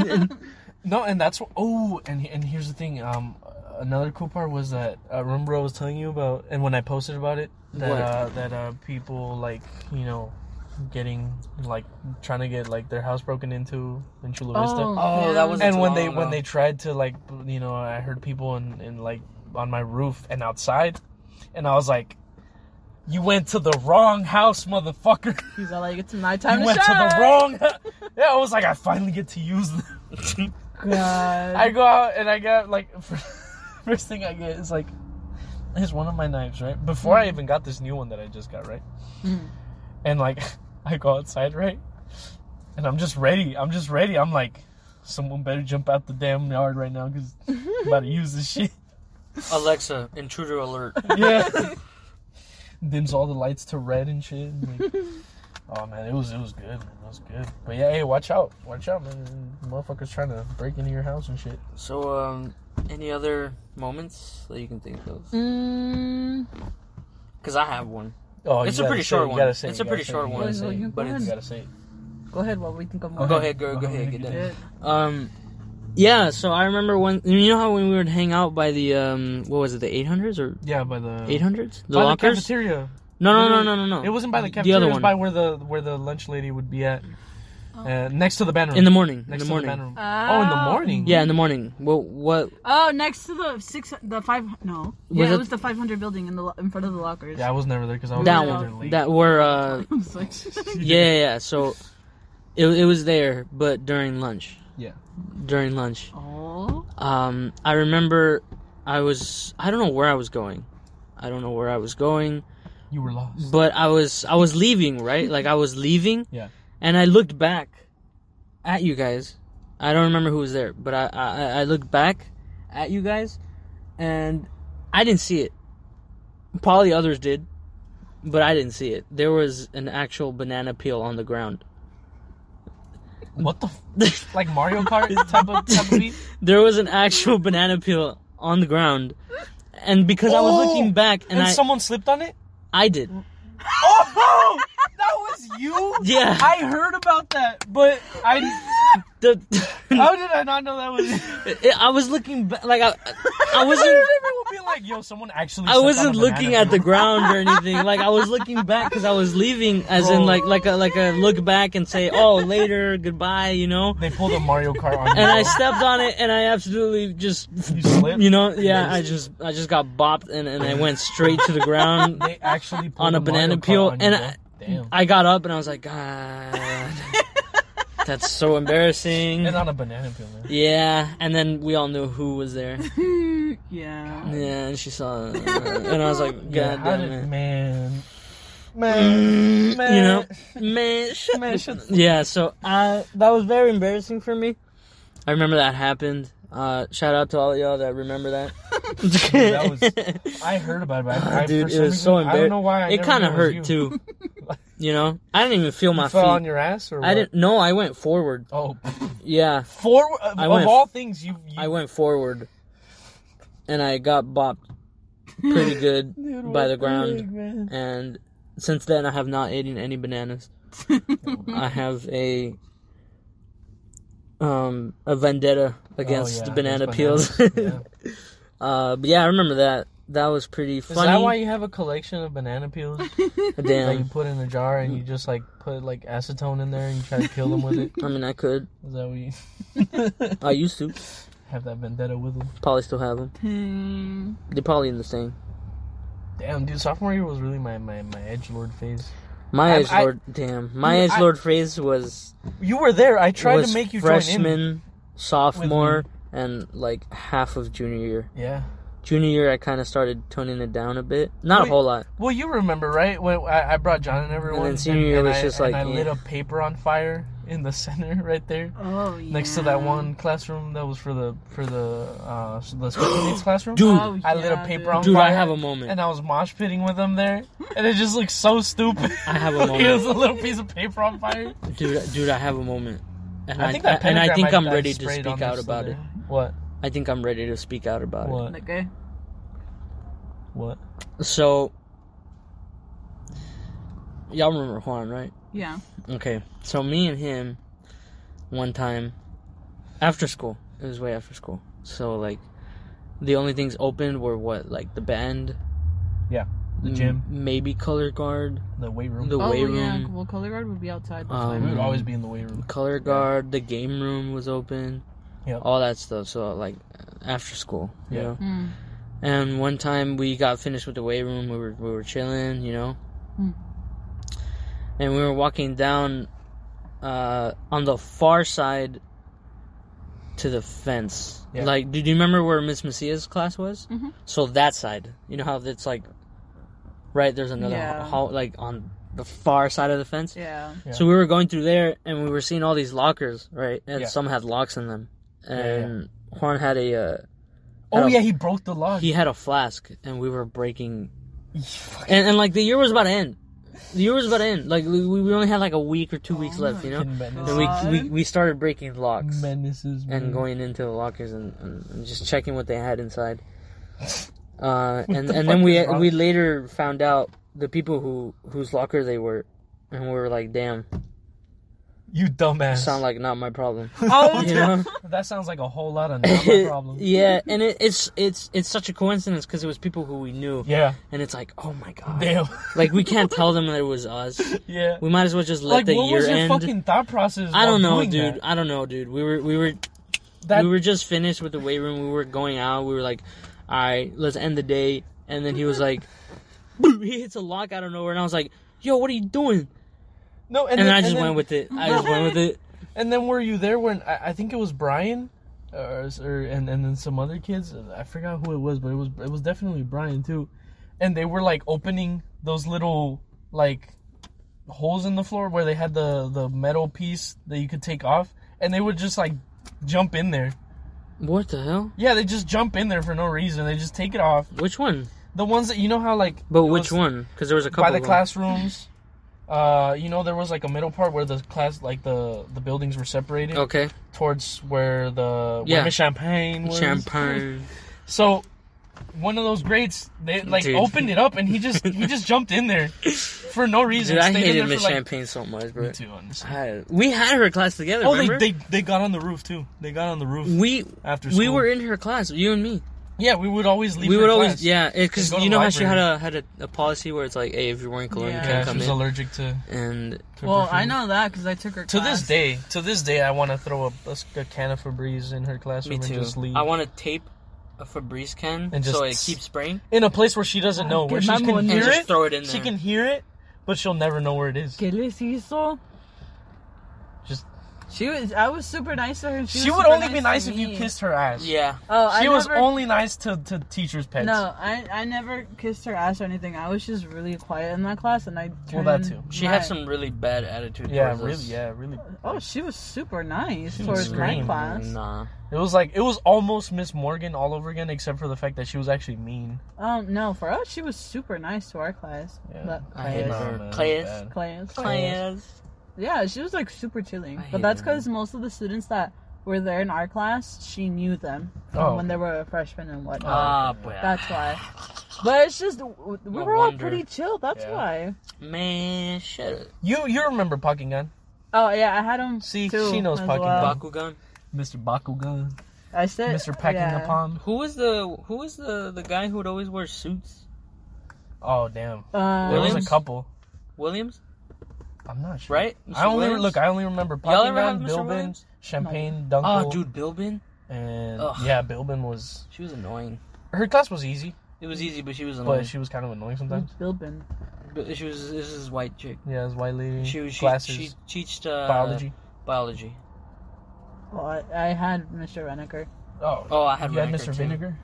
Speaker 3: yeah.
Speaker 2: no, and that's wh- oh, and and here's the thing. Um, another cool part was that uh, remember I was telling you about, and when I posted about it, that
Speaker 1: What?
Speaker 2: uh, that uh, people like you know, getting like trying to get like their house broken into in Chula Vista.
Speaker 3: Oh,
Speaker 1: Oh, that was-
Speaker 2: and
Speaker 1: That's
Speaker 2: when
Speaker 1: long
Speaker 2: they
Speaker 1: ago.
Speaker 2: when they tried to like b- you know i heard people in, in like on my roof and outside and i was like you went to the wrong house motherfucker
Speaker 3: He's all like, it's my
Speaker 2: you
Speaker 3: time to
Speaker 2: went to
Speaker 3: shine.
Speaker 2: the wrong hu- yeah i was like i finally get to use them
Speaker 3: God.
Speaker 2: i go out and i got like first thing i get is like here's one of my knives right before i even got this new one that i just got right
Speaker 3: Mm.
Speaker 2: and like i go outside right and i'm just ready i'm just ready i'm like someone better jump out the damn yard right now because i'm about to use this shit
Speaker 1: Alexa, intruder alert.
Speaker 2: yeah dims all the lights to red and shit and, like, oh man it was it was good man it was good but yeah hey watch out watch out man motherfuckers trying to break into your house and shit
Speaker 1: So, um, any other moments that you can think of?
Speaker 3: Mm,
Speaker 1: Because I have one.
Speaker 2: oh you
Speaker 1: It's a
Speaker 2: gotta
Speaker 1: pretty
Speaker 2: say it,
Speaker 1: short
Speaker 2: you
Speaker 1: one.
Speaker 2: gotta say it,
Speaker 1: It's
Speaker 2: you
Speaker 1: a
Speaker 2: gotta
Speaker 1: pretty
Speaker 2: say it,
Speaker 1: short
Speaker 2: you
Speaker 1: one.
Speaker 2: gotta say it,
Speaker 3: Go
Speaker 1: but
Speaker 3: ahead.
Speaker 2: you
Speaker 1: it's
Speaker 2: gotta say it.
Speaker 3: go ahead while we think of
Speaker 1: Go
Speaker 3: more.
Speaker 1: ahead, go, go ahead, get
Speaker 2: you
Speaker 1: that.
Speaker 2: do
Speaker 3: Yeah.
Speaker 2: it.
Speaker 1: Um, yeah. So I remember when you know how when we would hang out by the um, what was it, the 800s or
Speaker 2: yeah by the
Speaker 1: 800s, the
Speaker 2: by the
Speaker 1: lockers?
Speaker 2: cafeteria
Speaker 1: no, no, no, no, no, no.
Speaker 2: It wasn't by the
Speaker 1: other
Speaker 2: cafeteria. it was
Speaker 1: one.
Speaker 2: by where the where the lunch lady would be at, uh, next to the banner.
Speaker 1: in the morning.
Speaker 2: next
Speaker 1: in
Speaker 2: to
Speaker 1: the morning.
Speaker 2: banner room. oh, in the morning.
Speaker 1: Yeah, in the morning. Well, what?
Speaker 3: Oh, next to the six, the five. No,
Speaker 1: Was
Speaker 3: yeah,
Speaker 1: it-
Speaker 3: it was the five hundred building in the lo- in front of the lockers.
Speaker 2: Oh, Yeah, I was never there because I was
Speaker 1: That
Speaker 2: always
Speaker 1: one.
Speaker 2: there late.
Speaker 1: That were uh,
Speaker 3: I'm sorry.
Speaker 1: yeah, yeah, yeah. So it it was there, but during lunch.
Speaker 2: Yeah.
Speaker 1: During lunch.
Speaker 3: oh,
Speaker 1: Um, I remember I was I don't know where I was going. I don't know where I was going,
Speaker 2: you were lost.
Speaker 1: but I was I was leaving, right? Like I was leaving.
Speaker 2: Yeah.
Speaker 1: And I looked back at you guys. I don't remember who was there, but I I, I- I looked back at you guys and I didn't see it. Probably others did, but I didn't see it. There was an actual banana peel on the ground.
Speaker 2: What the? F- like Mario Kart type of type of beat.
Speaker 1: there was an actual banana peel on the ground. And because I was
Speaker 2: Oh!
Speaker 1: looking back and,
Speaker 2: And,
Speaker 1: I
Speaker 2: someone slipped on it.
Speaker 1: I did.
Speaker 2: Oh, that was you.
Speaker 1: Yeah.
Speaker 2: I heard about that, but I
Speaker 1: the.
Speaker 2: How did I not know that was?
Speaker 1: I was looking ba- like I, I
Speaker 2: I
Speaker 1: wasn't.
Speaker 2: remember being like, "Yo, someone actually."
Speaker 1: I
Speaker 2: stepped on a
Speaker 1: wasn't
Speaker 2: banana
Speaker 1: looking at the
Speaker 2: peel.
Speaker 1: ground or anything. Like I was looking back because I was leaving, as in
Speaker 2: Bro.
Speaker 1: like like a like a look back and say, "Oh, later, goodbye," you know.
Speaker 2: They pulled a Mario Kart on you.
Speaker 1: And I
Speaker 2: bro.
Speaker 1: stepped on it, and I absolutely just,
Speaker 2: You slipped?
Speaker 1: you know, yeah, I just I just got bopped, and, and I went straight to the ground.
Speaker 2: They actually pulled
Speaker 1: on a banana
Speaker 2: Mario Kart
Speaker 1: peel,
Speaker 2: on you,
Speaker 1: and
Speaker 2: bro.
Speaker 1: I-
Speaker 2: damn,
Speaker 1: I got up, and I was like, God, that's so embarrassing.
Speaker 2: and on a banana peel, man.
Speaker 1: Yeah, and then we all knew who was there.
Speaker 3: yeah.
Speaker 1: Yeah, and she saw, and I was like, God
Speaker 2: Yeah, how
Speaker 1: damn
Speaker 2: did-
Speaker 1: it.
Speaker 2: man.
Speaker 1: Mm,
Speaker 2: Man, man,
Speaker 1: you know, man, shut-
Speaker 2: man, shut-
Speaker 1: yeah. So uh, that was very embarrassing for me. I remember that happened. Uh, shout out to all of y'all that remember that.
Speaker 2: that was- I heard about it. But I, I,
Speaker 1: Dude,
Speaker 2: for
Speaker 1: it
Speaker 2: some
Speaker 1: was so
Speaker 2: reason- I don't know
Speaker 1: embar-
Speaker 2: why. I
Speaker 1: it
Speaker 2: never
Speaker 1: kind
Speaker 2: knew
Speaker 1: of
Speaker 2: was
Speaker 1: hurt
Speaker 2: you.
Speaker 1: too. You know, I didn't even feel my
Speaker 2: You fell on
Speaker 1: feet.
Speaker 2: your ass, or
Speaker 1: I
Speaker 2: what?
Speaker 1: didn't. No, I went forward.
Speaker 2: Oh,
Speaker 1: Yeah,
Speaker 2: forward uh, of,
Speaker 1: I
Speaker 2: of
Speaker 1: went-
Speaker 2: all things, you. you
Speaker 1: I went forward, and I got bopped pretty good
Speaker 2: Dude,
Speaker 1: by
Speaker 2: what
Speaker 1: the ground.
Speaker 2: heck, man?
Speaker 1: and since then I have not eaten any bananas. I have a um a vendetta against
Speaker 2: Oh, yeah,
Speaker 1: the banana
Speaker 2: those
Speaker 1: peels.
Speaker 2: bananas,
Speaker 1: uh, but yeah, I remember that. That was pretty
Speaker 2: Is
Speaker 1: funny.
Speaker 2: that why you have a collection of banana peels that you
Speaker 1: Damn.
Speaker 2: put in a jar and you
Speaker 1: Mm.
Speaker 2: just like put like acetone in there and you try to kill them with it?
Speaker 1: I mean, I could.
Speaker 2: Is that what you
Speaker 1: I used to.
Speaker 2: have that vendetta with them?
Speaker 1: Probably still have them.
Speaker 3: Hmm.
Speaker 1: They're probably in the same.
Speaker 2: Damn, dude, sophomore year was really my my my edge lord phase.
Speaker 1: My
Speaker 2: I-
Speaker 1: edge
Speaker 2: I-
Speaker 1: lord. Damn. My
Speaker 2: I-
Speaker 1: edge lord phrase was
Speaker 2: You were there. I tried
Speaker 1: was
Speaker 2: to make you
Speaker 1: freshman,
Speaker 2: join in.
Speaker 1: sophomore, and like half of junior year.
Speaker 2: Yeah.
Speaker 1: Junior year, I kind of started toning it down a bit. Not
Speaker 2: Wait,
Speaker 1: a whole lot.
Speaker 2: Well, you remember, right? When I, I brought John and everyone,
Speaker 1: then senior year was
Speaker 2: I,
Speaker 1: just
Speaker 2: and
Speaker 1: like,
Speaker 2: I lit
Speaker 1: eh.
Speaker 2: a paper on fire in the center, right there,
Speaker 3: Oh yeah.
Speaker 2: next to that one classroom that was for the for the uh, the special needs classroom.
Speaker 1: Dude.
Speaker 3: Oh,
Speaker 2: I lit a
Speaker 3: yeah,
Speaker 2: paper
Speaker 3: dude.
Speaker 2: on
Speaker 1: Dude, I
Speaker 2: fire,
Speaker 1: have a moment.
Speaker 2: and I was mosh pitting with them there, and it just looked so stupid.
Speaker 1: I have a
Speaker 2: it was
Speaker 1: moment.
Speaker 2: a little piece of paper on fire.
Speaker 1: dude, dude, I have a moment, and I,
Speaker 2: that
Speaker 1: and I
Speaker 2: pentagram
Speaker 1: think I'm ready to
Speaker 2: sprayed on
Speaker 1: speak
Speaker 2: there's
Speaker 1: out
Speaker 2: still
Speaker 1: about it.
Speaker 2: there. What?
Speaker 1: I think I'm ready to speak out about
Speaker 2: What?
Speaker 3: Okay.
Speaker 2: What?
Speaker 1: it. So, y'all remember Juan, right?
Speaker 3: Yeah.
Speaker 1: Okay, so me and him, one time, after school. It was way after school. So like, the only things open were what like the band.
Speaker 2: Yeah, the
Speaker 1: m-
Speaker 2: gym.
Speaker 1: maybe color guard,
Speaker 2: The weight room.
Speaker 1: the
Speaker 3: oh
Speaker 1: weight
Speaker 3: yeah.
Speaker 1: room,
Speaker 3: Well, color guard would be outside.
Speaker 1: Um,
Speaker 2: we would always be in the weight room.
Speaker 1: color guard, the game room was open,
Speaker 2: Yep.
Speaker 1: all that stuff. So like, after school, you
Speaker 2: Yeah.
Speaker 1: know.
Speaker 3: Hmm.
Speaker 1: And one time we got finished with the weight room, we were we were chilling, you know.
Speaker 3: Hmm.
Speaker 1: And we were walking down uh, on the far side to the fence.
Speaker 2: Yeah. Mm-hmm.
Speaker 1: Like, do you remember where Miss Messia's class was?
Speaker 3: Mhm.
Speaker 1: So that side, you know how it's like, right? There's another
Speaker 3: Yeah.
Speaker 1: hall, like on the far side of the fence.
Speaker 3: Yeah.
Speaker 2: Yeah.
Speaker 1: So we were going through there and we were seeing all these lockers, right? And
Speaker 2: Yeah.
Speaker 1: some had locks in them.
Speaker 2: yeah.
Speaker 1: And Juan had a uh,
Speaker 2: Oh
Speaker 1: Um,
Speaker 2: yeah, he broke the lock.
Speaker 1: he had a flask and we were breaking
Speaker 2: You fucking
Speaker 1: and, and like the year was about to end the year was about to end like we, we only had like a week or two weeks
Speaker 3: Oh
Speaker 1: left you know
Speaker 2: menace.
Speaker 1: and we, we we started breaking locks
Speaker 2: menaces
Speaker 1: and
Speaker 2: man.
Speaker 1: going into the lockers and, and, and just checking what they had inside uh,
Speaker 2: What
Speaker 1: and
Speaker 2: the
Speaker 1: and
Speaker 2: fuck
Speaker 1: then we
Speaker 2: is wrong?
Speaker 1: we later found out the people who whose locker they were and we were like damn
Speaker 2: You dumbass.
Speaker 1: sound like not my problem
Speaker 3: Oh,
Speaker 1: you know
Speaker 2: that sounds like a whole lot of not my problem.
Speaker 1: yeah and it, it's it's it's such a coincidence because it was people who we knew
Speaker 2: Yeah.
Speaker 1: and it's like oh my god
Speaker 2: Damn.
Speaker 1: Like we can't tell them that it was us.
Speaker 2: yeah.
Speaker 1: We might as well just let
Speaker 2: Like
Speaker 1: the
Speaker 2: what
Speaker 1: year
Speaker 2: was your
Speaker 1: end.
Speaker 2: fucking thought process?
Speaker 1: I don't
Speaker 2: while
Speaker 1: know,
Speaker 2: doing
Speaker 1: dude.
Speaker 2: That?
Speaker 1: I don't know, dude. We were we were
Speaker 2: That-
Speaker 1: we were just finished with the weight room. We were going out. We were like, all right, let's end the day. And then he was like, boom, he hits a lock out of nowhere, and I was like, yo, what are you doing?
Speaker 2: no, and,
Speaker 1: And, then,
Speaker 2: then,
Speaker 1: I just
Speaker 2: and then-
Speaker 1: went with it. I just went with it.
Speaker 2: And then were you there when I, I think it was Brian, uh, or, or and and then some other kids. I forgot who it was, but it was it was definitely Brian too. And they were like opening those little like holes in the floor where they had the the metal piece that you could take off, and they would just like jump in there.
Speaker 1: What the hell?
Speaker 2: Yeah, they just jump in there for no reason. They just take it off.
Speaker 1: Which one?
Speaker 2: The ones that you know how like
Speaker 1: But
Speaker 2: it
Speaker 1: which
Speaker 2: was
Speaker 1: one? Because there was a couple.
Speaker 2: by the
Speaker 1: of them.
Speaker 2: classrooms. Uh, you know there was like a middle part where the class like the the buildings were separated
Speaker 1: Okay.
Speaker 2: towards where the where
Speaker 1: Yeah.
Speaker 2: Miss Champagne was.
Speaker 1: Champagne.
Speaker 2: So one of those grates. They like
Speaker 1: Dude.
Speaker 2: opened it up, and he just he just jumped in there for no reason.
Speaker 1: Dude, I
Speaker 2: Stayed in
Speaker 1: hated
Speaker 2: there
Speaker 1: Miss
Speaker 2: for, like-
Speaker 1: Champagne so much, bro.
Speaker 2: Me too, honestly.
Speaker 1: I- we had her class together.
Speaker 2: Oh,
Speaker 1: remember?
Speaker 2: they, they they got on the roof too. They got on the roof
Speaker 1: we
Speaker 2: after school.
Speaker 1: we were in her class, you and me.
Speaker 2: yeah. We would always leave.
Speaker 1: we
Speaker 2: her
Speaker 1: would
Speaker 2: class.
Speaker 1: always yeah, because
Speaker 2: go to
Speaker 1: you
Speaker 2: the
Speaker 1: know how she had
Speaker 2: library.
Speaker 1: a had a, a policy where it's like, hey, if you're wearing cologne,
Speaker 3: Yeah.
Speaker 1: you
Speaker 2: Yeah,
Speaker 1: can't
Speaker 2: she
Speaker 1: come
Speaker 2: was
Speaker 1: in.
Speaker 2: allergic to.
Speaker 1: and
Speaker 2: to
Speaker 3: Well, I
Speaker 2: perfume.
Speaker 3: know that because I took her
Speaker 2: To this
Speaker 3: class.
Speaker 2: day, to this day, I want to throw a, a s- a can of Febreze in her classroom and just leave.
Speaker 1: I want to tape a Febreze can
Speaker 2: And
Speaker 1: so it
Speaker 2: just-
Speaker 1: keeps spraying
Speaker 2: in a place where she doesn't know, where
Speaker 3: Get
Speaker 2: she
Speaker 3: my
Speaker 2: can
Speaker 3: money.
Speaker 1: and
Speaker 2: hear
Speaker 1: just
Speaker 2: it.
Speaker 1: throw it in there.
Speaker 2: She can hear it, but she'll never know where it is.
Speaker 3: ¿Qué les hizo?
Speaker 2: Just
Speaker 3: She was. I was super nice to her. And she
Speaker 2: she,
Speaker 3: was
Speaker 2: would
Speaker 3: super
Speaker 2: only be nice
Speaker 3: to
Speaker 2: if you
Speaker 3: me.
Speaker 2: kissed her ass.
Speaker 1: Yeah,
Speaker 3: Oh,
Speaker 2: She
Speaker 3: I
Speaker 2: was
Speaker 3: never,
Speaker 2: only nice to, to teachers' pets.
Speaker 3: No, I I never kissed her ass or anything. I was just really quiet in that class, and I.
Speaker 2: Well,
Speaker 3: Turned
Speaker 2: that too.
Speaker 1: she had
Speaker 3: my-
Speaker 1: some really bad attitude.
Speaker 2: Yeah,
Speaker 1: towards
Speaker 2: really.
Speaker 1: us.
Speaker 2: Yeah, really.
Speaker 3: Oh, she was super nice
Speaker 2: She was
Speaker 3: towards my
Speaker 2: screaming,
Speaker 3: class.
Speaker 1: Nah.
Speaker 2: It was like it was almost Miss Morgan all over again, except for the fact that she was actually mean.
Speaker 3: Um, no, for us, she was super nice to our class.
Speaker 2: Yeah.
Speaker 3: That
Speaker 1: I hate
Speaker 3: class.
Speaker 1: her.
Speaker 2: man,
Speaker 1: Class.
Speaker 2: bad.
Speaker 3: Class.
Speaker 1: Class.
Speaker 3: Yeah, she was like super
Speaker 1: I
Speaker 3: chilling.
Speaker 1: hate
Speaker 3: But that's
Speaker 1: her.
Speaker 3: because most of the students that were there in our class, she knew them from
Speaker 2: Oh,
Speaker 3: when
Speaker 2: okay.
Speaker 3: they were freshmen and whatnot.
Speaker 1: Ah, boy.
Speaker 3: That's why. But it's just w- we
Speaker 1: No
Speaker 3: were all
Speaker 1: wonder.
Speaker 3: pretty chill. That's
Speaker 2: Yeah.
Speaker 3: why.
Speaker 1: Man, shut up.
Speaker 2: You you remember Bakugan?
Speaker 3: Oh yeah, I had him.
Speaker 2: See,
Speaker 3: too,
Speaker 2: she knows
Speaker 3: as
Speaker 2: Pac-Man.
Speaker 3: well.
Speaker 1: Bakugan.
Speaker 2: Mr. Bakugan,
Speaker 3: I
Speaker 1: Uh,
Speaker 3: said
Speaker 2: Mr. Packing
Speaker 3: yeah.
Speaker 2: the Palm.
Speaker 1: Who was the who was the the guy who would always wear suits?
Speaker 2: Oh damn,
Speaker 3: Um,
Speaker 2: there was
Speaker 1: Williams?
Speaker 2: a couple.
Speaker 1: Williams,
Speaker 2: I'm not sure.
Speaker 1: right?
Speaker 2: I
Speaker 1: Mr.
Speaker 2: only
Speaker 1: Williams?
Speaker 2: look. I only remember
Speaker 1: Y'all ever have
Speaker 2: Bakugan,
Speaker 1: Mr.
Speaker 2: Bilbin,
Speaker 1: Williams?
Speaker 2: Champagne,
Speaker 1: Oh,
Speaker 2: Dunkel,
Speaker 1: dude, Bilbin.
Speaker 2: and
Speaker 1: Ugh.
Speaker 2: yeah, Bilbin was
Speaker 1: She was annoying.
Speaker 2: her class was easy,
Speaker 1: It was easy, but she was annoying.
Speaker 2: but she was kind of annoying sometimes.
Speaker 3: Bilbin.
Speaker 1: But she was this is white chick.
Speaker 2: Yeah, as white lady.
Speaker 1: Mm-hmm. She was she,
Speaker 2: classes,
Speaker 1: she teached uh,
Speaker 2: biology.
Speaker 1: Biology.
Speaker 3: Well, I, I had Mr. Reneker.
Speaker 2: Oh,
Speaker 1: Oh, I had
Speaker 2: you had
Speaker 1: Reneker,
Speaker 2: Mr.
Speaker 1: too.
Speaker 2: Vinegar.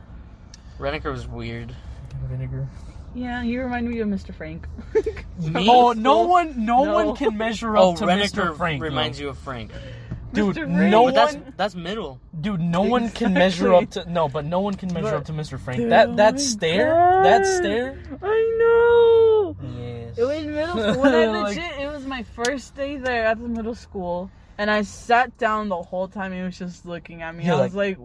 Speaker 1: Reneker was weird.
Speaker 2: Vinegar.
Speaker 3: Yeah, you remind me of Mr. Frank.
Speaker 1: Me?
Speaker 2: Oh, no one, no,
Speaker 3: No.
Speaker 2: one can measure up
Speaker 1: Oh,
Speaker 2: to
Speaker 1: Reneker
Speaker 2: Mr. Frank.
Speaker 1: reminds you of Frank.
Speaker 2: dude.
Speaker 3: Mr. Frank.
Speaker 2: No
Speaker 1: but that's
Speaker 2: one,
Speaker 1: that's middle.
Speaker 2: dude. No one can measure up to no, but no one can measure up to Mr. Frank. That that stare,
Speaker 3: Oh
Speaker 2: that stare.
Speaker 3: I know.
Speaker 2: Yes.
Speaker 3: It was in middle school. When I
Speaker 2: Like-
Speaker 3: legit, it was my first day there at the middle school, and I sat down the whole time. He was just looking at me.
Speaker 2: You're
Speaker 3: I was like,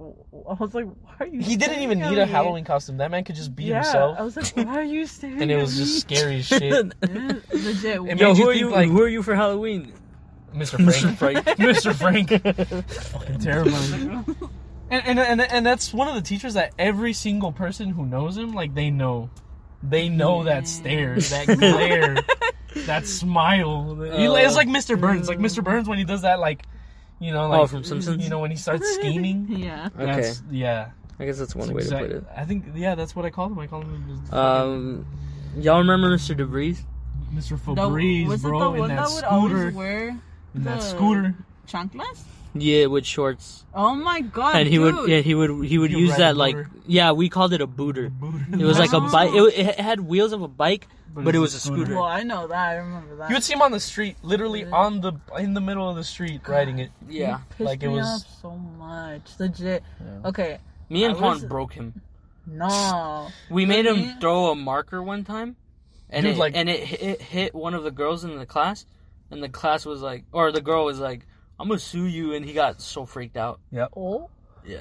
Speaker 3: I was like, why are you?
Speaker 2: He didn't
Speaker 3: staring
Speaker 2: even
Speaker 3: at
Speaker 2: need a
Speaker 3: me?"
Speaker 2: Halloween costume. That man could just be
Speaker 3: yeah,
Speaker 2: himself,
Speaker 3: I was like, why are you staring?
Speaker 2: and it
Speaker 3: at
Speaker 2: was just
Speaker 3: me?"
Speaker 2: scary as shit.
Speaker 3: Yeah, legit.
Speaker 2: It
Speaker 1: Yo,
Speaker 2: made
Speaker 1: who
Speaker 2: you
Speaker 1: are
Speaker 2: think,
Speaker 1: you?
Speaker 2: like-
Speaker 1: who are you for Halloween?
Speaker 2: Mr.
Speaker 1: Mr.
Speaker 2: Frank.
Speaker 1: Frank.
Speaker 2: Mr. Frank. Fucking terrifying. And, and and and that's one of the teachers that every single person who knows him, like they know, they know that stare, that glare, that smile. He- it's like Mr. Burns, like Mr. Burns when he does that, like, you know, like
Speaker 1: Oh, from Simpsons?
Speaker 2: You know when he starts scheming.
Speaker 3: yeah.
Speaker 1: Okay,
Speaker 2: That's, yeah.
Speaker 1: I guess that's one
Speaker 2: That's
Speaker 1: way
Speaker 2: exact-
Speaker 1: to put
Speaker 2: I think yeah, that's what I call him. I call him just
Speaker 1: it. Um, y'all remember Mr. DeBreeze?
Speaker 2: Mr.
Speaker 3: The-
Speaker 2: Febreze,
Speaker 3: was it the
Speaker 2: bro, in
Speaker 3: one
Speaker 2: that
Speaker 3: that would always
Speaker 2: scooter,
Speaker 3: wear
Speaker 2: in that
Speaker 3: the-
Speaker 2: scooter.
Speaker 3: chanclas?
Speaker 1: Yeah, with shorts,
Speaker 3: Oh my god!
Speaker 1: and he
Speaker 3: dude.
Speaker 1: would, yeah, he would, he would
Speaker 2: You
Speaker 1: use
Speaker 2: ride
Speaker 1: that
Speaker 2: a
Speaker 1: like,
Speaker 2: booter.
Speaker 1: yeah, we called it a booter.
Speaker 2: It
Speaker 1: It was like a
Speaker 3: Wow.
Speaker 1: bike. It, wa- it had wheels of a bike, but, it was a scooter.
Speaker 3: Well, I know that. I remember that.
Speaker 2: You would see him on the street, literally
Speaker 3: Yeah.
Speaker 2: on the in the middle of the street riding it.
Speaker 1: Yeah,
Speaker 3: Pissed
Speaker 2: like it
Speaker 3: me
Speaker 2: was-
Speaker 3: off so much. Legit.
Speaker 2: Yeah.
Speaker 3: Okay.
Speaker 1: me and
Speaker 3: I
Speaker 1: Juan
Speaker 3: was-
Speaker 1: broke him.
Speaker 3: No.
Speaker 1: We made him
Speaker 3: Really?
Speaker 1: throw a marker one time, and
Speaker 2: Dude,
Speaker 1: it
Speaker 2: like-
Speaker 1: and it hit, it hit one of the girls in the class, and the class was like, or the girl was like, "I'm gonna sue you," and he got so freaked out.
Speaker 3: Oh.
Speaker 1: Yeah,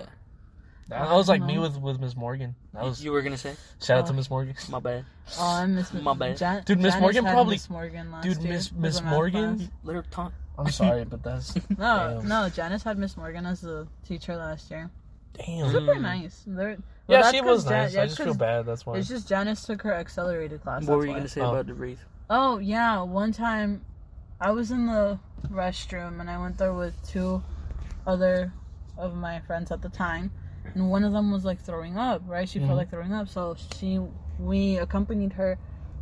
Speaker 2: That was like me with with Miss Morgan. That was
Speaker 1: you were gonna say,
Speaker 2: shout out to Miss Morgan.
Speaker 1: "My bad."
Speaker 3: Oh, I miss
Speaker 1: My bad.
Speaker 3: Jan-
Speaker 2: Dude, Miss
Speaker 3: Janice
Speaker 2: Morgan
Speaker 3: had
Speaker 2: probably-
Speaker 3: Miss Morgan last
Speaker 2: Dude,
Speaker 3: year
Speaker 2: Miss
Speaker 3: as
Speaker 2: Miss
Speaker 3: a math
Speaker 2: Morgan.
Speaker 3: class.
Speaker 1: Let her talk.
Speaker 2: I'm sorry, but that's
Speaker 3: No,
Speaker 2: Damn.
Speaker 3: no. Janice had Miss Morgan as the teacher last year.
Speaker 2: damn.
Speaker 3: Super nice. They're, well,
Speaker 2: Hmm. yeah,
Speaker 3: that's
Speaker 2: she
Speaker 3: 'cause
Speaker 2: was
Speaker 3: Jan-
Speaker 2: nice.
Speaker 3: yeah,
Speaker 2: I just feel
Speaker 3: 'cause
Speaker 2: bad. That's why.
Speaker 3: It's just Janice took her accelerated class.
Speaker 1: What were
Speaker 3: that's
Speaker 1: you
Speaker 3: why.
Speaker 1: gonna say
Speaker 2: Oh.
Speaker 1: about DeBreeze?
Speaker 3: Oh yeah, one time I was in the restroom and I went there with two other of my friends at the time and one of them was like throwing up, right? She
Speaker 2: Mhm.
Speaker 3: felt like throwing up, so she we accompanied her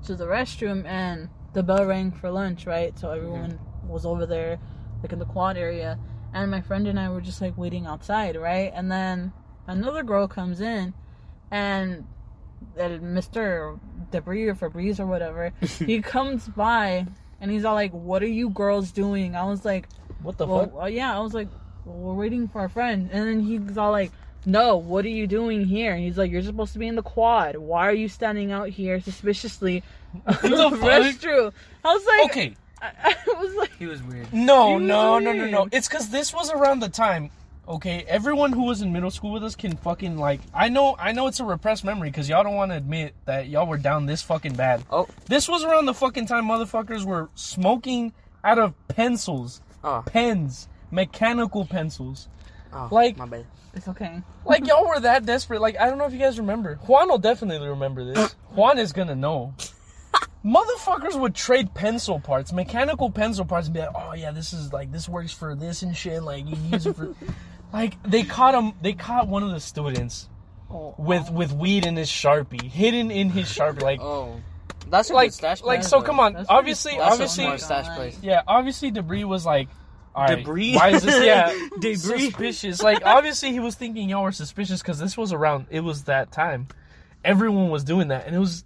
Speaker 3: to the restroom and the bell rang for lunch, right? So everyone was over there like in the quad area and my friend and I were just like waiting outside, right? And then another girl comes in and uh, Mr. Debris or Febreze or whatever, he comes by and he's all like, "What are you girls doing?" I was like,
Speaker 2: What the
Speaker 3: "Well,
Speaker 2: fuck?
Speaker 3: uh, yeah." I was like, well, "We're waiting for our friend," and then he's all like, "No, what are you doing here?" And he's like, "You're supposed to be in the quad. Why are you standing out here suspiciously?" in
Speaker 2: the
Speaker 3: the
Speaker 2: fuck?
Speaker 3: restroom. I was like,
Speaker 2: Okay,
Speaker 3: I, I was like,
Speaker 1: He was weird.
Speaker 2: no,
Speaker 3: He was
Speaker 2: no, no, no, no.
Speaker 3: weird.
Speaker 2: It's because this was around the time Okay, everyone who was in middle school with us can fucking like. I know, I know it's a repressed memory because y'all don't want to admit that y'all were down this fucking bad.
Speaker 1: Oh.
Speaker 2: This was around the fucking time motherfuckers were smoking out of pencils,
Speaker 1: Oh,
Speaker 2: pens, mechanical pencils.
Speaker 1: oh
Speaker 2: Like-
Speaker 1: my bad.
Speaker 3: It's okay.
Speaker 2: Like y'all were that desperate. Like I don't know if you guys remember. Juan will definitely remember this. Juan is gonna know. Motherfuckers would trade pencil parts, mechanical pencil parts, and be like, "Oh yeah, this is like this works for this and shit." Like you can use it for. like they caught him. They caught one of the students
Speaker 3: Oh,
Speaker 2: with with weed in his sharpie, hidden in his sharpie. Like
Speaker 1: Oh, that's a
Speaker 2: like
Speaker 1: good stash.
Speaker 2: like
Speaker 1: place,
Speaker 2: so.
Speaker 1: though.
Speaker 2: Come on,
Speaker 3: That's pretty
Speaker 2: obviously,
Speaker 3: smart.
Speaker 1: That's
Speaker 2: obviously,
Speaker 1: a smart stash place.
Speaker 2: yeah, obviously, debris was like. All right,
Speaker 1: Debris?
Speaker 2: Why is this? Yeah,
Speaker 1: Debris?
Speaker 2: Suspicious. Like obviously he was thinking y'all were suspicious because this was around. It was that time. Everyone was doing that, and it was.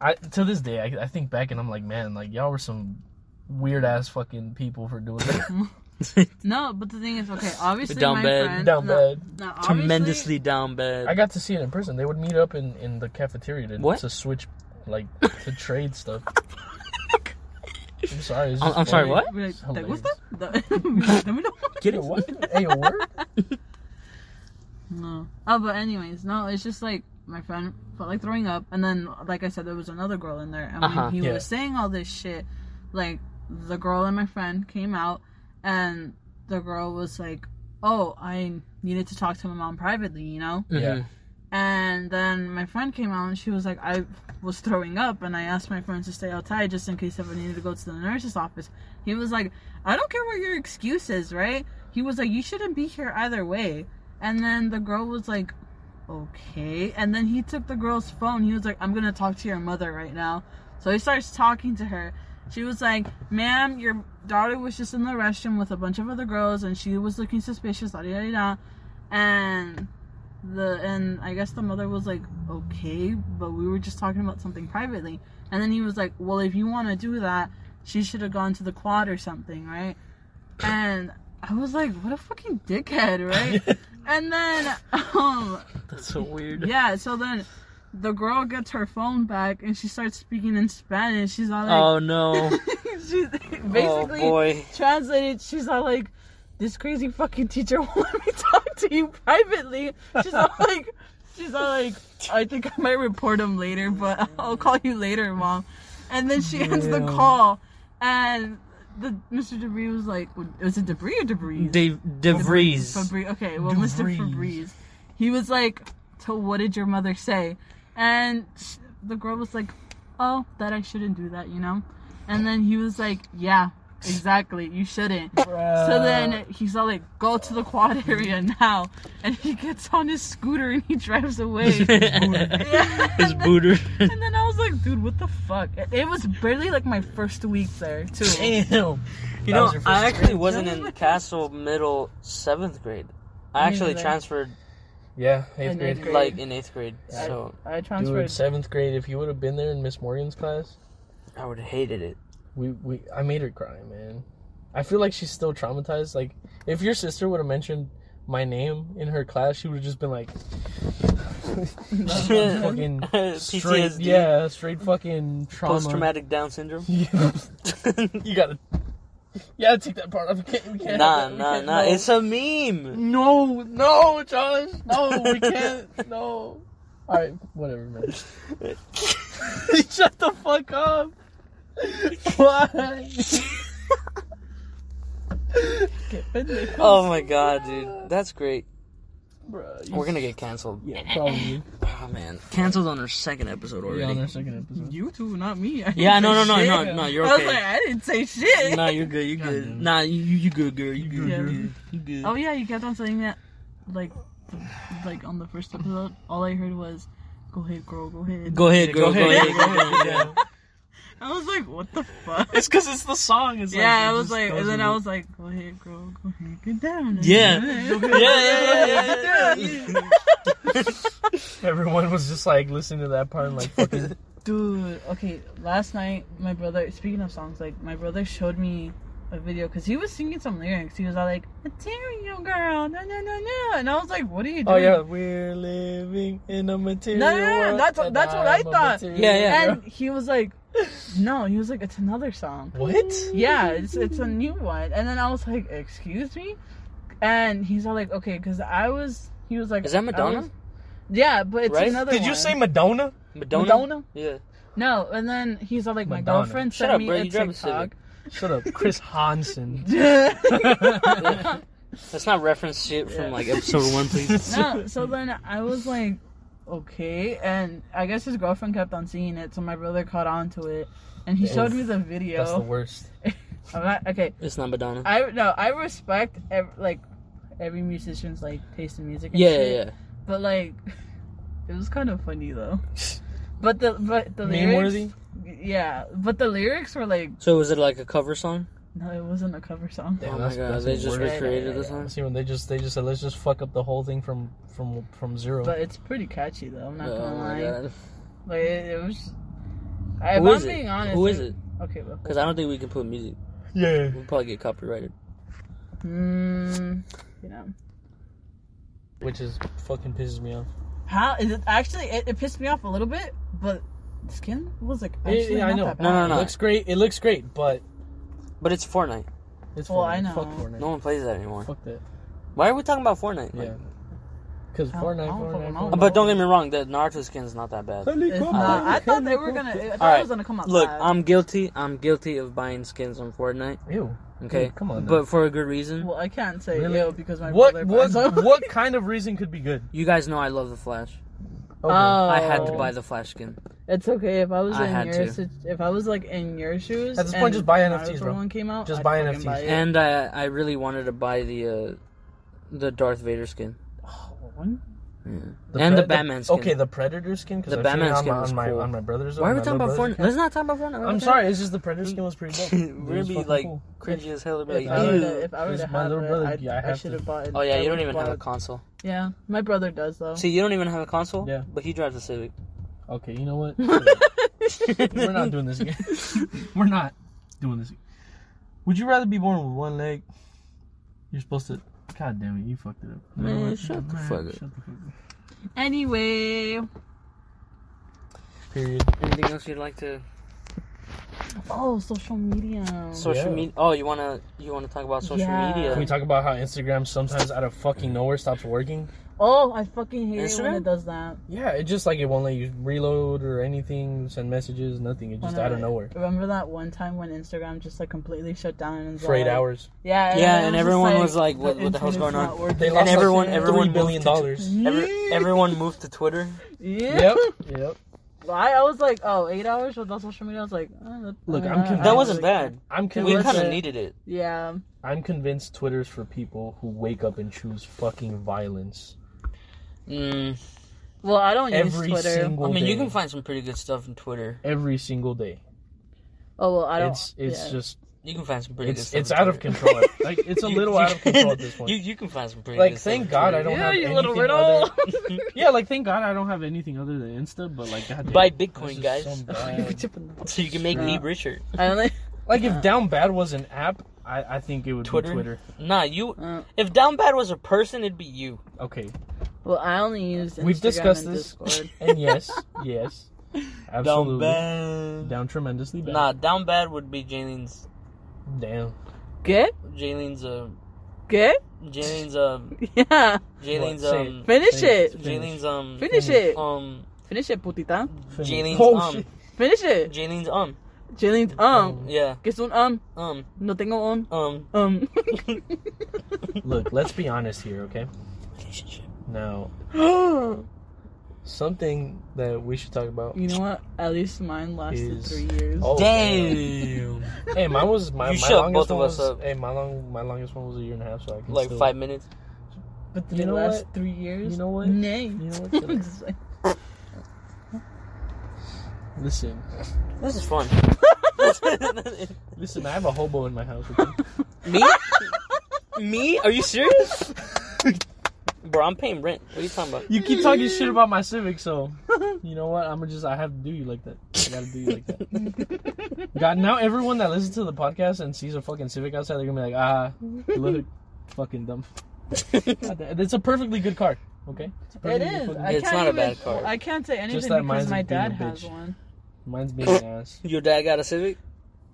Speaker 2: I to this day I, I think back and I'm like, man, like y'all were some weird ass fucking people for doing that.
Speaker 3: No, but the thing is, okay, obviously
Speaker 1: Down
Speaker 3: my
Speaker 1: bad.
Speaker 3: friend,
Speaker 2: Down
Speaker 3: no,
Speaker 2: bad.
Speaker 3: no, obviously-
Speaker 1: Tremendously down
Speaker 2: I
Speaker 1: bad.
Speaker 2: got to see it in person. They would meet up in in the cafeteria to
Speaker 1: What?
Speaker 2: to switch, like to trade stuff. I'm sorry. it's
Speaker 1: I'm-
Speaker 2: just
Speaker 1: I'm sorry,
Speaker 2: funny.
Speaker 1: what?
Speaker 3: We're like,
Speaker 2: It's
Speaker 3: "That- what's
Speaker 2: hilarious.
Speaker 3: that? That- Let me know.
Speaker 1: Get
Speaker 2: Yo,
Speaker 1: it?
Speaker 2: what? Hey, yo, word?
Speaker 3: No. Oh, but anyways, no, it's just like my friend felt like throwing up, and then like I said, there was another girl in there, and
Speaker 1: Uh-huh.
Speaker 3: when he
Speaker 2: Yeah.
Speaker 3: was saying all this shit, like the girl and my friend came out, and the girl was like, "Oh, I needed to talk to my mom privately," you know.
Speaker 2: Yeah.
Speaker 3: And then my friend came out and she was like, I was throwing up, and I asked my friend to stay outside just in case if I needed to go to the nurse's office. He was like, I don't care what your excuse is, right? He was like, You shouldn't be here either way. And then the girl was like, Okay. And then he took the girl's phone. He was like, I'm going to talk to your mother right now. So he starts talking to her. She was like, Ma'am, your daughter was just in the restroom with a bunch of other girls, and she was looking suspicious, da da da da. And the and I guess the mother was like, okay, but we were just talking about something privately. And then he was like, well, if you want to do that, she should have gone to the quad or something, right? And I was like, what a fucking dickhead, right? and then, um,
Speaker 1: That's so weird.
Speaker 3: yeah. So then, the girl gets her phone back and she starts speaking in Spanish. She's all like,
Speaker 1: Oh no.
Speaker 3: she's
Speaker 1: oh
Speaker 3: basically
Speaker 1: boy.
Speaker 3: translated, she's all like, this crazy fucking teacher won't let me talk to you privately. She's all like, she's all like, I think I might report him later, but I'll call you later, mom. And then she ends the
Speaker 2: Damn.
Speaker 3: call, and the Mr. Debris was like, was it Debris or Debris?
Speaker 1: De- DeVries.
Speaker 3: Fabri- okay, well, Mr.
Speaker 2: DeVries.
Speaker 3: Febreze. He was like, so what did your mother say? And sh- the girl was like, oh, that I shouldn't do that, you know? And then he was like, yeah, exactly, you shouldn't. So then he's all like, go to the quad area now. And he gets on his scooter and he drives away. yeah.
Speaker 1: His
Speaker 3: and, then,
Speaker 1: booter.
Speaker 3: and then I was like, dude, what the fuck? It, it was barely like my first week there, too.
Speaker 2: Damn.
Speaker 1: You
Speaker 2: That
Speaker 1: know,
Speaker 2: was your first
Speaker 1: I actually
Speaker 2: grade.
Speaker 1: wasn't
Speaker 3: That was
Speaker 1: in
Speaker 3: my
Speaker 1: Castle middle seventh grade. I
Speaker 3: Me
Speaker 1: actually
Speaker 3: neither.
Speaker 1: transferred
Speaker 2: Yeah,
Speaker 3: In
Speaker 2: eighth
Speaker 3: eighth
Speaker 2: grade.
Speaker 3: grade.
Speaker 1: like in eighth grade,
Speaker 3: Yeah.
Speaker 1: so
Speaker 3: I
Speaker 2: Dude,
Speaker 3: transferred.
Speaker 2: seventh grade. If you would have been there in Miss Morgan's class,
Speaker 1: I would have hated it.
Speaker 2: we, we I made her cry, man. I feel like she's still traumatized. Like, if your sister would have mentioned my name in her class, she would have just been like, fucking straight,
Speaker 1: PTSD.
Speaker 2: yeah, straight fucking trauma.
Speaker 1: Post traumatic Down syndrome.
Speaker 2: you gotta, you gotta take that part. off. We can't, we can't
Speaker 1: nah,
Speaker 2: have that. We
Speaker 1: nah,
Speaker 2: can't-
Speaker 1: nah.
Speaker 2: no.
Speaker 1: It's a meme.
Speaker 2: no, no, Josh, no, we can't, no. All right, whatever, man. Shut the fuck up. Why?
Speaker 1: Oh my god, dude, that's great.
Speaker 2: Bruh, you-
Speaker 1: We're gonna get canceled.
Speaker 2: yeah, probably.
Speaker 1: Oh man, canceled on our second episode
Speaker 2: We're on
Speaker 1: already.
Speaker 2: our second episode.
Speaker 3: You two, not me. I didn't
Speaker 1: Yeah, no,
Speaker 3: say
Speaker 1: no, no,
Speaker 3: shit.
Speaker 1: no, no. You're
Speaker 3: I was like,
Speaker 1: okay.
Speaker 3: I didn't say shit.
Speaker 1: Nah, you're good. You
Speaker 2: God
Speaker 1: good.
Speaker 2: damn it.
Speaker 1: Nah, you you good, girl. You good.
Speaker 3: Yeah.
Speaker 1: You good. You good.
Speaker 3: Oh yeah, you kept on saying that, like, like on the first episode. All I heard was, "Go ahead, girl, go ahead."
Speaker 1: Go ahead, girl. Go ahead. Go ahead.
Speaker 3: I was like, "What the fuck?"
Speaker 2: It's because it's the song. It's
Speaker 3: yeah, I was like, and then I was like, "Go ahead, girl, go ahead, get down."
Speaker 1: Yeah.
Speaker 3: Go
Speaker 1: Yeah,
Speaker 3: ahead.
Speaker 1: yeah, yeah, yeah, yeah, yeah.
Speaker 2: Everyone was just like listening to that part and like fucking.
Speaker 3: Dude, okay. Last night, my brother. Speaking of songs, like my brother showed me a video because he was singing some lyrics. He was all like, "Material girl, no, no, no, no," and I was like, "What are you doing?"
Speaker 2: oh yeah, we're living in a material.
Speaker 3: No, no, no,
Speaker 2: world,
Speaker 3: that's-
Speaker 2: and
Speaker 3: that's what I
Speaker 2: I'm a
Speaker 3: thought.
Speaker 2: material
Speaker 1: Yeah, yeah.
Speaker 2: girl.
Speaker 3: And he was like, "No," he was like, "It's another song."
Speaker 2: What?
Speaker 3: Yeah, it's it's a new one. And then I was like, "Excuse me," And he's all like, okay, because I was, he was like,
Speaker 1: Is that
Speaker 3: I
Speaker 1: Madonna?
Speaker 3: was- yeah, but it's
Speaker 1: Right?
Speaker 3: another.
Speaker 2: Did you
Speaker 3: one.
Speaker 2: say Madonna?
Speaker 1: Madonna?
Speaker 3: Madonna?
Speaker 1: Yeah.
Speaker 3: no? And then he's all like, my
Speaker 2: Madonna.
Speaker 3: girlfriend
Speaker 1: Shut
Speaker 3: sent
Speaker 1: up,
Speaker 3: me
Speaker 1: bro,
Speaker 3: a
Speaker 1: you drive a
Speaker 3: TikTok.
Speaker 1: Civic.
Speaker 2: Shut up, Chris Hansen.
Speaker 1: Let's not reference shit
Speaker 3: Yeah.
Speaker 1: from like episode one, please.
Speaker 3: no, so then I was like, okay, and I guess his girlfriend kept on seeing it, so my brother caught on to it, and he
Speaker 2: Oof.
Speaker 3: showed me the
Speaker 2: That's the
Speaker 3: video.
Speaker 2: worst.
Speaker 3: I'm not- okay,
Speaker 1: it's not Madonna.
Speaker 3: I no, I respect ev like every musician's like taste in music. And
Speaker 1: yeah,
Speaker 3: shit,
Speaker 1: yeah, yeah.
Speaker 3: But like, it was kind of funny though. But the but the
Speaker 2: Meme worthy.
Speaker 3: lyrics, yeah. But the lyrics were like,
Speaker 1: So was it like a cover song?
Speaker 3: no, it wasn't a cover song.
Speaker 2: Damn,
Speaker 1: oh my
Speaker 2: that's-
Speaker 1: god,
Speaker 2: that's
Speaker 1: they
Speaker 2: the
Speaker 1: just
Speaker 2: worst.
Speaker 1: recreated the
Speaker 3: Uh.
Speaker 1: song.
Speaker 2: See when they just they just said let's just fuck up the whole thing from from from zero.
Speaker 3: But it's pretty catchy though. I'm not
Speaker 1: Oh
Speaker 3: gonna
Speaker 1: my
Speaker 3: lie.
Speaker 1: god.
Speaker 3: Like it, it was. I, if
Speaker 1: Who
Speaker 3: I'm
Speaker 1: is
Speaker 3: being
Speaker 1: it?
Speaker 3: honest,
Speaker 1: Who is it?
Speaker 3: Okay, well,
Speaker 1: Because I don't think we can put music.
Speaker 2: yeah.
Speaker 1: We'll probably get copyrighted.
Speaker 3: mm, you know.
Speaker 2: Which is fucking pisses me off.
Speaker 3: How is it actually? It, it pissed me off a little bit, but the skin was like
Speaker 2: Yeah,
Speaker 3: actually
Speaker 2: yeah, I
Speaker 3: not
Speaker 2: know.
Speaker 3: that bad.
Speaker 1: No, no,
Speaker 2: It
Speaker 1: no.
Speaker 2: looks great. It looks great, but
Speaker 1: But it's Fortnite.
Speaker 2: it's
Speaker 3: Well,
Speaker 2: Fortnite.
Speaker 3: I know.
Speaker 2: Fuck Fortnite.
Speaker 1: No one plays that anymore.
Speaker 2: Fuck that.
Speaker 1: Why are we talking about Fortnite? Like-
Speaker 2: Yeah. Because
Speaker 3: I don't-
Speaker 2: Fortnite,
Speaker 3: I don't
Speaker 2: Fortnite,
Speaker 3: fucking know.
Speaker 2: Fortnite.
Speaker 1: Uh, But don't get me wrong, the Naruto skin's not that bad.
Speaker 3: It's not, Uh, I thought they were gonna. I thought it
Speaker 1: Alright,
Speaker 3: was gonna come out.
Speaker 1: Look,
Speaker 3: bad.
Speaker 1: I'm guilty. I'm guilty of buying skins on Fortnite.
Speaker 2: Ew.
Speaker 1: Okay,
Speaker 2: Dude, come on now.
Speaker 1: But for a good reason.
Speaker 3: Well, I can't say
Speaker 2: Really?
Speaker 3: really? because my
Speaker 2: What
Speaker 3: brother
Speaker 2: what
Speaker 3: buys them.
Speaker 2: what kind of reason could be good?
Speaker 1: You guys know I love the Flash.
Speaker 2: Okay.
Speaker 1: I had to
Speaker 3: Oh.
Speaker 1: buy the Flash skin.
Speaker 3: It's okay if I was
Speaker 1: I had
Speaker 3: in your
Speaker 1: to.
Speaker 3: sit- if I was like in your shoes.
Speaker 2: At this point,
Speaker 3: and
Speaker 2: just buy
Speaker 3: Naruto
Speaker 2: NFTs, bro.
Speaker 3: One came out.
Speaker 2: Just
Speaker 3: I'd
Speaker 2: buy
Speaker 3: fucking
Speaker 2: NFTs.
Speaker 3: it.
Speaker 1: And I I really wanted to buy the uh, the Darth Vader skin.
Speaker 3: Oh, one-
Speaker 1: Yeah. and the
Speaker 2: Pred-
Speaker 1: Batman skin.
Speaker 2: Okay, the Predator skin. Because
Speaker 1: The
Speaker 2: I've
Speaker 1: Batman
Speaker 2: seen it on
Speaker 1: skin
Speaker 2: my,
Speaker 1: was
Speaker 2: on my,
Speaker 1: cool.
Speaker 2: on my brother's.
Speaker 1: Why
Speaker 2: on
Speaker 1: are we
Speaker 2: my
Speaker 1: talking
Speaker 2: little
Speaker 1: about
Speaker 2: brother's
Speaker 1: Fortnite? Let's not talk about Fortnite.
Speaker 2: account. I'm sorry, it's just the Predator skin was pretty dope. It
Speaker 1: We're gonna
Speaker 2: was
Speaker 1: be
Speaker 2: fucking
Speaker 1: like
Speaker 2: cool.
Speaker 1: cringy as hell. We're
Speaker 3: If
Speaker 1: like,
Speaker 3: I would've-
Speaker 1: Ew.
Speaker 3: if I would
Speaker 2: Because
Speaker 3: have
Speaker 2: my
Speaker 3: had
Speaker 2: little
Speaker 3: it,
Speaker 2: brother-
Speaker 3: I,
Speaker 2: yeah, I
Speaker 3: I,
Speaker 2: have
Speaker 3: should
Speaker 2: to.
Speaker 3: have bought it.
Speaker 1: Oh yeah,
Speaker 3: I
Speaker 1: you don't
Speaker 3: would've
Speaker 1: even have
Speaker 3: bought
Speaker 1: a
Speaker 3: it.
Speaker 1: console.
Speaker 3: Yeah, my brother does though.
Speaker 1: See, you don't even have a console.
Speaker 2: Yeah.
Speaker 1: But he drives a Civic.
Speaker 2: Okay, you know what? We're not doing this again. We're not doing this. Again. Would you rather be born with one leg? You're supposed to. God damn it, you fucked it up. You know
Speaker 1: Man,
Speaker 2: what?
Speaker 1: shut the
Speaker 2: Man,
Speaker 1: fuck up.
Speaker 2: shut the fuck up.
Speaker 3: Anyway,
Speaker 2: Period.
Speaker 1: Anything else you'd like to?
Speaker 3: oh, social media.
Speaker 1: Social
Speaker 2: Yeah.
Speaker 1: media. Oh, you wanna you wanna talk about social
Speaker 3: Yeah.
Speaker 1: media?
Speaker 2: Can we talk about how Instagram sometimes out of fucking nowhere stops working?
Speaker 3: oh, I fucking hate it when
Speaker 1: Instagram?
Speaker 3: it does that.
Speaker 2: Yeah, it just like it won't let you reload or anything, send messages, nothing. It just
Speaker 3: When
Speaker 2: out
Speaker 3: I-
Speaker 2: of nowhere.
Speaker 3: Remember that one time when Instagram just like completely shut down and was
Speaker 2: For eight
Speaker 3: like-
Speaker 2: hours,
Speaker 3: Yeah,
Speaker 1: Yeah,
Speaker 3: it
Speaker 1: and
Speaker 3: just
Speaker 1: everyone was like, what-
Speaker 3: the
Speaker 1: what the hell's
Speaker 3: internet's
Speaker 1: going on?
Speaker 3: not working.
Speaker 2: they
Speaker 1: And
Speaker 2: lost
Speaker 1: everyone-
Speaker 2: like
Speaker 1: everyone
Speaker 2: three billion
Speaker 1: moved to-
Speaker 2: dollars.
Speaker 1: Every, everyone moved to Twitter.
Speaker 3: Yeah.
Speaker 2: yep, yep.
Speaker 3: I, I was like, oh, eight hours without social media. I was like, oh, that,
Speaker 2: Look,
Speaker 3: I
Speaker 2: I'm
Speaker 3: I-
Speaker 2: convinced-
Speaker 3: I
Speaker 1: That wasn't
Speaker 3: really-
Speaker 1: bad.
Speaker 2: I'm
Speaker 1: We
Speaker 2: convinced.
Speaker 1: kind of
Speaker 2: that-
Speaker 1: needed it.
Speaker 3: Yeah.
Speaker 2: I'm convinced Twitter's for people who wake up and choose fucking violence
Speaker 1: Mm.
Speaker 3: Well, I don't
Speaker 2: every
Speaker 3: use Twitter.
Speaker 1: I
Speaker 2: single day.
Speaker 1: mean, you can find some pretty good stuff on Twitter.
Speaker 2: every single day.
Speaker 3: oh well, I don't.
Speaker 2: It's it's
Speaker 3: yeah.
Speaker 2: just
Speaker 1: You can find some pretty good
Speaker 2: it's
Speaker 1: stuff.
Speaker 2: it's
Speaker 1: on
Speaker 2: out of
Speaker 1: Twitter.
Speaker 2: control. like it's a
Speaker 1: You-
Speaker 2: little
Speaker 1: you
Speaker 2: out of
Speaker 1: can-
Speaker 2: control at this
Speaker 1: You
Speaker 2: point.
Speaker 1: you can find some pretty
Speaker 2: Like
Speaker 1: good stuff
Speaker 2: thank
Speaker 1: on
Speaker 2: God I
Speaker 1: Twitter.
Speaker 2: don't
Speaker 3: Yeah,
Speaker 2: have
Speaker 3: you
Speaker 2: anything
Speaker 3: little
Speaker 2: other.
Speaker 3: riddle.
Speaker 2: Yeah, like thank God I don't have anything other than Insta. But like, goddamn,
Speaker 1: Buy
Speaker 2: that's
Speaker 1: Bitcoin,
Speaker 2: just
Speaker 1: guys.
Speaker 2: so bad.
Speaker 1: So you can make me richer.
Speaker 3: I only.
Speaker 2: like if Down Bad was an app, I I think it would
Speaker 1: Twitter?
Speaker 2: be Twitter.
Speaker 1: Nah, you.
Speaker 3: Uh,
Speaker 1: If Down Bad was a person, it'd be you.
Speaker 2: Okay,
Speaker 3: well, I only use. Instagram
Speaker 2: We've discussed
Speaker 3: and
Speaker 2: this.
Speaker 3: Discord.
Speaker 2: and yes, yes, absolutely.
Speaker 1: Down Bad.
Speaker 2: Down tremendously bad.
Speaker 1: Nah, Down Bad would be Jalen's.
Speaker 2: Damn.
Speaker 3: Good.
Speaker 1: Jalen's. Uh,
Speaker 3: Good.
Speaker 1: Jalen's. Uh,
Speaker 3: Yeah.
Speaker 1: Jalen's.
Speaker 2: What? Say
Speaker 1: Um,
Speaker 3: Finish
Speaker 2: Finish.
Speaker 3: it.
Speaker 1: Jalen's. Um.
Speaker 3: Finish it.
Speaker 1: Um.
Speaker 3: Finish it, putita.
Speaker 2: Finish.
Speaker 1: Jalen's.
Speaker 2: Oh,
Speaker 1: Um.
Speaker 2: shit.
Speaker 3: Finish it.
Speaker 1: Jalen's. Um.
Speaker 3: Jalen's um.
Speaker 1: Yeah.
Speaker 3: Que un um.
Speaker 1: Um.
Speaker 3: No tengo un
Speaker 1: Um.
Speaker 3: um.
Speaker 2: Look, let's be honest here, okay? Now,
Speaker 3: you
Speaker 2: something that we should talk about.
Speaker 3: know what? At least mine lasted
Speaker 2: Is-
Speaker 3: three years.
Speaker 2: Oh,
Speaker 1: Damn.
Speaker 2: damn. Hey, mine was my,
Speaker 1: You
Speaker 2: my
Speaker 1: shut
Speaker 2: longest
Speaker 1: both of
Speaker 2: one
Speaker 1: us
Speaker 2: was,
Speaker 1: up.
Speaker 2: Hey, my long my longest one was a year and a half, so I can
Speaker 1: like
Speaker 2: still-
Speaker 1: five minutes.
Speaker 3: But did
Speaker 2: You
Speaker 3: it
Speaker 2: know
Speaker 3: last
Speaker 2: what?
Speaker 3: three years?
Speaker 2: You know what?
Speaker 3: Nay.
Speaker 2: You know what? Shut up.
Speaker 3: It's like-
Speaker 2: Listen,
Speaker 1: This is fun.
Speaker 2: listen. I have a hobo in my house. okay?
Speaker 1: Me? Me? Are you serious? Bro, I'm paying rent. What are you talking about?
Speaker 2: You keep talking shit about my Civic, so you know what? I'm gonna just I have to do you like that. I gotta do you like that. God, now everyone that listens to the podcast and sees a fucking Civic outside, they're gonna be like, ah, look, fucking dumb. It's a perfectly good car. Okay, it's a
Speaker 3: it
Speaker 2: perfectly
Speaker 3: is.
Speaker 2: fucking-
Speaker 3: I
Speaker 1: It's
Speaker 3: can't
Speaker 1: not a
Speaker 3: even,
Speaker 1: bad card.
Speaker 3: I can't say anything
Speaker 2: that
Speaker 3: because
Speaker 2: mine's
Speaker 3: my
Speaker 2: being a
Speaker 3: dad has
Speaker 2: bitch.
Speaker 3: one.
Speaker 2: Mine's being an ass.
Speaker 1: Your dad got a Civic?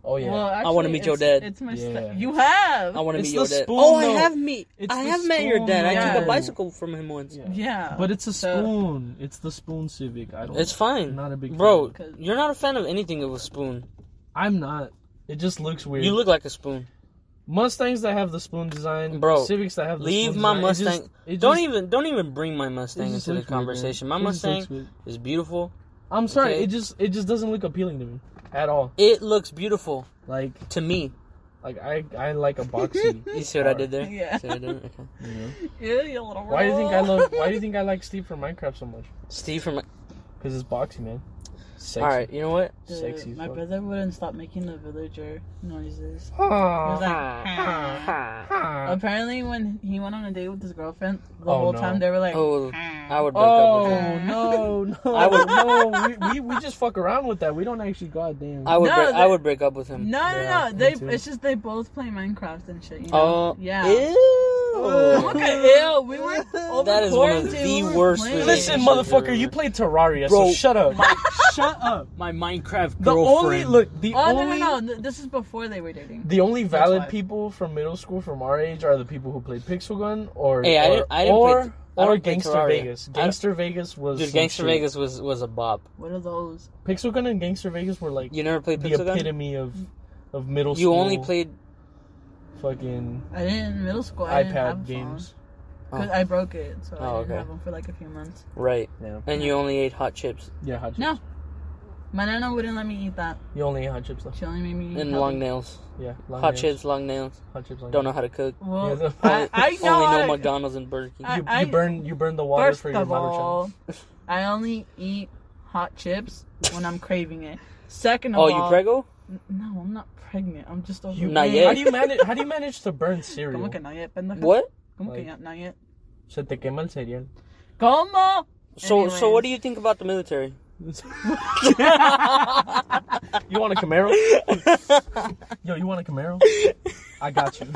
Speaker 2: Oh yeah.
Speaker 3: Well, actually,
Speaker 1: wanna meet your
Speaker 3: it's-
Speaker 1: dad.
Speaker 3: It's my
Speaker 2: Yeah.
Speaker 3: st- you have.
Speaker 1: I want to
Speaker 2: It's
Speaker 1: meet your
Speaker 2: the
Speaker 1: dad.
Speaker 2: spoon,
Speaker 1: oh, I
Speaker 2: though.
Speaker 1: have meet.
Speaker 2: It's
Speaker 1: I
Speaker 2: the
Speaker 1: have met your
Speaker 2: spoon,
Speaker 1: dad. I took
Speaker 3: yeah.
Speaker 1: a bicycle from him once.
Speaker 2: Yeah.
Speaker 3: yeah.
Speaker 2: But it's a
Speaker 3: So-
Speaker 2: spoon. It's the spoon Civic. I don't.
Speaker 1: It's fine,
Speaker 2: Not a big
Speaker 1: bro.
Speaker 3: fan. 'Cause-
Speaker 1: You're not a fan of anything of a spoon.
Speaker 2: I'm not. It just looks weird.
Speaker 1: You look like a spoon.
Speaker 2: Mustangs that have the spoon design,
Speaker 1: Bro,
Speaker 2: Civics that have the
Speaker 1: leave
Speaker 2: spoon
Speaker 1: my
Speaker 2: design, it just-
Speaker 1: Mustang-
Speaker 2: it
Speaker 1: don't
Speaker 2: just-
Speaker 1: even don't even bring my
Speaker 2: it
Speaker 1: Mustang
Speaker 2: just
Speaker 1: into the
Speaker 2: looks weird, man.
Speaker 1: conversation.
Speaker 2: It
Speaker 1: my
Speaker 2: just
Speaker 1: Mustang
Speaker 2: looks weird.
Speaker 1: is beautiful.
Speaker 2: I'm sorry.
Speaker 1: okay.
Speaker 2: It just it just doesn't look appealing to me at all.
Speaker 1: It looks beautiful
Speaker 2: Like
Speaker 1: to me.
Speaker 2: like I I like a boxy.
Speaker 1: You see what I did there?
Speaker 3: Yeah.
Speaker 1: See what I did there? Okay.
Speaker 2: You know?
Speaker 3: Ew, you little
Speaker 2: Why do you think I
Speaker 3: roll.
Speaker 2: love? Why do you think I like Steve from Minecraft so much?
Speaker 1: Steve from.
Speaker 2: Because it's boxy, man. Sexy.
Speaker 1: All right, you know what?
Speaker 3: Dude,
Speaker 2: Sexy.
Speaker 3: My
Speaker 2: fuck.
Speaker 3: brother wouldn't stop making the villager noises. He was
Speaker 2: Ah,
Speaker 3: like,
Speaker 1: oh,
Speaker 3: apparently, when he went on a date with his girlfriend, the
Speaker 2: Oh,
Speaker 3: whole
Speaker 2: no.
Speaker 3: time they were like,
Speaker 1: Oh, I would break up with him.
Speaker 2: Oh no no
Speaker 1: I would-
Speaker 2: no we, we, we just fuck around with that we don't actually goddamn
Speaker 1: I would.
Speaker 3: No,
Speaker 1: break, I
Speaker 3: that-
Speaker 1: would break up with him.
Speaker 3: No,
Speaker 2: Yeah,
Speaker 3: no, no.
Speaker 2: me
Speaker 3: They
Speaker 2: too.
Speaker 3: it's just they both play Minecraft and shit. You
Speaker 1: Oh,
Speaker 3: know? yeah.
Speaker 1: Ew.
Speaker 3: Okay, ew. We were over
Speaker 1: That is one of
Speaker 3: quarantine,
Speaker 1: the
Speaker 3: we were
Speaker 1: worst
Speaker 3: playing.
Speaker 2: Listen, motherfucker, you played Terraria,
Speaker 1: Bro.
Speaker 2: so shut up. shut up.
Speaker 1: My Minecraft girlfriend.
Speaker 2: The only look, the
Speaker 3: Oh
Speaker 2: only
Speaker 3: no, no, no. th- This is before they were dating.
Speaker 2: the only valid
Speaker 3: why.
Speaker 2: people from middle school from our age are the people who played Pixel Gun or
Speaker 1: Hey,
Speaker 2: or,
Speaker 1: I didn't- I didn't play-
Speaker 2: or,
Speaker 1: I don't
Speaker 2: or
Speaker 1: play
Speaker 2: Gangster
Speaker 1: Terraria.
Speaker 2: Vegas.
Speaker 1: I don't-
Speaker 2: Gangster Vegas was
Speaker 1: Dude,
Speaker 2: some
Speaker 1: Gangster
Speaker 2: shit.
Speaker 1: Vegas was was a bop.
Speaker 3: What are those?
Speaker 2: Pixel Gun and Gangster Vegas were like
Speaker 1: You never played
Speaker 2: the
Speaker 1: Pixel Gun.
Speaker 2: epitome of of middle
Speaker 1: You
Speaker 2: school.
Speaker 1: only played.
Speaker 2: fucking
Speaker 3: I didn't in middle school. I didn't have a
Speaker 2: iPad games.
Speaker 1: Oh.
Speaker 3: Phone, 'cause I broke it, so I
Speaker 1: Oh,
Speaker 3: didn't
Speaker 1: okay.
Speaker 3: have them for like a few months.
Speaker 1: Right,
Speaker 2: Yeah,
Speaker 1: and you only ate hot chips
Speaker 2: yeah, hot chips.
Speaker 3: No. My nana wouldn't let me eat that.
Speaker 2: You only ate hot chips left.
Speaker 3: She only made me eat
Speaker 1: and
Speaker 3: healthy.
Speaker 1: long nails.
Speaker 2: Yeah, long
Speaker 1: hot
Speaker 2: nails.
Speaker 1: chips, long nails.
Speaker 2: Hot chips. Long
Speaker 1: Don't know how to cook.
Speaker 2: Yeah,
Speaker 3: Well,
Speaker 2: the-
Speaker 3: I, I know.
Speaker 1: only know
Speaker 3: how to-
Speaker 1: McDonald's and Burger King.
Speaker 3: I-
Speaker 2: You, you burn you burn the water
Speaker 3: First
Speaker 2: for your
Speaker 3: of
Speaker 2: mother child.
Speaker 3: all, I only eat hot chips when I'm craving it. Second of
Speaker 1: oh,
Speaker 3: all,
Speaker 1: you prego?
Speaker 3: N- No, I'm not pregnant. I'm just over.
Speaker 2: You-
Speaker 1: Not
Speaker 3: it.
Speaker 1: yet.
Speaker 2: How do you manage? How do you manage to burn cereal?
Speaker 3: ¿Cómo que no yet, pendeja?
Speaker 1: What?
Speaker 3: ¿Cómo que
Speaker 2: Like-
Speaker 3: ya- no yet?
Speaker 2: Se te quema el cereal.
Speaker 3: ¿Cómo?
Speaker 1: So, so what
Speaker 3: Anyways.
Speaker 1: do you think about the military?
Speaker 2: You want a Camaro? Yo, you want a Camaro? I got you.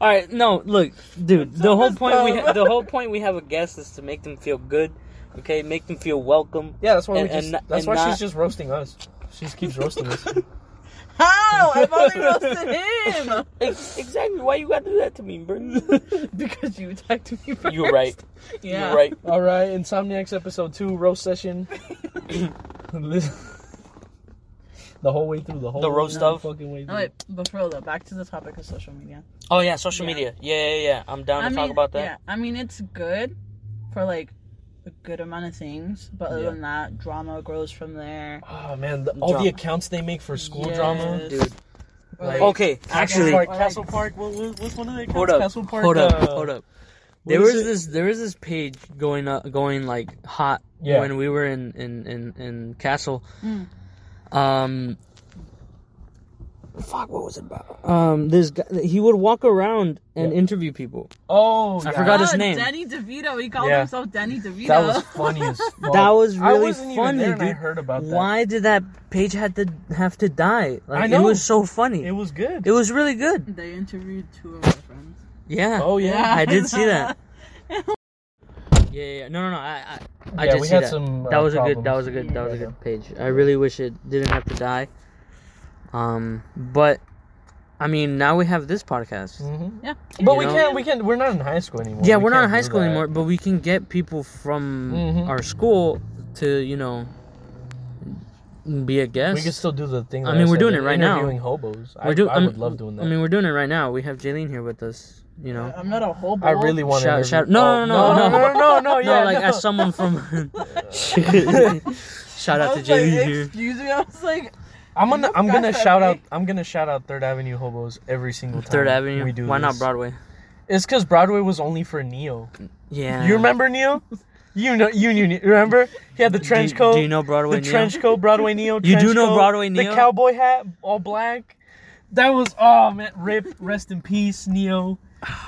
Speaker 1: All right, no, look, dude. The whole
Speaker 3: this
Speaker 1: point we
Speaker 3: dumb?
Speaker 1: ha- the whole point we have a guest is to make them feel good, okay? Make them feel welcome.
Speaker 2: Yeah, that's why
Speaker 1: And-
Speaker 2: we just.
Speaker 1: and-
Speaker 2: that's
Speaker 1: and
Speaker 2: why
Speaker 1: not-
Speaker 2: she's just roasting us. She just keeps roasting us.
Speaker 3: How? I've only roasted him
Speaker 1: Ex- exactly. Why you gotta do that to me, bro?
Speaker 3: because you attacked me first.
Speaker 1: You're right.
Speaker 3: Yeah.
Speaker 1: You're right.
Speaker 2: All right, Insomniacs episode two roast session. Listen- the whole way through the whole
Speaker 1: The roast
Speaker 2: damn
Speaker 1: of?
Speaker 2: fucking way
Speaker 3: No,
Speaker 2: through.
Speaker 3: wait, but for real though, back to the topic of social media.
Speaker 1: Oh yeah, social
Speaker 3: Yeah.
Speaker 1: media. Yeah, yeah, yeah. I'm down to
Speaker 3: mean,
Speaker 1: talk about that.
Speaker 3: yeah. I mean, it's good for like a good amount of things, but other
Speaker 2: Yeah.
Speaker 3: than that, drama grows from there.
Speaker 2: Oh man, the, all
Speaker 1: Drama.
Speaker 2: the accounts they make for school
Speaker 3: Yes.
Speaker 2: drama.
Speaker 1: Dude.
Speaker 3: Or,
Speaker 2: Like-
Speaker 1: Okay,
Speaker 2: Castle
Speaker 1: actually,
Speaker 2: Park,
Speaker 3: Like-
Speaker 2: Castle Park. What, what, what's one of the accounts?
Speaker 1: hold up,
Speaker 2: Castle Park.
Speaker 1: hold up,
Speaker 2: uh,
Speaker 1: hold up.
Speaker 2: what
Speaker 1: There
Speaker 2: is
Speaker 1: was
Speaker 2: it?
Speaker 1: this there was this page going up, going like hot
Speaker 2: Yeah.
Speaker 1: when we were in in in, in Castle.
Speaker 3: Mm.
Speaker 1: Um, fuck, what was it about? Um, this guy he would walk around and
Speaker 2: Yeah.
Speaker 1: interview people.
Speaker 2: Oh,
Speaker 1: I
Speaker 2: yeah.
Speaker 1: forgot his name.
Speaker 3: uh, Danny DeVito. He called
Speaker 2: Yeah.
Speaker 3: himself Danny DeVito.
Speaker 2: That was funny as fuck.
Speaker 1: That was
Speaker 2: I
Speaker 1: really
Speaker 2: wasn't even
Speaker 1: funny,
Speaker 2: there and I
Speaker 1: dude.
Speaker 2: heard about that.
Speaker 1: Why did that page had to have to die? Like
Speaker 2: I
Speaker 1: it
Speaker 2: know.
Speaker 1: was so funny.
Speaker 2: It was good.
Speaker 1: It was really good.
Speaker 3: They interviewed two of my friends.
Speaker 1: Yeah.
Speaker 2: oh yeah.
Speaker 1: I did see that. Yeah, yeah, yeah. No, no, no. I, I, I
Speaker 2: Yeah,
Speaker 1: did
Speaker 2: we
Speaker 1: see
Speaker 2: had
Speaker 1: that.
Speaker 2: some, uh,
Speaker 1: that was a good. That
Speaker 2: problems.
Speaker 1: was a good. That was a
Speaker 2: Yeah.
Speaker 1: good page. I really wish it didn't have to die. Um, but I mean, now we have this podcast.
Speaker 2: Mhm.
Speaker 3: Yeah.
Speaker 2: But
Speaker 1: You
Speaker 2: we
Speaker 1: know?
Speaker 2: can't. We can't. We're not in high school anymore.
Speaker 1: Yeah,
Speaker 2: We
Speaker 1: we are not
Speaker 2: can't
Speaker 1: in high
Speaker 2: do
Speaker 1: school
Speaker 2: that.
Speaker 1: anymore, but we can get people from
Speaker 2: Mhm.
Speaker 1: our school to you know be a guest.
Speaker 2: We can still do the thing.
Speaker 1: I
Speaker 2: that
Speaker 1: mean, we're
Speaker 2: said,
Speaker 1: doing it right now.
Speaker 2: Interviewing hobos. I,
Speaker 1: We're do-
Speaker 2: I
Speaker 1: I'm-
Speaker 2: would love doing that.
Speaker 1: I mean, we're doing it right now. We have Jaylene here with us. You know.
Speaker 3: I'm not a whole.
Speaker 2: I really want
Speaker 1: Shout-
Speaker 2: to.
Speaker 1: shout- no, no, no, no.
Speaker 2: no, no, no, no, Oh, yeah,
Speaker 1: no, like as someone from. Shout out to Jaylene here.
Speaker 3: Excuse me. I was like,
Speaker 2: I'm gonna, I'm gonna
Speaker 3: Guys,
Speaker 2: shout
Speaker 3: I
Speaker 2: out,
Speaker 3: think-
Speaker 2: I'm gonna shout out Third Avenue hobos every single time.
Speaker 1: Third Avenue.
Speaker 2: We do.
Speaker 1: Why not
Speaker 2: this.
Speaker 1: Broadway?
Speaker 2: It's because Broadway was only for Neo.
Speaker 1: Yeah.
Speaker 2: You remember Neo? You know, you knew. Neo, Remember? He had the trench
Speaker 1: do,
Speaker 2: coat.
Speaker 1: Do you know Broadway?
Speaker 2: the
Speaker 1: Neo?
Speaker 2: trench coat, Broadway Neo.
Speaker 1: You do
Speaker 2: trench
Speaker 1: know
Speaker 2: coat,
Speaker 1: Broadway Neo?
Speaker 2: The cowboy hat, all black. That was oh man, rip, rest in peace, Neo.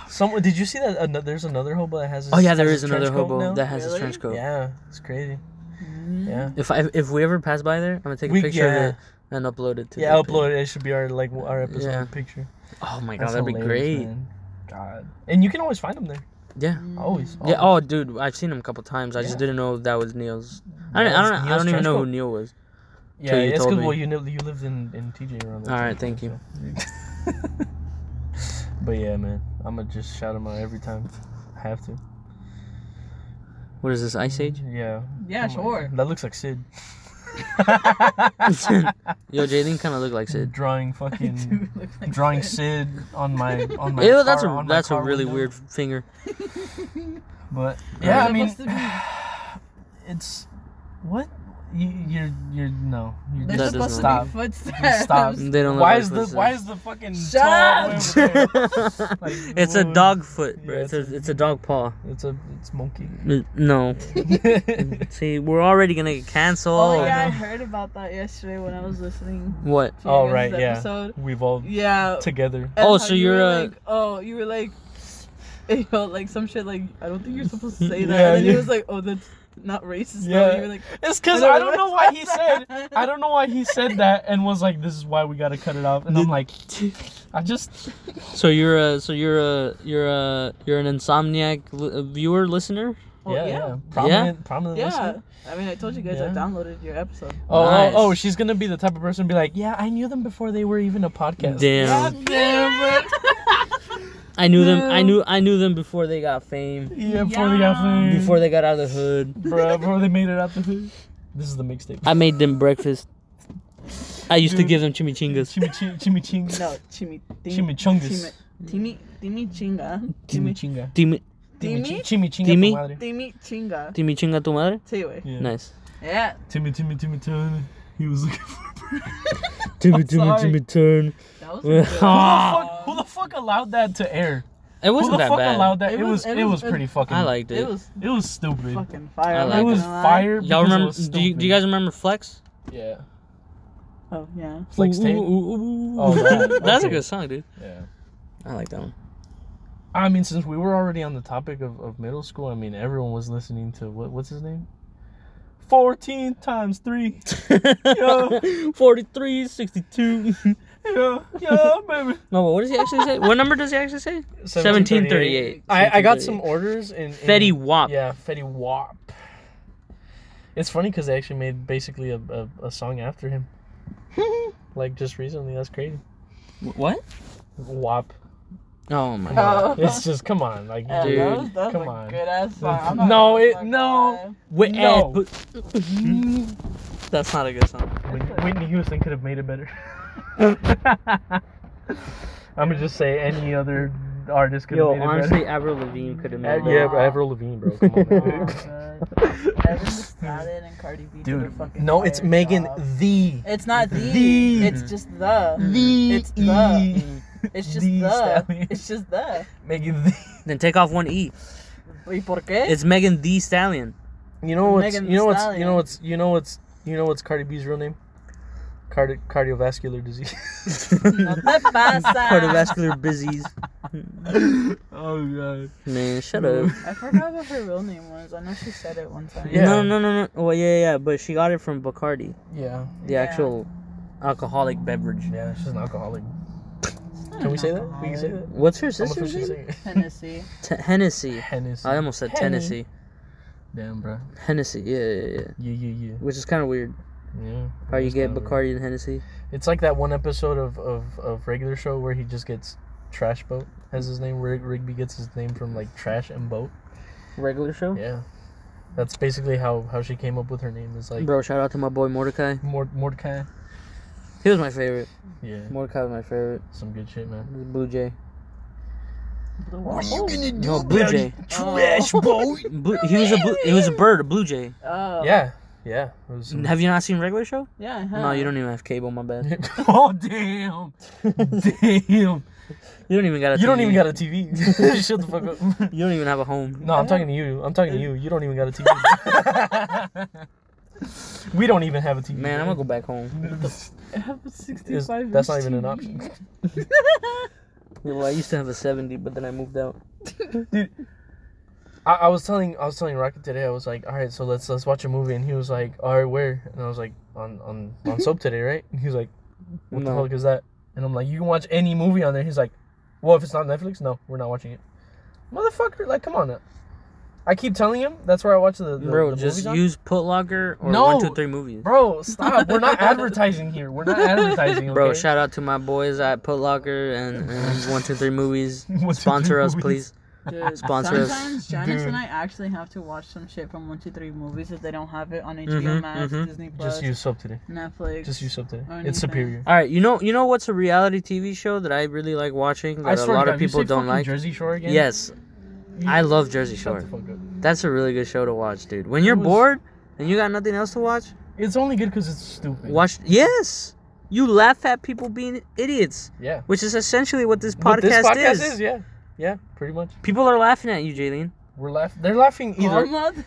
Speaker 2: Someone did you see that? ano- there's another hobo that has. His,
Speaker 1: Oh yeah, there
Speaker 2: has
Speaker 1: is
Speaker 2: his
Speaker 1: another
Speaker 2: trench coat
Speaker 1: hobo
Speaker 2: now?
Speaker 1: that has his
Speaker 3: Really?
Speaker 1: trench coat.
Speaker 2: Yeah, it's crazy.
Speaker 3: "Mm."
Speaker 2: Yeah,
Speaker 1: If I if we ever pass by there, I'm gonna take a
Speaker 2: We-
Speaker 1: picture
Speaker 2: yeah.
Speaker 1: of it and upload it to.
Speaker 2: yeah.
Speaker 1: the page.
Speaker 2: Upload it. It should be our like our episode
Speaker 1: Yeah.
Speaker 2: picture.
Speaker 1: Oh my god,
Speaker 2: That's
Speaker 1: that'd be
Speaker 2: hilarious,
Speaker 1: great.
Speaker 2: man. God, and you can always find them there.
Speaker 1: Yeah.
Speaker 2: Always.
Speaker 1: Yeah. Oh, dude, I've seen him a couple times. I just
Speaker 2: Yeah.
Speaker 1: didn't know that was Neil's. I don't.
Speaker 2: That
Speaker 1: I
Speaker 2: was
Speaker 1: don't. I
Speaker 2: Neil's
Speaker 1: don't even
Speaker 2: trench
Speaker 1: know who
Speaker 2: coat.
Speaker 1: Neil was.
Speaker 2: Yeah,
Speaker 1: Till you
Speaker 2: it's
Speaker 1: told
Speaker 2: good.
Speaker 1: me.
Speaker 2: Well, you know, you lived in in TJ around. that
Speaker 1: All right,
Speaker 2: time,
Speaker 1: thank you.
Speaker 2: so. but yeah, man, I'm gonna just shout him out every time. Have to.
Speaker 1: What is this, Ice Age?
Speaker 2: Yeah.
Speaker 3: Yeah,
Speaker 2: Come on.
Speaker 3: sure.
Speaker 2: That looks like Sid.
Speaker 1: Yo, Jaden kind of looked like Sid.
Speaker 2: drawing
Speaker 3: I do
Speaker 2: fucking
Speaker 3: look like
Speaker 2: drawing
Speaker 3: that.
Speaker 2: Sid on my on my.
Speaker 1: Ew, that's
Speaker 2: car-
Speaker 1: a
Speaker 2: on my
Speaker 1: that's a
Speaker 2: car
Speaker 1: really
Speaker 2: window.
Speaker 1: weird finger.
Speaker 2: But
Speaker 3: Yeah,
Speaker 2: yeah, I
Speaker 3: it
Speaker 2: mean,
Speaker 3: must
Speaker 2: it's what you you're you're no. You're
Speaker 3: They're
Speaker 1: That
Speaker 2: just,
Speaker 1: doesn't
Speaker 3: supposed
Speaker 1: look-
Speaker 3: to
Speaker 2: Stop.
Speaker 3: be footsteps.
Speaker 2: Stop.
Speaker 1: They don't. Look
Speaker 2: why
Speaker 1: like
Speaker 2: is the
Speaker 1: footsteps.
Speaker 2: why is the fucking
Speaker 3: Shut
Speaker 2: tall
Speaker 3: up!
Speaker 2: over there? Like,
Speaker 1: it's a
Speaker 2: ooh,
Speaker 1: dog foot,
Speaker 2: Yeah,
Speaker 1: bro. it's,
Speaker 2: it's
Speaker 1: a, it's a dog paw.
Speaker 2: It's a it's monkey.
Speaker 1: N- No. See, we're already gonna get canceled.
Speaker 3: Oh yeah,
Speaker 2: I
Speaker 3: I
Speaker 2: know.
Speaker 3: heard about that yesterday when I was listening.
Speaker 1: What?
Speaker 3: to
Speaker 2: Oh,
Speaker 3: your guys'
Speaker 2: right, yeah.
Speaker 3: Episode.
Speaker 2: We've all
Speaker 3: Yeah.
Speaker 2: together.
Speaker 3: and
Speaker 1: Oh,
Speaker 3: how
Speaker 1: so
Speaker 3: you
Speaker 1: you're
Speaker 3: were
Speaker 1: a-
Speaker 3: like, oh, you were like, you know, like some shit. Like I don't think you're supposed to say that.
Speaker 2: Yeah,
Speaker 3: and then
Speaker 2: yeah.
Speaker 3: he was like, oh, that's not racist.
Speaker 2: Yeah.
Speaker 3: Yeah. You were like,
Speaker 2: It's because I don't know why he said. I don't know why he said that and was like, "This is why we gotta cut it off." And I'm like, I just
Speaker 1: So you're a so you're a you're a you're an insomniac li- viewer listener.
Speaker 3: Well,
Speaker 2: yeah, yeah.
Speaker 3: yeah.
Speaker 2: prominent prominent
Speaker 3: Yeah.
Speaker 2: listener.
Speaker 3: I mean, I told you guys I
Speaker 2: Yeah.
Speaker 3: downloaded your episode.
Speaker 2: Oh, oh,
Speaker 1: Nice.
Speaker 2: oh, she's gonna be the type of person to be like, "Yeah, I knew them before they were even a podcast."
Speaker 1: Damn.
Speaker 3: Damn it.
Speaker 1: I knew them. I
Speaker 2: Damn.
Speaker 1: knew I knew them before they got fame.
Speaker 2: Yeah, before they got
Speaker 3: Yeah.
Speaker 2: food.
Speaker 1: Before they got out of the hood.
Speaker 2: Bruh, before they made it out the hood. This is the mixtape.
Speaker 1: I made them breakfast. I used to
Speaker 2: Dude.
Speaker 1: give them chimichangas.
Speaker 2: Chimichi- Chimichingas.
Speaker 3: No, chimi.
Speaker 2: Chimichangas.
Speaker 3: Timi, timi chinga. Timi,
Speaker 2: Chimichinga.
Speaker 1: Dimi
Speaker 2: Chimichi-
Speaker 3: timi,
Speaker 2: Chimichinga.
Speaker 1: Timmy?
Speaker 2: tu madre.
Speaker 3: timi chinga.
Speaker 1: chimichinga tu madre.
Speaker 3: Say it.
Speaker 2: Yeah.
Speaker 1: Nice.
Speaker 3: Yeah.
Speaker 2: Timmy, Timmy, Timmy, turn. He was looking for.
Speaker 1: Timmy,
Speaker 3: sorry.
Speaker 1: turn.
Speaker 3: That was
Speaker 2: Who the,
Speaker 3: good.
Speaker 2: fuck, who the fuck allowed that to air?
Speaker 1: It
Speaker 2: Who
Speaker 1: wasn't
Speaker 2: the
Speaker 1: that
Speaker 2: fuck
Speaker 1: bad.
Speaker 2: allowed that?
Speaker 3: It
Speaker 2: It was.
Speaker 3: was-
Speaker 2: It
Speaker 3: it
Speaker 2: was
Speaker 3: was-
Speaker 2: pretty fucking.
Speaker 1: I liked it.
Speaker 3: It was
Speaker 2: It was stupid.
Speaker 3: fucking fire.
Speaker 1: I
Speaker 3: I'm
Speaker 1: liked
Speaker 2: it
Speaker 3: not
Speaker 1: it.
Speaker 2: was
Speaker 3: gonna lie.
Speaker 1: Y'all
Speaker 2: fire. because it
Speaker 1: remember?
Speaker 2: was
Speaker 1: Do you, do you
Speaker 2: stupid.
Speaker 1: guys remember Flex?
Speaker 2: Yeah.
Speaker 3: Oh yeah.
Speaker 2: Flex
Speaker 1: Ooh,
Speaker 2: tape.
Speaker 1: ooh, ooh, ooh, ooh.
Speaker 2: Oh, that-
Speaker 1: that's a
Speaker 2: okay.
Speaker 1: good song, dude.
Speaker 2: Yeah.
Speaker 1: I like that one.
Speaker 2: I mean, since we were already on the topic of, of middle school, I mean, everyone was listening to what? What's his name? Fourteen times three. Yeah.
Speaker 1: 43, 62.
Speaker 2: Yeah, yeah, baby.
Speaker 1: No, but what does he actually say? What number does he actually say? 1738.
Speaker 2: I, I got some orders in, in
Speaker 1: Fetty Wap.
Speaker 2: Yeah, Fetty Wap. It's funny because they actually made basically a, a, a song after him, like just recently. That's crazy.
Speaker 1: What?
Speaker 2: Wap.
Speaker 1: Oh my god.
Speaker 3: Oh.
Speaker 2: It's just come on, like
Speaker 3: Yeah,
Speaker 1: Dude,
Speaker 3: that was, that was
Speaker 2: come
Speaker 3: a
Speaker 2: on.
Speaker 3: good ass song. I'm not
Speaker 2: No,
Speaker 3: gonna
Speaker 2: it-
Speaker 3: lie.
Speaker 2: no.
Speaker 1: Wait,
Speaker 2: No.
Speaker 1: eh, but- That's not a good song.
Speaker 2: Whitney, Whitney Houston could have made it better. I'm gonna just say any other artist could
Speaker 1: Yo,
Speaker 2: have made
Speaker 1: honestly,
Speaker 2: it
Speaker 1: Avril Lavigne could have
Speaker 2: better.
Speaker 1: made
Speaker 2: Uh, yeah,
Speaker 1: it.
Speaker 2: but Avril Lavigne, bro. Come on,
Speaker 3: Oh,
Speaker 2: man.
Speaker 3: Megan Thee Stallion and Cardi B did a
Speaker 2: Dude,
Speaker 3: fucking
Speaker 2: no, it's
Speaker 3: fire
Speaker 2: Megan
Speaker 3: job.
Speaker 2: the
Speaker 3: It's not the.
Speaker 2: The.
Speaker 3: It's just the.
Speaker 2: the
Speaker 3: It's the.
Speaker 2: E.
Speaker 3: It's just
Speaker 2: The
Speaker 3: the.
Speaker 2: Stallion.
Speaker 3: It's just the.
Speaker 2: Megan the.
Speaker 1: Then take off one E.
Speaker 3: ¿Y por qué?
Speaker 1: It's Megan the Stallion.
Speaker 2: You know what's
Speaker 3: Megan
Speaker 2: you know
Speaker 3: Thee
Speaker 2: what's you
Speaker 3: Stallion.
Speaker 2: know what's you know what's you know what's Cardi B's real name? Cardi- cardiovascular disease.
Speaker 3: No te pasa.
Speaker 1: Cardiovascular busies.
Speaker 2: oh god.
Speaker 1: Man, shut up.
Speaker 3: I forgot what her real name was. I know she said it one time.
Speaker 2: Yeah.
Speaker 1: No, no, no, no. Well, yeah, yeah, but she got it from Bacardi,
Speaker 2: Yeah.
Speaker 1: the
Speaker 3: Yeah.
Speaker 1: actual alcoholic beverage.
Speaker 2: Yeah, she's an alcoholic.
Speaker 3: It's not
Speaker 2: Can we
Speaker 3: an
Speaker 2: say that? We
Speaker 3: alcoholic.
Speaker 2: can say that.
Speaker 1: What's her
Speaker 2: I'm
Speaker 1: sister's
Speaker 2: officially
Speaker 1: name?
Speaker 2: saying it.
Speaker 3: Tennessee.
Speaker 1: T- Hennessy.
Speaker 2: Hennessy.
Speaker 1: I almost said
Speaker 2: Henny.
Speaker 1: Tennessee.
Speaker 2: Damn, bro.
Speaker 1: Hennessy, yeah, yeah, yeah.
Speaker 2: Yeah, yeah,
Speaker 1: Which is kind of weird.
Speaker 2: yeah. Yeah.
Speaker 1: How you
Speaker 2: That's
Speaker 1: get
Speaker 2: kinda
Speaker 1: Bacardi and Hennessy?
Speaker 2: weird. It's like that one episode of, of, of regular show where he just gets trash boat as his name. Rig- Rigby gets his name from like trash and boat.
Speaker 1: Regular show?
Speaker 2: Yeah. That's basically how, how she came up with her name is like
Speaker 1: Bro, shout out to my boy Mordecai.
Speaker 2: Mord- Mordecai.
Speaker 1: He was my favorite.
Speaker 2: Yeah.
Speaker 1: Mordecai was my favorite.
Speaker 2: Some good shit, man.
Speaker 1: He was Blue Jay.
Speaker 2: What are you gonna do?
Speaker 1: No, Oh. Blue
Speaker 2: about
Speaker 1: Jay.
Speaker 2: it, Trash
Speaker 3: Oh.
Speaker 2: boy.
Speaker 1: Blue, he was a blue, he was a bird, a blue jay.
Speaker 3: Oh.
Speaker 2: Yeah, yeah. It was some-
Speaker 1: Have you not seen regular show?
Speaker 3: Yeah. I
Speaker 1: No,
Speaker 3: have.
Speaker 1: you don't even have cable. My bad.
Speaker 2: oh damn, damn.
Speaker 1: You don't even got a.
Speaker 2: You don't
Speaker 1: TV.
Speaker 2: even got a TV. Shut the fuck up.
Speaker 1: You don't even have a home.
Speaker 2: No, I'm talking to you. I'm talking to you. You don't even got a TV. we don't even have a TV.
Speaker 1: Man, I'm gonna go back home.
Speaker 3: I have a
Speaker 2: Is-
Speaker 3: 65
Speaker 2: that's not
Speaker 3: inch
Speaker 2: even an
Speaker 3: TV.
Speaker 2: option.
Speaker 1: Well, I used to have a 70, but then I moved out.
Speaker 2: I, I was telling I was telling Rocket today. I was like, all right, so let's let's watch a movie, and he was like, all right, where? And I was like, on on on soap today, right? And he was like, what the
Speaker 1: No.
Speaker 2: fuck is that? And I'm like, you can watch any movie on there. He's like, well, if it's not Netflix, no, we're not watching it. Motherfucker, like, come on now. I keep telling him that's where I watch the, the
Speaker 1: Bro,
Speaker 2: the
Speaker 1: just
Speaker 2: movies on.
Speaker 1: use Put Locker or
Speaker 2: No.
Speaker 1: One Two Three Movies. Bro,
Speaker 2: Bro, stop. We're not advertising here. We're not advertising. Okay?
Speaker 1: shout out to my boys at Put Locker and, and One Two Three Movies.
Speaker 2: One, two,
Speaker 1: Sponsor
Speaker 2: three
Speaker 1: us,
Speaker 2: movies.
Speaker 1: please.
Speaker 3: Dude,
Speaker 1: Sponsor us.
Speaker 3: Sometimes Janice
Speaker 2: Dude.
Speaker 3: and I actually have to watch some shit from one, two, three movies if they don't have it on HBO
Speaker 1: Mhm,
Speaker 3: Max,
Speaker 1: mhm.
Speaker 3: Disney Plus,
Speaker 2: Mm-hmm, Just use sub today.
Speaker 3: Netflix.
Speaker 2: Just use sub today.
Speaker 3: Or
Speaker 2: It's
Speaker 3: anything.
Speaker 2: superior.
Speaker 1: All right, you know, you know what's a reality TV show that I really like watching that a
Speaker 2: to
Speaker 1: lot
Speaker 2: God,
Speaker 1: of
Speaker 2: you
Speaker 1: people
Speaker 2: say
Speaker 1: don't
Speaker 2: fucking
Speaker 1: like.
Speaker 2: Jersey Shore again.
Speaker 1: Yes,
Speaker 2: You-
Speaker 1: I love Jersey
Speaker 2: Shut the
Speaker 1: Shore.
Speaker 2: fuck up.
Speaker 1: That's a really good show to watch, dude. When you're
Speaker 2: was-
Speaker 1: bored and you got nothing else to watch,
Speaker 2: It's only good because it's stupid.
Speaker 1: watch. Yes, you laugh at people being idiots,
Speaker 2: Yeah.
Speaker 1: which is essentially what this podcast,
Speaker 2: What this podcast
Speaker 1: is.
Speaker 2: is. Yeah. Yeah. Pretty much.
Speaker 1: People are laughing at you, Jaylene.
Speaker 2: We're laughing. They're laughing
Speaker 3: Oh,
Speaker 2: either.
Speaker 3: Almost.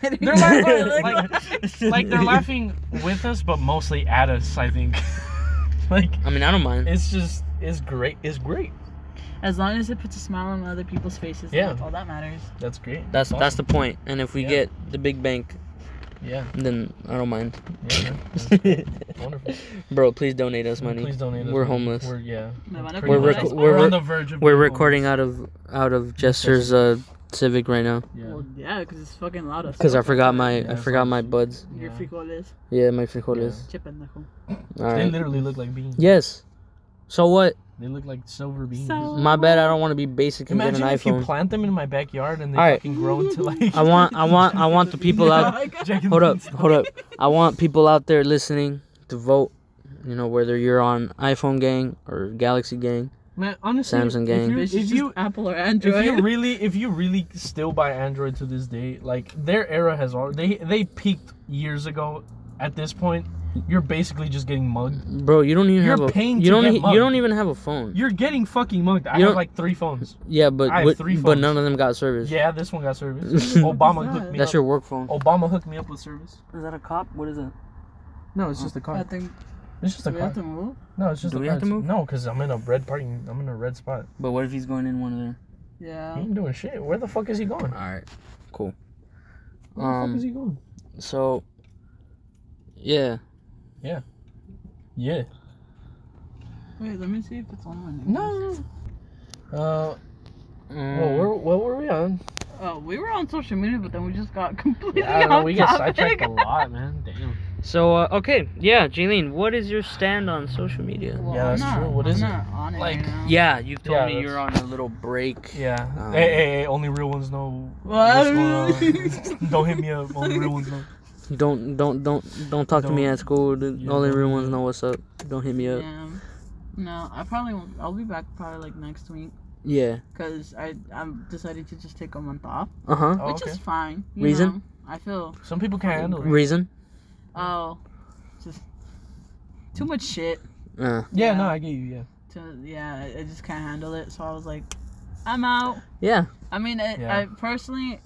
Speaker 2: They're laughing Oh, like, like they're laughing with us, but mostly at us. I think. like
Speaker 1: I mean, I don't mind.
Speaker 2: it's just it's great. It's great.
Speaker 3: As long as it puts a smile on other people's faces,
Speaker 2: Yeah.
Speaker 3: yeah. that's all that matters.
Speaker 2: That's great.
Speaker 1: That's
Speaker 2: Awesome.
Speaker 1: that's the point. And if we
Speaker 2: Yeah.
Speaker 1: get the big bank,
Speaker 2: yeah.
Speaker 1: then I don't mind.
Speaker 2: yeah that's wonderful.
Speaker 1: Bro, please donate us money.
Speaker 2: Please donate. us
Speaker 1: We're
Speaker 2: money.
Speaker 1: homeless.
Speaker 2: We're yeah.
Speaker 3: No, I don't
Speaker 2: pretty
Speaker 1: We're
Speaker 2: much.
Speaker 1: rec-
Speaker 3: reco-
Speaker 1: we're-
Speaker 2: on the verge of.
Speaker 1: We're
Speaker 2: being
Speaker 1: recording out of out of Jester's uh, Civic right now
Speaker 2: homeless.
Speaker 3: Well, yeah, because it's fucking loud. as
Speaker 1: because I
Speaker 3: fuck.
Speaker 1: forgot my
Speaker 2: Yeah,
Speaker 1: I
Speaker 2: it's
Speaker 1: forgot
Speaker 2: like-
Speaker 1: my buds.
Speaker 3: Your
Speaker 2: Yeah.
Speaker 3: frijoles.
Speaker 1: Yeah, my frijoles.
Speaker 3: Che pendejo.
Speaker 1: All
Speaker 2: They
Speaker 1: right.
Speaker 2: literally look like beans.
Speaker 1: Yes. So what?
Speaker 2: They look like silver beans.
Speaker 3: So-
Speaker 1: My bad. I don't want to be basic and
Speaker 2: Imagine
Speaker 1: get an
Speaker 2: if you
Speaker 1: iPhone.
Speaker 2: plant them in my backyard and they
Speaker 1: All right.
Speaker 2: fucking grow into like.
Speaker 1: I want I want I want the people out.
Speaker 3: Like,
Speaker 2: Jack and
Speaker 1: Hold up.
Speaker 2: Beans.
Speaker 1: Hold up. I want people out there listening to vote. You know whether you're on iPhone gang or Galaxy gang.
Speaker 2: Man, honestly,
Speaker 1: Samsung gang.
Speaker 2: If
Speaker 3: bitch,
Speaker 2: you, if you
Speaker 3: Apple or
Speaker 2: if
Speaker 3: Android.
Speaker 2: you really if you really still buy android to this day like their era has already they they peaked years ago at this point you're basically just getting mugged
Speaker 1: Bro, you don't even
Speaker 2: You're
Speaker 1: have a
Speaker 2: paying
Speaker 1: you
Speaker 2: to
Speaker 1: don't
Speaker 2: get
Speaker 1: e-
Speaker 2: mugged.
Speaker 1: you don't even have a phone.
Speaker 2: you're getting fucking mugged i
Speaker 1: You
Speaker 2: have
Speaker 1: don't-
Speaker 2: like three phones
Speaker 1: Yeah, but
Speaker 2: I have
Speaker 1: what-
Speaker 2: three
Speaker 1: but
Speaker 2: phones.
Speaker 1: none of them got service.
Speaker 2: yeah this one got service obama
Speaker 3: What's
Speaker 2: hooked
Speaker 3: that?
Speaker 2: me
Speaker 1: That's
Speaker 2: up
Speaker 1: your work phone.
Speaker 2: obama hooked me up with service
Speaker 1: Is that a cop? What is it?
Speaker 2: no it's just a
Speaker 3: I
Speaker 2: car
Speaker 3: think
Speaker 2: it's just
Speaker 3: do
Speaker 2: a
Speaker 3: we have
Speaker 2: car
Speaker 3: to move.
Speaker 2: no it's just
Speaker 1: Do
Speaker 2: a
Speaker 1: we
Speaker 2: car
Speaker 1: have to
Speaker 2: It's-
Speaker 1: move?
Speaker 2: no because i'm in a red parking i'm in a red spot
Speaker 1: But what if he's going in one of their?
Speaker 2: he
Speaker 3: Yeah.
Speaker 2: ain't doing shit where the fuck is he going
Speaker 1: All right, cool.
Speaker 2: where the fuck is
Speaker 1: Um,
Speaker 2: he going
Speaker 1: so yeah,
Speaker 2: yeah
Speaker 3: Wait, let me see if it's on my name.
Speaker 2: no uh
Speaker 1: um,
Speaker 2: well, where, what were we on
Speaker 3: Oh, we were on social media, but then we just got completely
Speaker 2: Yeah, I don't know.
Speaker 3: off
Speaker 2: We get
Speaker 3: topic.
Speaker 2: sidetracked a lot, man. Damn.
Speaker 1: so uh, okay, yeah, Jaylene, what is your stand on social media?
Speaker 3: Well,
Speaker 2: Yeah,
Speaker 3: I'm
Speaker 2: that's
Speaker 3: not,
Speaker 2: true. What
Speaker 3: I'm
Speaker 2: is it?
Speaker 3: not on it
Speaker 2: Like-
Speaker 3: right now.
Speaker 1: Yeah, you've told
Speaker 2: Yeah,
Speaker 1: me
Speaker 2: that's-
Speaker 1: you're on a little break.
Speaker 2: Yeah.
Speaker 1: Um,
Speaker 2: hey, hey, hey, only real ones know
Speaker 3: What?
Speaker 2: what's going on. Don't hit me up. Only real ones know.
Speaker 1: Don't don't don't don't talk to me
Speaker 2: Don't-
Speaker 1: at school. The
Speaker 2: yeah,
Speaker 1: only
Speaker 2: don't-
Speaker 1: real ones know what's up. Don't hit me up.
Speaker 3: Yeah. No, I probably won't. I'll be back probably like next week
Speaker 1: Yeah.
Speaker 3: because I I'm decided to just take a month off,
Speaker 1: Uh huh.
Speaker 2: Oh,
Speaker 3: which
Speaker 2: okay.
Speaker 3: is fine. you
Speaker 1: Reason?
Speaker 3: know. I feel
Speaker 2: Some people can't handle it.
Speaker 1: Reason?
Speaker 3: oh, just too much shit.
Speaker 1: Uh.
Speaker 2: Yeah, no, I get you. Yeah.
Speaker 3: To yeah, I, I just can't handle it. So I was like, I'm out.
Speaker 1: Yeah.
Speaker 3: I mean, I,
Speaker 2: Yeah.
Speaker 3: I personally,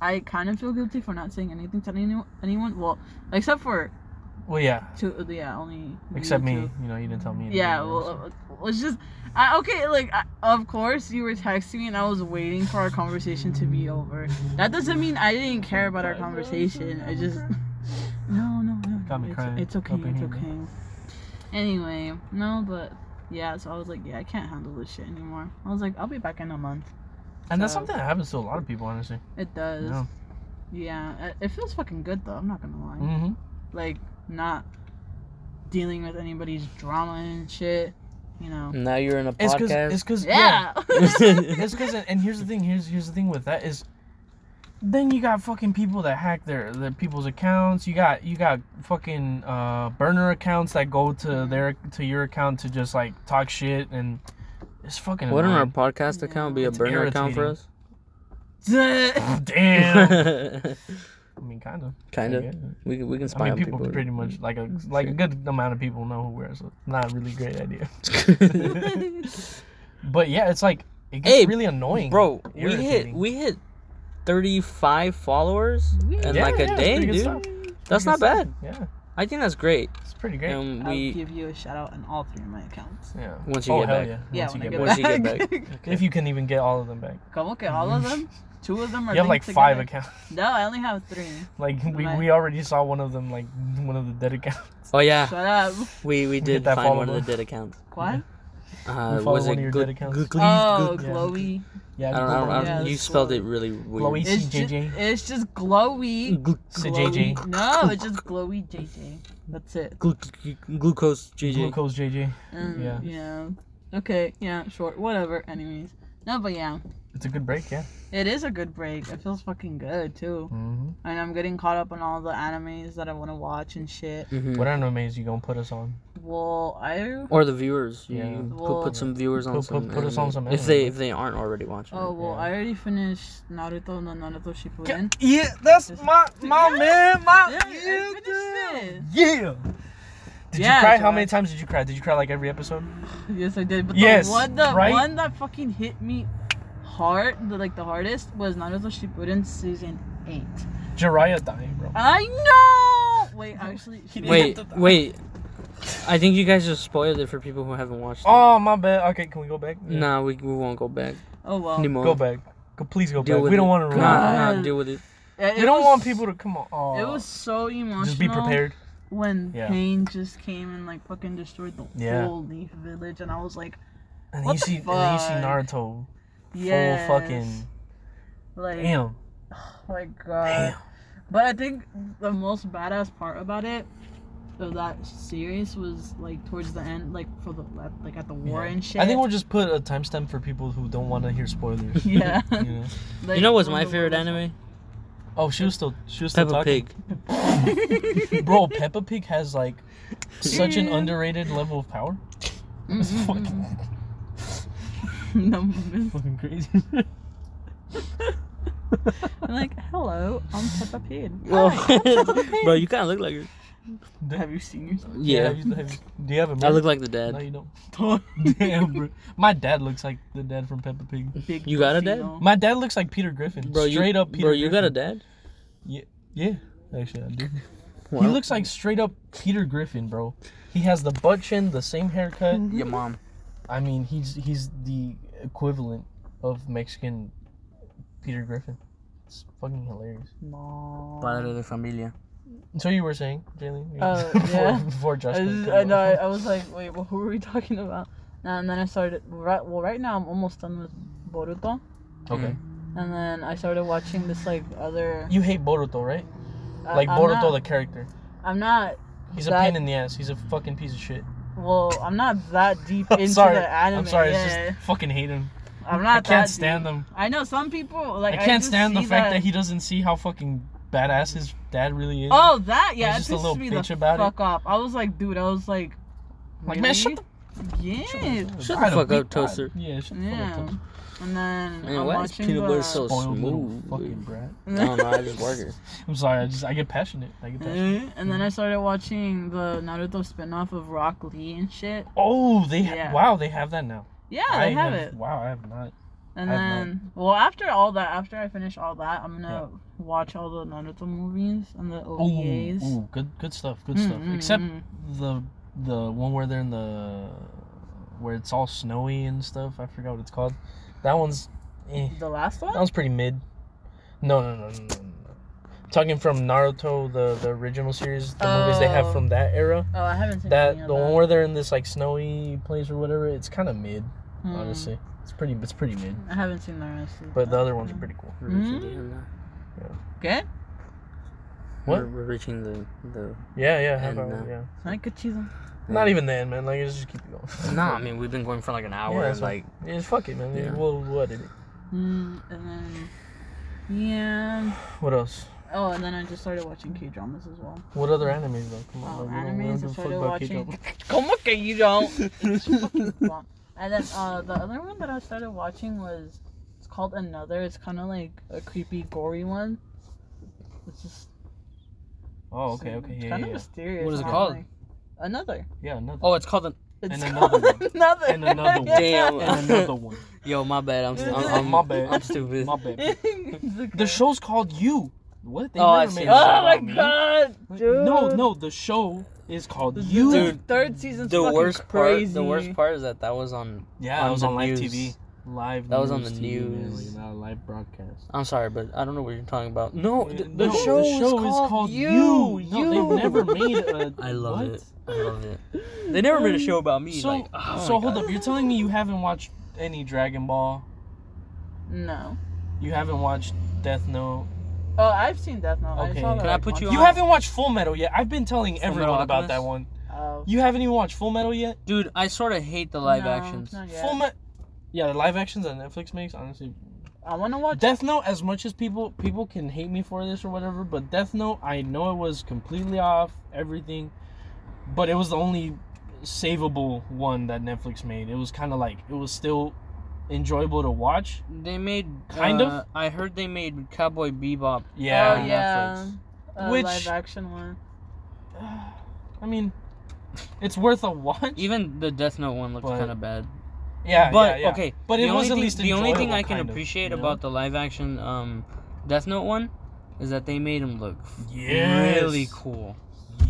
Speaker 3: I kind of feel guilty for not saying anything to any, anyone. Well, except for
Speaker 2: Well, yeah.
Speaker 3: two. Yeah, only you
Speaker 2: Except
Speaker 3: two.
Speaker 2: me. You know, you didn't tell me. anything,
Speaker 3: Yeah,
Speaker 2: you know,
Speaker 3: well, uh, let's just. I, okay, like, I, of course, you were texting me and I was waiting for our conversation to be over. That doesn't mean I didn't care about our conversation. I just. No, no, no.
Speaker 2: Got me
Speaker 3: it's,
Speaker 2: crying
Speaker 3: It's okay,
Speaker 2: up in
Speaker 3: it's
Speaker 2: here,
Speaker 3: okay. Anyway, no, but. Yeah, so I was like, yeah, I can't handle this shit anymore. I was like, I'll be back in a month.
Speaker 2: so- And that's
Speaker 3: so-
Speaker 2: something that happens to a lot of people, honestly.
Speaker 3: It does.
Speaker 2: Yeah.
Speaker 3: Yeah, it- it feels fucking good though, I'm not gonna lie.
Speaker 2: Mm-hmm.
Speaker 3: Like, not dealing with anybody's drama and shit, you know.
Speaker 1: Now you're in a
Speaker 2: It's because.
Speaker 1: podcast.
Speaker 2: It's because. Yeah.
Speaker 3: Yeah.
Speaker 2: It's because. And here's the thing. Here's here's the thing with that is. Then you got fucking people that hack their, their people's accounts. You got you got fucking uh, burner accounts that go to their to your account to just like talk shit and it's fucking.
Speaker 1: Wouldn't our
Speaker 2: annoying.
Speaker 1: podcast account be a
Speaker 3: It's
Speaker 1: burner account for us?
Speaker 2: Damn. I mean, kind of.
Speaker 1: kind of.
Speaker 2: I guess.
Speaker 1: We can- we can
Speaker 2: I
Speaker 1: spy
Speaker 2: mean,
Speaker 1: on
Speaker 2: people,
Speaker 1: people.
Speaker 2: pretty much like a like a good amount of people know who wears it. Not a really great idea. But yeah, it's like it gets
Speaker 1: Hey,
Speaker 2: really annoying,
Speaker 1: Bro, we hit
Speaker 2: Irritating.
Speaker 1: we hit 35 followers in
Speaker 2: Yeah,
Speaker 1: like
Speaker 2: yeah,
Speaker 1: a
Speaker 2: it's
Speaker 1: day,
Speaker 2: pretty good
Speaker 1: dude.
Speaker 2: stuff.
Speaker 1: That's
Speaker 2: Pretty
Speaker 1: not
Speaker 2: good
Speaker 1: bad.
Speaker 2: stuff. Yeah,
Speaker 1: I think that's great.
Speaker 2: it's pretty great.
Speaker 1: And
Speaker 3: I'll
Speaker 1: we
Speaker 3: give you a shout out on all three of my accounts.
Speaker 2: yeah.
Speaker 1: Once you
Speaker 2: oh,
Speaker 1: get
Speaker 2: hell
Speaker 1: back.
Speaker 2: yeah.
Speaker 3: Yeah,
Speaker 2: Once you
Speaker 3: when
Speaker 2: get
Speaker 1: get
Speaker 2: back.
Speaker 1: Once you get
Speaker 2: If you can even get all of them back,
Speaker 3: Come okay, all of them. Two of them are.
Speaker 2: you have like
Speaker 3: linked
Speaker 2: five
Speaker 3: together.
Speaker 2: accounts.
Speaker 3: No, I only have three.
Speaker 2: Like we,
Speaker 3: Right.
Speaker 2: we already saw one of them, like one of the dead accounts.
Speaker 1: Oh yeah,
Speaker 3: Shut up.
Speaker 1: we we
Speaker 2: get
Speaker 1: did
Speaker 2: that
Speaker 1: find one of
Speaker 2: follower.
Speaker 1: the dead accounts.
Speaker 3: What?
Speaker 1: Uh,
Speaker 2: follow
Speaker 1: was it
Speaker 2: one of your
Speaker 1: Gl-
Speaker 2: dead accounts.
Speaker 1: Gl- Gl-
Speaker 3: Oh,
Speaker 1: Gl-
Speaker 2: yeah.
Speaker 3: glowy.
Speaker 2: Yeah,
Speaker 1: I don't, I don't, I
Speaker 3: Yeah,
Speaker 1: don't, you
Speaker 3: it's
Speaker 1: spelled
Speaker 3: glowy.
Speaker 1: it really weird.
Speaker 2: Glowy.
Speaker 3: It's just,
Speaker 2: JJ.
Speaker 3: it's just glowy.
Speaker 1: Gl-
Speaker 2: Say
Speaker 3: glowy-
Speaker 2: JJ.
Speaker 3: No, it's just glowy JJ. That's it.
Speaker 1: gl- gl- gl- glucose JJ.
Speaker 2: Glucose JJ.
Speaker 3: Um,
Speaker 2: Yeah.
Speaker 3: yeah. Okay. Yeah. Short. Whatever. Anyways. No, but yeah,
Speaker 2: It's a good break, yeah.
Speaker 3: it is a good break. It feels fucking good too.
Speaker 2: Mm-hmm.
Speaker 3: And I'm getting caught up on all the animes that I want to watch and shit.
Speaker 1: Mhm.
Speaker 2: What animes you gonna put us on?
Speaker 3: Well, I.
Speaker 1: Or the viewers. You,
Speaker 2: Yeah.
Speaker 1: you put,
Speaker 3: Well-
Speaker 1: put some viewers on
Speaker 2: Put-
Speaker 1: some.
Speaker 2: put- put us on
Speaker 1: anime.
Speaker 2: some
Speaker 1: If
Speaker 2: anime.
Speaker 1: they if they aren't already watching.
Speaker 3: Oh
Speaker 1: it.
Speaker 3: well,
Speaker 2: Yeah.
Speaker 3: I already finished Naruto no Naruto Shippuden.
Speaker 2: Yeah, that's my
Speaker 3: my Yeah.
Speaker 2: man, my
Speaker 3: Yeah, I finished it.
Speaker 2: yeah. Did
Speaker 3: Yeah,
Speaker 2: you cry? How
Speaker 3: Joel.
Speaker 2: many times did you cry? Did you cry like every episode?
Speaker 3: Yes, I did. But
Speaker 2: Yes,
Speaker 3: the one, the
Speaker 2: right?
Speaker 3: one that fucking hit me hard, the, like the hardest, was Naruto Shippuden season eight.
Speaker 2: Jiraiya dying, bro.
Speaker 3: I know. Wait, actually,
Speaker 2: He
Speaker 1: Wait,
Speaker 2: Yeah.
Speaker 1: wait. I think you guys just spoiled it for people who haven't watched. it.
Speaker 2: Oh my bad. Okay, can we go back? Yeah.
Speaker 1: Nah, we, we won't go back.
Speaker 3: Oh well.
Speaker 1: Anymore.
Speaker 2: Go back. Go, please go
Speaker 1: Deal
Speaker 2: back.
Speaker 1: with
Speaker 2: We don't
Speaker 1: it.
Speaker 2: want to ruin.
Speaker 1: Nah,
Speaker 2: it.
Speaker 1: nah,
Speaker 3: it.
Speaker 1: deal with it.
Speaker 3: Yeah, it
Speaker 2: We don't
Speaker 3: was-
Speaker 2: want people to come on. Oh,
Speaker 3: It was so emotional.
Speaker 2: just be prepared.
Speaker 3: When
Speaker 2: Yeah.
Speaker 3: pain just came and like fucking destroyed the
Speaker 2: Yeah.
Speaker 3: whole Leaf Village, and I was like,
Speaker 2: And
Speaker 3: What
Speaker 2: you
Speaker 3: the
Speaker 2: see, and then you see
Speaker 3: fuck?
Speaker 2: Naruto
Speaker 3: yes.
Speaker 2: full fucking
Speaker 3: like,
Speaker 2: damn,
Speaker 3: oh my god.
Speaker 2: damn.
Speaker 3: But I think the most badass part about it of that series was like towards the end, like for the like at the war
Speaker 2: Yeah.
Speaker 3: and shit.
Speaker 2: I think we'll just put a timestamp for people who don't want to hear spoilers.
Speaker 3: yeah.
Speaker 2: you know?
Speaker 3: Like,
Speaker 1: you know what's
Speaker 3: when
Speaker 1: my
Speaker 3: the war
Speaker 1: favorite
Speaker 3: was-
Speaker 1: anime?
Speaker 2: Oh, she was still she was still
Speaker 1: Peppa
Speaker 2: talking.
Speaker 1: Pig.
Speaker 2: Pig. Bro, Peppa Pig has like such an
Speaker 3: Yeah.
Speaker 2: underrated level of power. It's
Speaker 3: Mm, mm,
Speaker 2: fucking,
Speaker 3: mm. No moment.
Speaker 2: fucking crazy.
Speaker 3: I'm like, hello, I'm Peppa Pig.
Speaker 1: Well,
Speaker 3: Hi, I'm Peppa Pig.
Speaker 1: bro, you kind of look like her.
Speaker 3: Have you seen yourself?
Speaker 1: Yeah,
Speaker 2: have you- have you- do you have a
Speaker 1: I look
Speaker 2: mirror?
Speaker 1: like the dad.
Speaker 2: No, you don't. Damn, bro. My dad looks like the dad from Peppa Pig.
Speaker 3: Big
Speaker 1: You got a
Speaker 3: pussy,
Speaker 1: dad?
Speaker 3: no.
Speaker 2: My dad looks like Peter Griffin.
Speaker 1: bro,
Speaker 2: straight
Speaker 1: you,
Speaker 2: up Peter
Speaker 1: bro, you
Speaker 2: Griffin.
Speaker 1: got a dad.
Speaker 2: Yeah, actually, I do.
Speaker 1: Wow.
Speaker 2: He looks like straight up Peter Griffin, bro. He has the butt chin, the same haircut.
Speaker 3: Hmm.
Speaker 1: your mom.
Speaker 2: I mean, he's he's the equivalent of Mexican Peter Griffin. It's fucking hilarious.
Speaker 3: No.
Speaker 1: Padre de familia.
Speaker 2: So you were saying, Jalen?
Speaker 3: Oh,
Speaker 2: before,
Speaker 3: yeah.
Speaker 2: Before Josh.
Speaker 3: I,
Speaker 2: came
Speaker 3: just,
Speaker 2: up.
Speaker 3: I know. I, I was like, wait, well, who were we talking about? Nah, and then I started. Right, well, right now I'm almost done with Boruto,
Speaker 2: Okay.
Speaker 1: Hmm.
Speaker 3: and then I started watching this like other.
Speaker 2: You hate Boruto, right?
Speaker 3: I-
Speaker 2: Like
Speaker 3: Uh, I'm
Speaker 2: Boruto,
Speaker 3: not-
Speaker 2: the character.
Speaker 3: I'm not.
Speaker 2: He's
Speaker 3: that-
Speaker 2: a pain in the ass. He's a fucking piece of shit.
Speaker 3: Well, I'm not that deep
Speaker 2: I'm
Speaker 3: into
Speaker 2: sorry.
Speaker 3: the anime.
Speaker 2: I'm sorry.
Speaker 3: Yeah,
Speaker 2: It's just fucking hate him.
Speaker 3: I'm not.
Speaker 2: I can't
Speaker 3: that
Speaker 2: stand
Speaker 3: deep.
Speaker 2: him.
Speaker 3: I know some people
Speaker 2: I
Speaker 3: like.
Speaker 2: can't
Speaker 3: just
Speaker 2: stand the
Speaker 3: see
Speaker 2: fact that... he doesn't see how fucking badass his dad really is.
Speaker 3: Oh, that yeah,
Speaker 2: He's just
Speaker 3: it
Speaker 2: a
Speaker 3: pissed
Speaker 2: little
Speaker 3: me
Speaker 2: bitch
Speaker 3: the
Speaker 2: about it.
Speaker 3: fuck off. I was like, dude, I was like,
Speaker 2: like man, shut
Speaker 3: really?
Speaker 2: the
Speaker 3: yeah,
Speaker 1: Shut
Speaker 2: I
Speaker 1: the fuck
Speaker 2: don't
Speaker 1: up,
Speaker 2: beat that.
Speaker 1: Toaster.
Speaker 2: Yeah, shut the fuck
Speaker 3: yeah.
Speaker 2: up, Toaster.
Speaker 3: And then
Speaker 1: Man,
Speaker 3: I'm
Speaker 1: why is
Speaker 3: watching
Speaker 1: peanut butter
Speaker 3: the-
Speaker 1: so
Speaker 2: Spoiled little
Speaker 1: smooth?
Speaker 2: fucking brat.
Speaker 1: No, no, I just work her.
Speaker 2: I'm sorry. I just I get passionate. I get passionate.
Speaker 3: Eh, And then I started watching the Naruto spin-off of Rock Lee and shit.
Speaker 2: Oh, they ha-
Speaker 3: Yeah.
Speaker 2: wow, they have that now.
Speaker 3: Yeah, they have, it.
Speaker 2: Wow, I have not.
Speaker 3: And
Speaker 2: I have
Speaker 3: then, well, after all that, after I finish all that, I'm gonna watch all the Naruto movies and the OVAs.
Speaker 2: Ooh, ooh, good good stuff. Good
Speaker 3: Mm,
Speaker 2: stuff.
Speaker 3: mm,
Speaker 2: Except
Speaker 3: mm.
Speaker 2: the the one where they're in the where it's all snowy and stuff. I forgot what it's called. That one's eh.
Speaker 3: the last one.
Speaker 2: that one's pretty mid. No, no, no, no, no. no. Talking from Naruto, the the original series, the movies they have
Speaker 3: Oh.
Speaker 2: from that era.
Speaker 3: Oh, I haven't seen
Speaker 2: That
Speaker 3: any
Speaker 2: the
Speaker 3: of
Speaker 2: one where they're in this like snowy place or whatever, it's kind of mid.
Speaker 3: Mm,
Speaker 2: Honestly, it's pretty. It's pretty mid.
Speaker 3: I haven't seen the rest. Of
Speaker 2: But the
Speaker 3: that.
Speaker 2: other ones are pretty cool.
Speaker 1: We're reaching the end now.
Speaker 3: okay,
Speaker 2: What?
Speaker 1: We're, we're reaching the the.
Speaker 2: Yeah, yeah. How
Speaker 1: And,
Speaker 2: about,
Speaker 1: uh,
Speaker 2: yeah.
Speaker 3: I could choose them.
Speaker 2: Not even then, man. Like, it's just keep going.
Speaker 1: Nah, I mean we've been going for like an hour.
Speaker 2: Yeah,
Speaker 1: and,
Speaker 2: that's
Speaker 1: like
Speaker 2: Yeah, fuck it, man.
Speaker 1: Yeah.
Speaker 2: Well, what? Did it?
Speaker 3: Mm, and then, yeah.
Speaker 2: What else?
Speaker 3: Oh, and then I just started watching K dramas as well.
Speaker 2: What other animes though? Come
Speaker 3: Oh,
Speaker 2: on, like, we don't- we
Speaker 3: animes. I
Speaker 2: don't give a fuck
Speaker 3: started
Speaker 2: about
Speaker 3: watching.
Speaker 2: K-drama.
Speaker 3: Come look at you don't. It's fucking bomb. and then uh, the other one that I started watching was it's called Another. It's kind of like a creepy, gory one. It's just
Speaker 2: Oh, okay, okay, yeah,
Speaker 3: kind
Speaker 2: yeah,
Speaker 3: of
Speaker 2: yeah.
Speaker 3: mysterious.
Speaker 1: What is it
Speaker 3: and I'm
Speaker 1: called?
Speaker 3: like, another.
Speaker 2: yeah another.
Speaker 1: oh, it's called the.
Speaker 3: It's
Speaker 2: And
Speaker 3: called
Speaker 2: another one.
Speaker 3: another.
Speaker 2: And another one.
Speaker 1: Damn.
Speaker 2: and another one.
Speaker 1: Yo, my bad. I'm st- I'm, I'm
Speaker 2: My bad.
Speaker 1: I'm stupid.
Speaker 2: My bad.
Speaker 3: It's okay.
Speaker 2: The show's called You. What? They
Speaker 1: Oh, I
Speaker 2: never
Speaker 1: see.
Speaker 2: made a
Speaker 3: Oh
Speaker 2: show
Speaker 3: my
Speaker 2: about me.
Speaker 3: god, dude.
Speaker 2: No, no. The show is called
Speaker 3: This is
Speaker 2: You.
Speaker 3: the
Speaker 1: Dude,
Speaker 3: third season.
Speaker 1: The worst
Speaker 3: crazy.
Speaker 1: part. The worst part is that that was on.
Speaker 2: Yeah,
Speaker 1: On
Speaker 2: it was
Speaker 1: the
Speaker 2: on live
Speaker 1: news.
Speaker 2: TV. Live.
Speaker 1: That was on the
Speaker 2: TV, man,
Speaker 1: news.
Speaker 2: like, not a live broadcast.
Speaker 1: I'm sorry, but I don't know what you're talking about. No, th- the,
Speaker 2: No,
Speaker 1: show, is, called You.
Speaker 2: No,
Speaker 1: You.
Speaker 2: they've never made a.
Speaker 1: I love
Speaker 2: what?
Speaker 1: it. I love it. They never made a show about me.
Speaker 2: So,
Speaker 1: like, oh
Speaker 2: so
Speaker 1: my
Speaker 2: hold
Speaker 1: God.
Speaker 2: up. You're telling me you haven't watched any Dragon Ball?
Speaker 3: No.
Speaker 2: You haven't watched Death Note?
Speaker 3: Oh, I've seen Death Note.
Speaker 2: Okay.
Speaker 3: I saw that,
Speaker 1: Can I
Speaker 3: like,
Speaker 1: put you
Speaker 3: once.
Speaker 2: You
Speaker 1: on-
Speaker 2: haven't watched Full Metal yet. I've been telling
Speaker 1: Full Metal
Speaker 2: everyone about that
Speaker 1: Alchemist?
Speaker 2: one.
Speaker 3: Oh.
Speaker 2: You haven't even watched Full Metal yet.
Speaker 1: Dude, I sort of hate the live
Speaker 3: No,
Speaker 1: actions.
Speaker 3: not yet.
Speaker 2: Full Metal. Yeah, the live actions that Netflix makes, honestly.
Speaker 3: I want to watch.
Speaker 2: Death Note, as much as people people can hate me for this or whatever, but Death Note, I know it was completely off everything, but it was the only savable one that Netflix made. It was kind of like it was still enjoyable to watch.
Speaker 1: They made
Speaker 2: Kind
Speaker 1: uh,
Speaker 2: of?
Speaker 1: I heard they made Cowboy Bebop.
Speaker 2: Yeah.
Speaker 3: Oh, yeah. Uh,
Speaker 2: Which-
Speaker 3: live action one.
Speaker 2: I mean, it's worth a watch.
Speaker 1: Even the Death Note one looks
Speaker 2: But-
Speaker 1: kind of bad.
Speaker 2: yeah,
Speaker 1: but
Speaker 2: yeah, yeah.
Speaker 1: okay,
Speaker 2: But
Speaker 1: the
Speaker 2: it
Speaker 1: only
Speaker 2: was at
Speaker 1: thing-
Speaker 2: least
Speaker 1: the only thing
Speaker 2: enjoyable,
Speaker 1: I can
Speaker 2: kind of,
Speaker 1: appreciate
Speaker 2: you know?
Speaker 1: about the live action um, Death Note one is that they made him look f-
Speaker 2: Yes.
Speaker 1: really cool,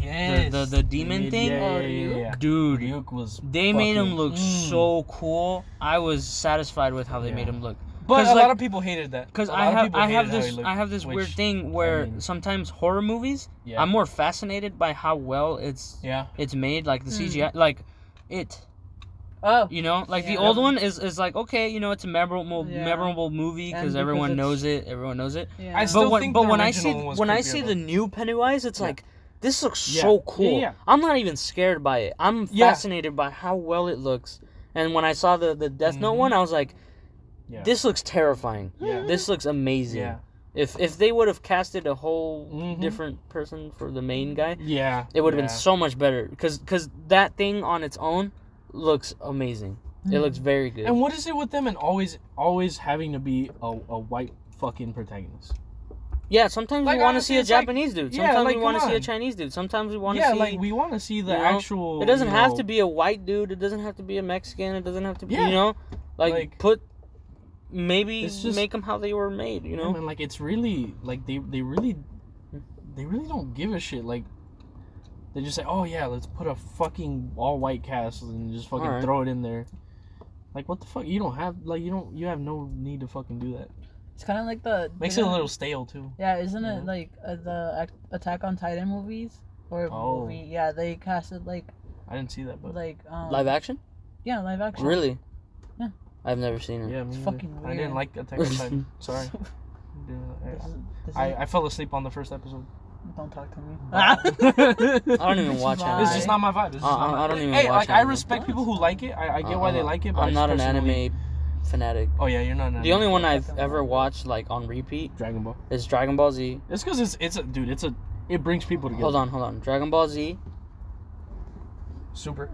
Speaker 2: Yes.
Speaker 1: the- the demon
Speaker 2: Yeah,
Speaker 1: thing?
Speaker 2: Yeah,
Speaker 3: Oh,
Speaker 2: yeah, yeah,
Speaker 3: Ryuk?
Speaker 2: yeah.
Speaker 1: dude.
Speaker 2: Ryuk was.
Speaker 1: they made him
Speaker 2: fucking-
Speaker 1: look
Speaker 2: Mm.
Speaker 1: so cool. I was satisfied with how they
Speaker 2: Yeah.
Speaker 1: made him look.
Speaker 2: But
Speaker 1: 'cause,
Speaker 2: a
Speaker 1: like-
Speaker 2: lot of people hated that.
Speaker 1: Because
Speaker 2: A
Speaker 1: I
Speaker 2: lot of
Speaker 1: have
Speaker 2: people
Speaker 1: I have
Speaker 2: hated how he
Speaker 1: this
Speaker 2: looked,
Speaker 1: I have this weird
Speaker 2: which-
Speaker 1: thing where
Speaker 2: mean-
Speaker 1: sometimes horror movies
Speaker 2: Yeah.
Speaker 1: I'm more fascinated by how well it's
Speaker 2: yeah.
Speaker 1: it's made, like the
Speaker 3: Hmm.
Speaker 1: CGI, like it.
Speaker 3: Oh.
Speaker 1: You know, like the
Speaker 3: Yeah.
Speaker 1: old one is is like okay, you know, it's a memorable
Speaker 3: Yeah.
Speaker 1: memorable movie
Speaker 3: And
Speaker 1: because
Speaker 3: because
Speaker 1: everyone
Speaker 3: it's-
Speaker 1: knows it. Everyone knows it.
Speaker 3: Yeah.
Speaker 2: I still
Speaker 1: but when
Speaker 2: think
Speaker 1: but
Speaker 2: the
Speaker 1: when I see
Speaker 2: original one was
Speaker 1: when I
Speaker 2: creepier,
Speaker 1: see
Speaker 2: though.
Speaker 1: the new Pennywise, it's
Speaker 2: Yeah.
Speaker 1: like this looks
Speaker 2: Yeah.
Speaker 1: so
Speaker 2: Yeah,
Speaker 1: cool.
Speaker 2: yeah.
Speaker 1: I'm not even scared by it. I'm
Speaker 2: Yeah.
Speaker 1: fascinated by how well it looks. And when I saw the the Death Note
Speaker 2: Mhm.
Speaker 1: one, I was like,
Speaker 2: Yeah.
Speaker 1: this looks terrifying.
Speaker 2: Yeah.
Speaker 1: This looks amazing.
Speaker 2: Yeah.
Speaker 1: If if they would have casted a whole
Speaker 2: Mhm.
Speaker 1: different person for the main guy,
Speaker 2: Yeah.
Speaker 1: it would have
Speaker 2: yeah.
Speaker 1: been so much better because because that thing on its own looks amazing. It looks very good.
Speaker 2: Mm. And what is it with them and always always having to be a, a white fucking protagonist?
Speaker 1: yeah, sometimes
Speaker 2: Like,
Speaker 1: we want to
Speaker 2: honestly,
Speaker 1: see a
Speaker 2: it's like-
Speaker 1: Japanese dude.
Speaker 2: yeah,
Speaker 1: Sometimes
Speaker 2: like,
Speaker 1: we want to
Speaker 2: come
Speaker 1: see a
Speaker 2: on.
Speaker 1: Chinese dude. Sometimes we want to
Speaker 2: Yeah,
Speaker 1: see.
Speaker 2: like we want to see the
Speaker 1: you know,
Speaker 2: actual.
Speaker 1: it doesn't
Speaker 2: you
Speaker 1: have
Speaker 2: know,
Speaker 1: to be a white dude. It doesn't have to be a Mexican. It doesn't have to be
Speaker 2: Yeah.
Speaker 1: you know, like,
Speaker 2: Like-
Speaker 1: put maybe make
Speaker 2: It's
Speaker 1: 'em
Speaker 2: just-
Speaker 1: make them how they were made. You
Speaker 2: You know,
Speaker 1: know,
Speaker 2: man, like it's really like they they really they really don't give a shit. Like they just say, oh yeah, let's put a fucking all white cast and just fucking
Speaker 1: Alright.
Speaker 2: throw it in there. Like what the fuck? You don't have like you don't you have no need to fucking do that.
Speaker 3: It's kind of like the.
Speaker 2: Makes it a little stale too.
Speaker 3: Yeah, isn't
Speaker 2: Yeah.
Speaker 3: it like uh, the Ac- Attack on Titan movies or
Speaker 2: Oh.
Speaker 3: movie? Yeah, they casted like
Speaker 2: I didn't see that, but
Speaker 3: like um,
Speaker 1: live action.
Speaker 3: Yeah, live action.
Speaker 1: Really?
Speaker 3: Yeah.
Speaker 1: I've never seen it.
Speaker 2: yeah, me
Speaker 3: It's
Speaker 2: neither.
Speaker 3: fucking
Speaker 2: I didn't
Speaker 3: weird.
Speaker 2: like Attack on Titan. Sorry.
Speaker 3: This is, this
Speaker 2: I,
Speaker 3: is-
Speaker 2: I fell asleep on the first episode.
Speaker 3: don't talk to me.
Speaker 1: I don't even watch anime.
Speaker 2: It's just not my vibe. It's just
Speaker 1: Uh,
Speaker 2: not my
Speaker 1: I- I don't even
Speaker 2: Hey,
Speaker 1: watch
Speaker 2: like I
Speaker 1: anime.
Speaker 2: respect people who like it. I, I get why they
Speaker 1: Uh,
Speaker 2: like it. But I
Speaker 1: I'm
Speaker 2: just
Speaker 1: not an
Speaker 2: personally-
Speaker 1: anime fanatic.
Speaker 2: Oh yeah, you're not an anime.
Speaker 1: The only one I've
Speaker 3: Fucking
Speaker 1: ever
Speaker 3: love it.
Speaker 1: watched like on repeat
Speaker 2: Dragon Ball.
Speaker 1: is Dragon Ball Z.
Speaker 2: It's because it's it's a dude. It's a it brings people together.
Speaker 1: Hold on, hold on. Dragon Ball Z.
Speaker 2: Super.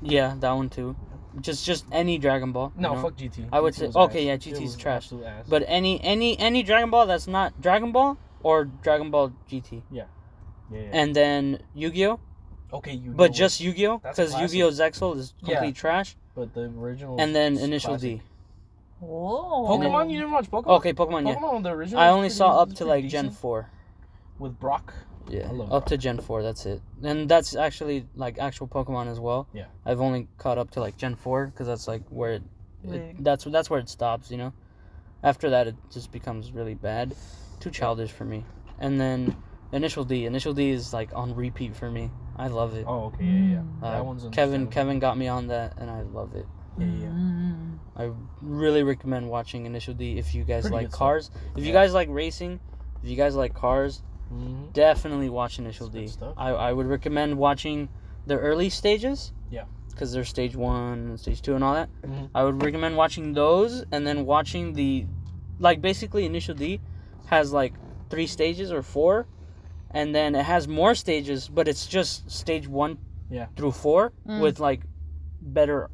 Speaker 1: Yeah, that one too. Just just any Dragon Ball. you
Speaker 2: No,
Speaker 1: know?
Speaker 2: fuck GT.
Speaker 1: I would
Speaker 2: GT
Speaker 1: say-
Speaker 2: was
Speaker 1: okay, yeah,
Speaker 2: ass.
Speaker 1: GT
Speaker 2: It
Speaker 1: is
Speaker 2: was
Speaker 1: trash.
Speaker 2: absolute ass.
Speaker 1: But any any any Dragon Ball that's not Dragon Ball or Dragon Ball GT.
Speaker 2: yeah, yeah.
Speaker 1: And then Yu-Gi-Oh,
Speaker 2: okay, you.
Speaker 1: but
Speaker 2: know
Speaker 1: just Yu-Gi-Oh
Speaker 2: That's
Speaker 1: cuz
Speaker 2: classic.
Speaker 1: Yu-Gi-Oh Zexal is
Speaker 2: Yeah.
Speaker 1: complete trash.
Speaker 2: it, but the original.
Speaker 1: And then
Speaker 2: is
Speaker 1: Initial
Speaker 2: classic.
Speaker 1: D. Oh,
Speaker 3: Whoa.
Speaker 2: Pokemon, you didn't watch Pokemon.
Speaker 1: Okay, Pokemon, yeah.
Speaker 2: Pokemon, the original.
Speaker 1: I
Speaker 2: was
Speaker 1: only
Speaker 2: pretty-
Speaker 1: saw up
Speaker 2: was
Speaker 1: to
Speaker 2: pretty
Speaker 1: like Gen
Speaker 2: decent
Speaker 1: 4.
Speaker 2: with Brock.
Speaker 1: Yeah,
Speaker 2: I love
Speaker 1: up
Speaker 2: Brock.
Speaker 1: to Gen 4, that's it. And that's actually like actual Pokemon as well.
Speaker 2: Yeah.
Speaker 1: I've only caught up to like Gen 4 cuz that's like where it, it
Speaker 3: Right.
Speaker 1: that's that's where it stops, you know. After that it just becomes really bad, too childish for me. And then Initial D, Initial D is like on repeat for me. I love it.
Speaker 2: Oh, okay, yeah, yeah. yeah.
Speaker 1: Uh,
Speaker 2: that one's
Speaker 1: Kevin
Speaker 2: understandable.
Speaker 1: Kevin got me on that and I love it.
Speaker 2: Yeah, yeah.
Speaker 3: Mm.
Speaker 1: I really recommend watching Initial D if you guys
Speaker 2: Pretty
Speaker 1: like
Speaker 2: good stuff.
Speaker 1: cars. If you
Speaker 2: Yeah.
Speaker 1: guys like racing, if you guys like cars,
Speaker 2: Mhm.
Speaker 1: definitely watch Initial
Speaker 2: That's good
Speaker 1: D.
Speaker 2: stuff.
Speaker 1: I, I would recommend watching the early stages.
Speaker 2: Yeah.
Speaker 1: Because there's stage one, and stage two, and all that.
Speaker 2: Mhm.
Speaker 1: I would recommend watching those and then watching the. Like, basically, Initial D has like three stages or four. And then it has more stages, but it's just stage one
Speaker 2: Yeah.
Speaker 1: through four
Speaker 3: Mm.
Speaker 1: with like better.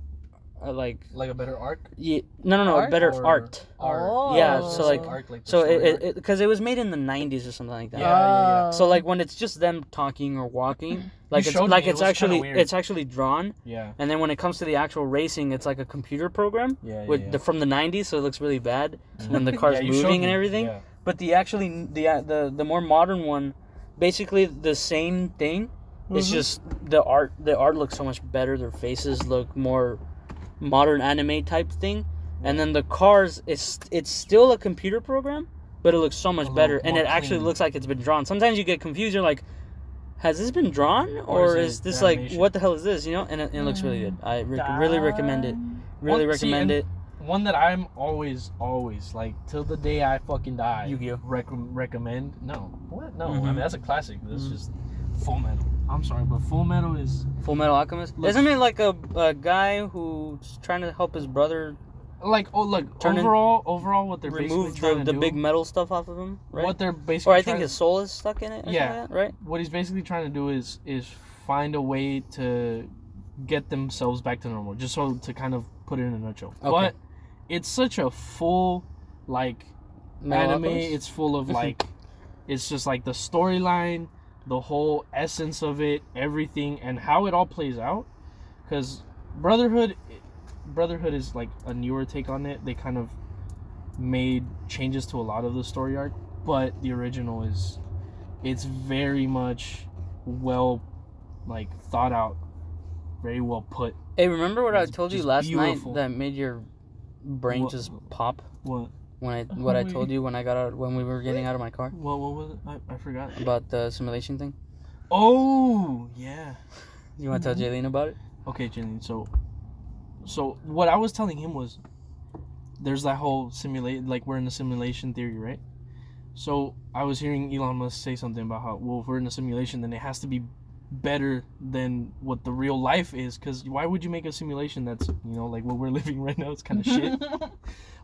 Speaker 1: Uh, like,
Speaker 2: Like a better arc.
Speaker 1: yeah, no, no, no,
Speaker 3: Art?
Speaker 1: better
Speaker 2: Or-
Speaker 1: art.
Speaker 2: Arc.
Speaker 1: Yeah,
Speaker 3: Oh.
Speaker 1: so, like-
Speaker 2: arc, like the
Speaker 1: So,
Speaker 2: story
Speaker 1: it,
Speaker 2: arc.
Speaker 1: it, because it was made in the 90s or something like that.
Speaker 2: Yeah, yeah,
Speaker 3: Oh.
Speaker 1: So like when it's just them talking or walking, like it's
Speaker 2: showed me,
Speaker 1: like
Speaker 2: it
Speaker 1: it's
Speaker 2: was kinda
Speaker 1: actually
Speaker 2: weird.
Speaker 1: it's actually drawn,
Speaker 2: yeah,
Speaker 1: and then when it comes to the actual racing, it's like a computer program
Speaker 2: yeah, yeah.
Speaker 1: with
Speaker 2: yeah.
Speaker 1: the, from the '90s, so it looks really bad
Speaker 2: Mhm.
Speaker 1: when the
Speaker 2: Yeah,
Speaker 1: car's
Speaker 2: you showed
Speaker 1: moving
Speaker 2: me.
Speaker 1: and everything.
Speaker 2: Yeah.
Speaker 1: But the actually the uh, the the more modern one, basically the same thing. It's
Speaker 2: Mhm.
Speaker 1: just the art the art looks so much better. Their faces look more modern anime type thing, and then the cars it's it's still a computer program, but it looks so much
Speaker 2: A little
Speaker 1: better, and
Speaker 2: more
Speaker 1: it actually
Speaker 2: clean.
Speaker 1: looks like it's been drawn. Sometimes you get confused. You're like, has this been drawn
Speaker 2: Or is
Speaker 1: or
Speaker 2: it
Speaker 1: is this like
Speaker 2: animation?
Speaker 1: what the hell is this? You know, and it, it looks really good. I re- really recommend it. Really
Speaker 2: Well, see,
Speaker 1: recommend
Speaker 2: and-
Speaker 1: it.
Speaker 2: One that I'm always, always like till the day I fucking die.
Speaker 1: Yu-Gi-Oh.
Speaker 2: Rec- recommend? No. What? No.
Speaker 1: Mhm.
Speaker 2: I mean that's a classic. But it's
Speaker 1: Mhm.
Speaker 2: just Full Metal. I'm sorry, but Full Metal is
Speaker 1: Full Metal Alchemist.
Speaker 2: Looks-
Speaker 1: Isn't it like a, a guy who's trying to help his brother
Speaker 2: like oh look
Speaker 1: Turn in-
Speaker 2: overall overall what they're basically
Speaker 1: remove
Speaker 2: trying
Speaker 1: the,
Speaker 2: to
Speaker 1: the
Speaker 2: do,
Speaker 1: big metal stuff off of him, right?
Speaker 2: what they're basically
Speaker 1: or I think
Speaker 2: trying-
Speaker 1: his soul is stuck in it. Or yeah.
Speaker 2: Yeah.
Speaker 1: Like that, right.
Speaker 2: what he's basically trying to do is is find a way to get themselves back to normal just so to kind of put it in a nutshell
Speaker 1: Okay.
Speaker 2: but it's such a full like
Speaker 1: Metal
Speaker 2: anime
Speaker 1: Alchemist?
Speaker 2: it's full of like it's just like the storyline the whole essence of it everything and how it all plays out because brotherhood brotherhood is like a newer take on it they kind of made changes to a lot of the story arc but the original is it's very much well like thought out very well put
Speaker 1: Hey, remember what I
Speaker 2: It's
Speaker 1: told you
Speaker 2: just
Speaker 1: last
Speaker 2: beautiful.
Speaker 1: night that made your brain
Speaker 2: What-
Speaker 1: just pop
Speaker 2: what
Speaker 1: when I what I
Speaker 2: wait.
Speaker 1: told you when I got out when we were getting out of my car
Speaker 2: what, what was it I, I forgot
Speaker 1: about the simulation thing.
Speaker 2: oh yeah
Speaker 1: You want to
Speaker 2: Mm-hmm.
Speaker 1: tell Jaylene about it?
Speaker 2: Okay, Jillian. So, so what I was telling him was, there's that whole simulate like we're in a simulation theory, right? So I was hearing Elon Musk say something about how well if we're in a simulation, then it has to be better than what the real life is. Because why would you make a simulation that's you know like what we're living right now? It's kind of shit.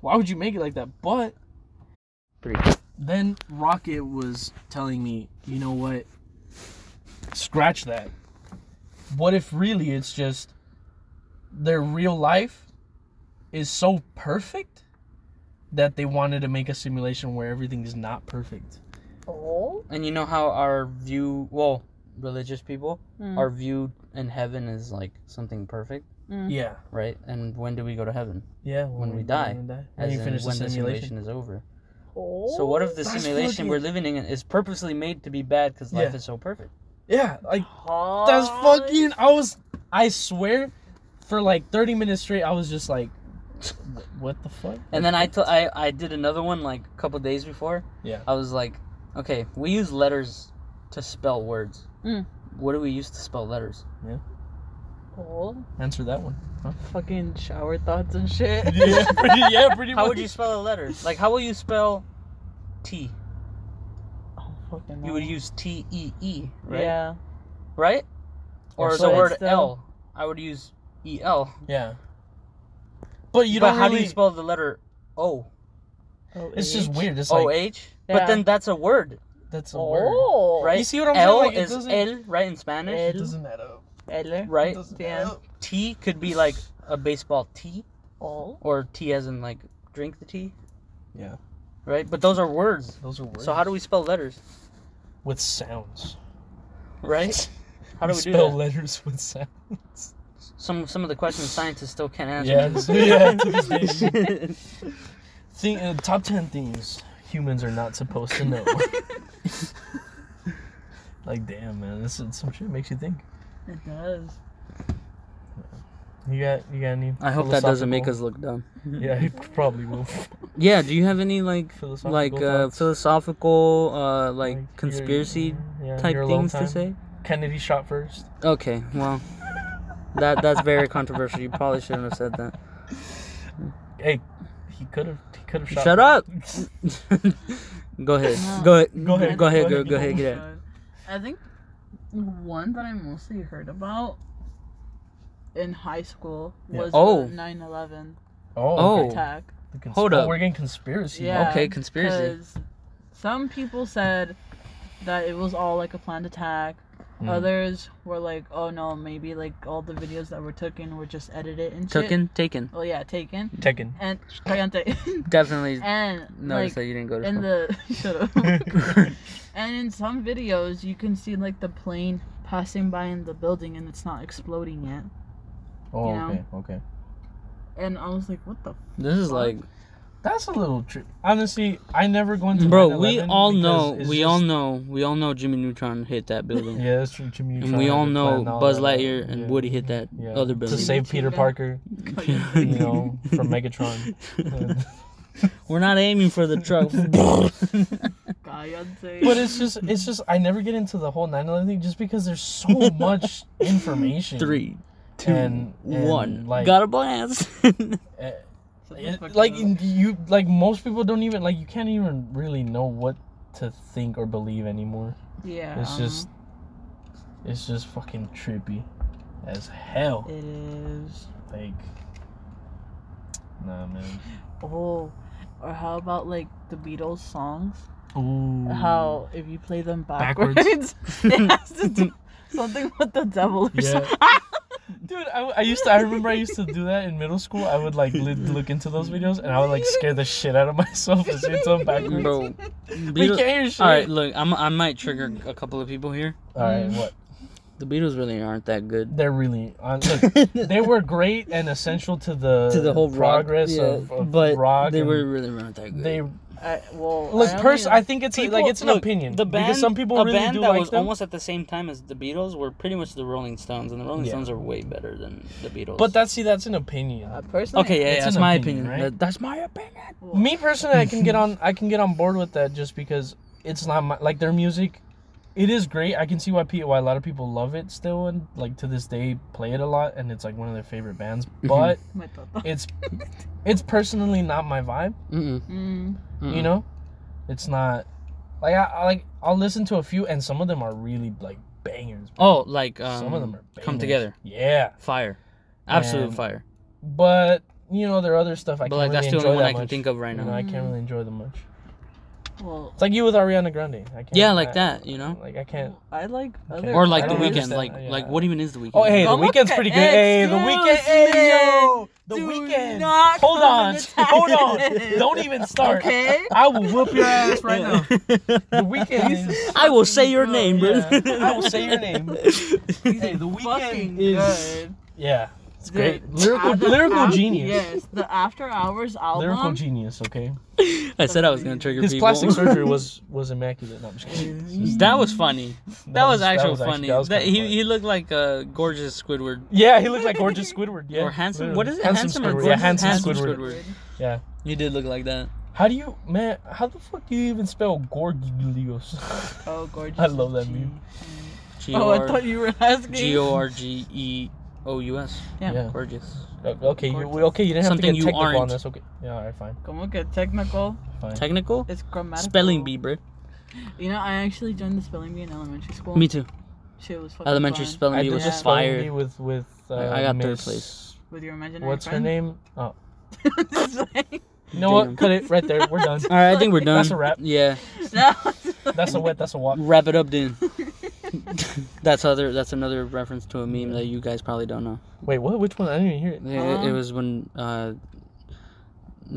Speaker 2: Why would you make it like that? But
Speaker 1: Three.
Speaker 2: then Rocket was telling me, you know what? Scratch that. What if really it's just their real life is so perfect that they wanted to make a simulation where everything is not perfect?
Speaker 3: Oh.
Speaker 1: And you know how our view, well, religious people,
Speaker 2: Mm-hmm.
Speaker 3: Mm.
Speaker 1: our view in heaven is like something perfect,
Speaker 2: Yeah.
Speaker 1: right? And when do we go to heaven?
Speaker 2: Yeah.
Speaker 1: Mm-hmm. When we die.
Speaker 2: When, die.
Speaker 1: As
Speaker 2: when you
Speaker 1: in
Speaker 2: finish the
Speaker 1: when
Speaker 2: simulation.
Speaker 1: is over.
Speaker 3: Oh.
Speaker 1: So what if the
Speaker 2: That's
Speaker 1: simulation
Speaker 2: fucking-
Speaker 1: we're living in is purposely made to be bad because life
Speaker 2: Yeah.
Speaker 1: is so perfect?
Speaker 2: Yeah. Like, that's fucking. I was. I swear, for like 30 minutes straight, I was just like, "Wh- what the fuck?
Speaker 1: And then I t- I, I did another one like a couple days before.
Speaker 2: Yeah.
Speaker 1: I was like, okay, we use letters to spell words.
Speaker 3: Mm.
Speaker 1: What do we use to spell letters?
Speaker 3: Oh.
Speaker 2: Answer that one.
Speaker 3: Fucking shower thoughts and shit.
Speaker 2: yeah, pretty, yeah, pretty
Speaker 1: How
Speaker 2: much.
Speaker 1: would you spell a letter? Like how will you spell T?
Speaker 3: Oh, fucking
Speaker 1: You would
Speaker 3: hell.
Speaker 1: use T E E, right?
Speaker 3: Yeah.
Speaker 1: Right? Or
Speaker 2: Or
Speaker 1: the
Speaker 2: so.
Speaker 1: word
Speaker 3: It's the-
Speaker 1: L. I would use E L.
Speaker 2: Yeah. But you
Speaker 1: but
Speaker 2: don't
Speaker 1: how
Speaker 2: really,
Speaker 1: do you spell the letter O?
Speaker 2: It's just
Speaker 3: OH.
Speaker 2: weird. It's
Speaker 1: O
Speaker 2: like
Speaker 1: H?
Speaker 3: Yeah.
Speaker 1: But then that's a word,
Speaker 2: that's a word.
Speaker 3: Oh.
Speaker 1: right?
Speaker 2: see what I'm
Speaker 1: L
Speaker 2: saying? Like, it
Speaker 1: is
Speaker 2: doesn't-
Speaker 1: L, right, in Spanish?
Speaker 2: It
Speaker 3: L.
Speaker 2: doesn't add up.
Speaker 3: Eller?
Speaker 2: It
Speaker 1: Right?
Speaker 2: doesn't
Speaker 3: Yeah.
Speaker 2: add up.
Speaker 1: T could be like a baseball T.
Speaker 3: Oh.
Speaker 1: or tea as in like drink the tea.
Speaker 2: Yeah.
Speaker 1: Right, but those are words.
Speaker 2: Those are words.
Speaker 1: So how do we spell letters?
Speaker 2: with sounds?
Speaker 1: Right? How do we do
Speaker 2: spell
Speaker 1: that?
Speaker 2: letters with sounds?
Speaker 1: Some some of the questions scientists still can't
Speaker 2: Yeah,
Speaker 1: answer.
Speaker 2: yeah. to this day. Thing, uh, top ten things humans are not supposed to know. like, damn, man, this is some shit makes you think.
Speaker 3: It does.
Speaker 2: You got, you got any?
Speaker 1: I hope that doesn't make
Speaker 2: philosophical-
Speaker 1: us look dumb.
Speaker 2: Yeah, it probably will.
Speaker 1: Yeah. Do you have any like
Speaker 2: Philosophical
Speaker 1: like uh,
Speaker 2: thoughts?
Speaker 1: philosophical uh, like,
Speaker 2: you're-
Speaker 1: conspiracy
Speaker 2: yeah,
Speaker 1: type
Speaker 2: you're a long
Speaker 1: things to
Speaker 2: time.
Speaker 1: say?
Speaker 2: Kennedy shot first.
Speaker 1: Okay. Well, that that's very controversial. You probably shouldn't have said that.
Speaker 2: Hey, he could have. He could have shot.
Speaker 1: Shut up. go ahead. Go ahead.
Speaker 2: Go ahead,
Speaker 1: Go ahead.
Speaker 2: go
Speaker 1: Go,
Speaker 2: ahead,
Speaker 1: go ahead.
Speaker 2: you
Speaker 1: Get it.
Speaker 3: I think one that I mostly heard about in high school
Speaker 2: Yeah.
Speaker 3: was
Speaker 1: Oh.
Speaker 3: the 9/11
Speaker 1: Oh.
Speaker 3: attack.
Speaker 2: The cons-
Speaker 1: hold
Speaker 2: oh,
Speaker 1: up.
Speaker 2: We're getting conspiracy.
Speaker 3: Yeah.
Speaker 1: Okay. Conspiracy.
Speaker 3: 'cause Some people said that it was all like a planned attack.
Speaker 2: Mm.
Speaker 3: Others were like, "Oh no, maybe like all the videos that were taken were just edited and shit."
Speaker 1: Taken. Taken.
Speaker 3: Oh yeah, taken.
Speaker 2: Tekken.
Speaker 3: And Cagante.
Speaker 1: Definitely
Speaker 3: and
Speaker 1: notice
Speaker 3: like
Speaker 1: that you didn't go to
Speaker 3: in
Speaker 1: school.
Speaker 3: the shut up. And in some videos, you can see like the plane passing by in the building and it's not exploding yet.
Speaker 2: oh,
Speaker 3: you know.
Speaker 2: okay, okay.
Speaker 3: And I was like, what the? F-?
Speaker 1: this is like,
Speaker 2: That's a little trip. Honestly, I never go into.
Speaker 1: bro.
Speaker 2: 9/11
Speaker 1: We all
Speaker 2: because
Speaker 1: know.
Speaker 2: it's
Speaker 1: We
Speaker 2: just-
Speaker 1: all know. We all know Jimmy Neutron hit that building,
Speaker 2: Yeah, that's true. Jimmy
Speaker 1: and
Speaker 2: Neutron
Speaker 1: we
Speaker 2: had
Speaker 1: all
Speaker 2: to
Speaker 1: know
Speaker 2: plan all
Speaker 1: Buzz
Speaker 2: that out.
Speaker 1: Lightyear and
Speaker 2: Yeah.
Speaker 1: Woody hit that
Speaker 2: Yeah.
Speaker 1: other
Speaker 2: to
Speaker 1: building.
Speaker 2: save Peter
Speaker 3: Chica.
Speaker 2: Parker, you know, from Megatron.
Speaker 1: We're not aiming for the truck.
Speaker 3: God Nah, y'all say.
Speaker 2: But it's just, it's just, I never get into the whole 9/11 thing just because there's so much information.
Speaker 1: Three, two,
Speaker 2: And- and,
Speaker 1: one.
Speaker 2: like-
Speaker 1: Got a blast.
Speaker 2: Uh,
Speaker 3: Shut the
Speaker 2: it-
Speaker 3: fuck
Speaker 2: like uh,
Speaker 3: up.
Speaker 2: in- you, like most people don't even like you can't even really know what to think or believe anymore.
Speaker 3: yeah. um,
Speaker 2: It's just, it's just fucking trippy, as hell.
Speaker 3: It is.
Speaker 2: Like, nah, man.
Speaker 3: Oh, or how about like the Beatles songs?
Speaker 2: Ooh.
Speaker 3: How if you play them
Speaker 2: Hmm. Backwards.
Speaker 3: backwards, it has to do something with the devil or
Speaker 2: Yeah.
Speaker 3: something.
Speaker 2: Dude, I, I used to. I remember I used to do that in middle school. I would like li- look into those videos, and I would like scare the shit out of myself as it's on backwards.
Speaker 1: Bro,
Speaker 2: we
Speaker 1: Beatles.
Speaker 2: can't hear shit.
Speaker 1: All right, look, I'm, I might trigger a couple of people here.
Speaker 2: All right, what?
Speaker 1: The Beatles really aren't that good.
Speaker 2: They're really on. Look, they were great and essential to the
Speaker 1: to the whole rock-
Speaker 2: progress
Speaker 1: yeah,
Speaker 2: of, of
Speaker 1: but
Speaker 2: rock.
Speaker 1: they
Speaker 2: and
Speaker 1: were really weren't that good.
Speaker 2: They
Speaker 3: I, well,
Speaker 2: look.
Speaker 3: I
Speaker 2: Pers-
Speaker 3: only-
Speaker 2: I think it's like it's an
Speaker 1: look,
Speaker 2: opinion.
Speaker 1: The band,
Speaker 2: because some people
Speaker 1: a
Speaker 2: really
Speaker 1: band
Speaker 2: do
Speaker 1: that
Speaker 2: like
Speaker 1: was
Speaker 2: them.
Speaker 1: almost at the same time as the Beatles were pretty much the Rolling Stones, and the Rolling
Speaker 2: Yeah.
Speaker 1: Stones are way better than the Beatles.
Speaker 2: but that's see, that's an opinion.
Speaker 3: uh, personally.
Speaker 1: okay, yeah, yeah,
Speaker 2: It's
Speaker 1: that's
Speaker 2: an
Speaker 1: my
Speaker 2: opinion,
Speaker 1: opinion.
Speaker 2: right?
Speaker 1: That- that's my opinion.
Speaker 3: well,
Speaker 2: Me personally, I can get on. I can get on board with that just because it's not my like their music. It is great. I can see why pe- why a lot of people love it still and like to this day play it a lot and it's like one of their favorite bands.
Speaker 1: Mm-hmm.
Speaker 2: But
Speaker 3: my thought.
Speaker 2: it's it's personally not my vibe.
Speaker 1: Mm-mm,
Speaker 3: Mm,
Speaker 1: mm-mm.
Speaker 2: you know it's not like I, I like i'll listen to a few and some of them are really like bangers bro.
Speaker 1: Oh, like um,
Speaker 2: some of them are bangers.
Speaker 1: come together,
Speaker 2: yeah
Speaker 1: fire, absolute
Speaker 2: And
Speaker 1: fire.
Speaker 2: but you know there are other stuff i
Speaker 1: But
Speaker 2: can't
Speaker 1: like
Speaker 2: really
Speaker 1: that's the
Speaker 2: enjoy
Speaker 1: only one
Speaker 2: that
Speaker 1: I can
Speaker 2: much.
Speaker 1: think of right
Speaker 2: you know,
Speaker 1: now. Mm.
Speaker 2: i can't really enjoy them much
Speaker 3: well,
Speaker 2: it's like you with ariana grande I can't,
Speaker 1: Yeah, like
Speaker 2: I-
Speaker 1: that, you know?
Speaker 2: like i can't
Speaker 3: I like
Speaker 2: Okay.
Speaker 3: other.
Speaker 1: Or like
Speaker 2: I
Speaker 1: the
Speaker 2: don't
Speaker 1: weekend,
Speaker 2: understand,
Speaker 1: like
Speaker 2: yeah.
Speaker 1: like what even is the weekend?
Speaker 2: oh hey the
Speaker 3: Come on,
Speaker 2: weekend's pretty good
Speaker 3: excuse
Speaker 2: hey the weekend hey yo the
Speaker 3: Do
Speaker 2: weekend
Speaker 3: not
Speaker 2: hold
Speaker 3: come
Speaker 2: on
Speaker 3: and attack
Speaker 2: hold on
Speaker 3: us.
Speaker 2: don't even start
Speaker 3: Okay.
Speaker 2: i will whoop your ass right now the weekend is
Speaker 1: I will say your name, bro.
Speaker 2: Oh, yeah, i will say your name hey the
Speaker 3: Fucking
Speaker 2: weekend is
Speaker 3: good.
Speaker 2: Yeah, it's
Speaker 3: The-
Speaker 2: great.
Speaker 3: the
Speaker 2: Lyrical,
Speaker 3: after-
Speaker 2: lyrical
Speaker 3: af-
Speaker 2: genius.
Speaker 3: Yes, the After Hours album.
Speaker 2: Lyrical genius. Okay.
Speaker 1: I said I was gonna trigger
Speaker 2: His
Speaker 1: people.
Speaker 2: plastic surgery was was immaculate. No, I'm just kidding.
Speaker 1: that was funny. That, was, actual
Speaker 2: was
Speaker 1: funny.
Speaker 2: that was
Speaker 1: That-
Speaker 2: kinda
Speaker 1: he
Speaker 2: funny.
Speaker 1: he looked like a gorgeous Squidward.
Speaker 2: Yeah, he looked like gorgeous Squidward. Yeah.
Speaker 1: Or handsome-
Speaker 2: literally.
Speaker 1: what is it? Handsome or
Speaker 2: Squidward. Yeah,
Speaker 1: gorgeous?
Speaker 2: handsome,
Speaker 1: Handsome
Speaker 2: Squidward.
Speaker 1: Squidward.
Speaker 2: Yeah.
Speaker 1: He did look like that.
Speaker 2: How do you, man? How the fuck do you even spell gorgios?
Speaker 3: Oh, gorgeous.
Speaker 2: I love that meme.
Speaker 1: G
Speaker 3: Oh, I
Speaker 1: O R
Speaker 3: thought you were asking.
Speaker 1: G O R G E O U S.
Speaker 3: Yeah.
Speaker 2: Yeah.
Speaker 1: Gorgeous.
Speaker 2: Okay, you, okay, you didn't have
Speaker 1: Something
Speaker 2: to
Speaker 1: you
Speaker 2: get technical on
Speaker 1: aren't.
Speaker 2: this. Okay. Yeah. All right. Fine.
Speaker 3: Como que technical?
Speaker 2: Fine.
Speaker 1: Technical?
Speaker 3: It's grammatical.
Speaker 1: Spelling bee, bro.
Speaker 3: You know, I actually joined the spelling bee in elementary school.
Speaker 1: Me too.
Speaker 3: Shit was fucking
Speaker 1: Elementary
Speaker 3: fun.
Speaker 1: spelling
Speaker 2: I
Speaker 1: bee
Speaker 2: did
Speaker 1: was
Speaker 3: the
Speaker 2: just
Speaker 1: just
Speaker 2: spelling
Speaker 1: fire.
Speaker 2: bee with with. Uh,
Speaker 1: I- I got third
Speaker 2: Miss-
Speaker 1: place.
Speaker 3: With your imaginary
Speaker 2: What's her
Speaker 3: friend.
Speaker 2: name? Oh,
Speaker 3: Just like-
Speaker 2: you know
Speaker 1: Damn.
Speaker 2: what? Cut it right there. We're done.
Speaker 1: All right, I think we're done.
Speaker 2: That's a wrap.
Speaker 1: Yeah,
Speaker 3: No.
Speaker 2: That's a wet. That's a wop.
Speaker 1: wrap it up, then. that's other. That's another reference to a meme that you guys probably don't know.
Speaker 2: Wait, what? Which one? I didn't even hear it.
Speaker 1: It, it
Speaker 3: Um.
Speaker 1: was when uh,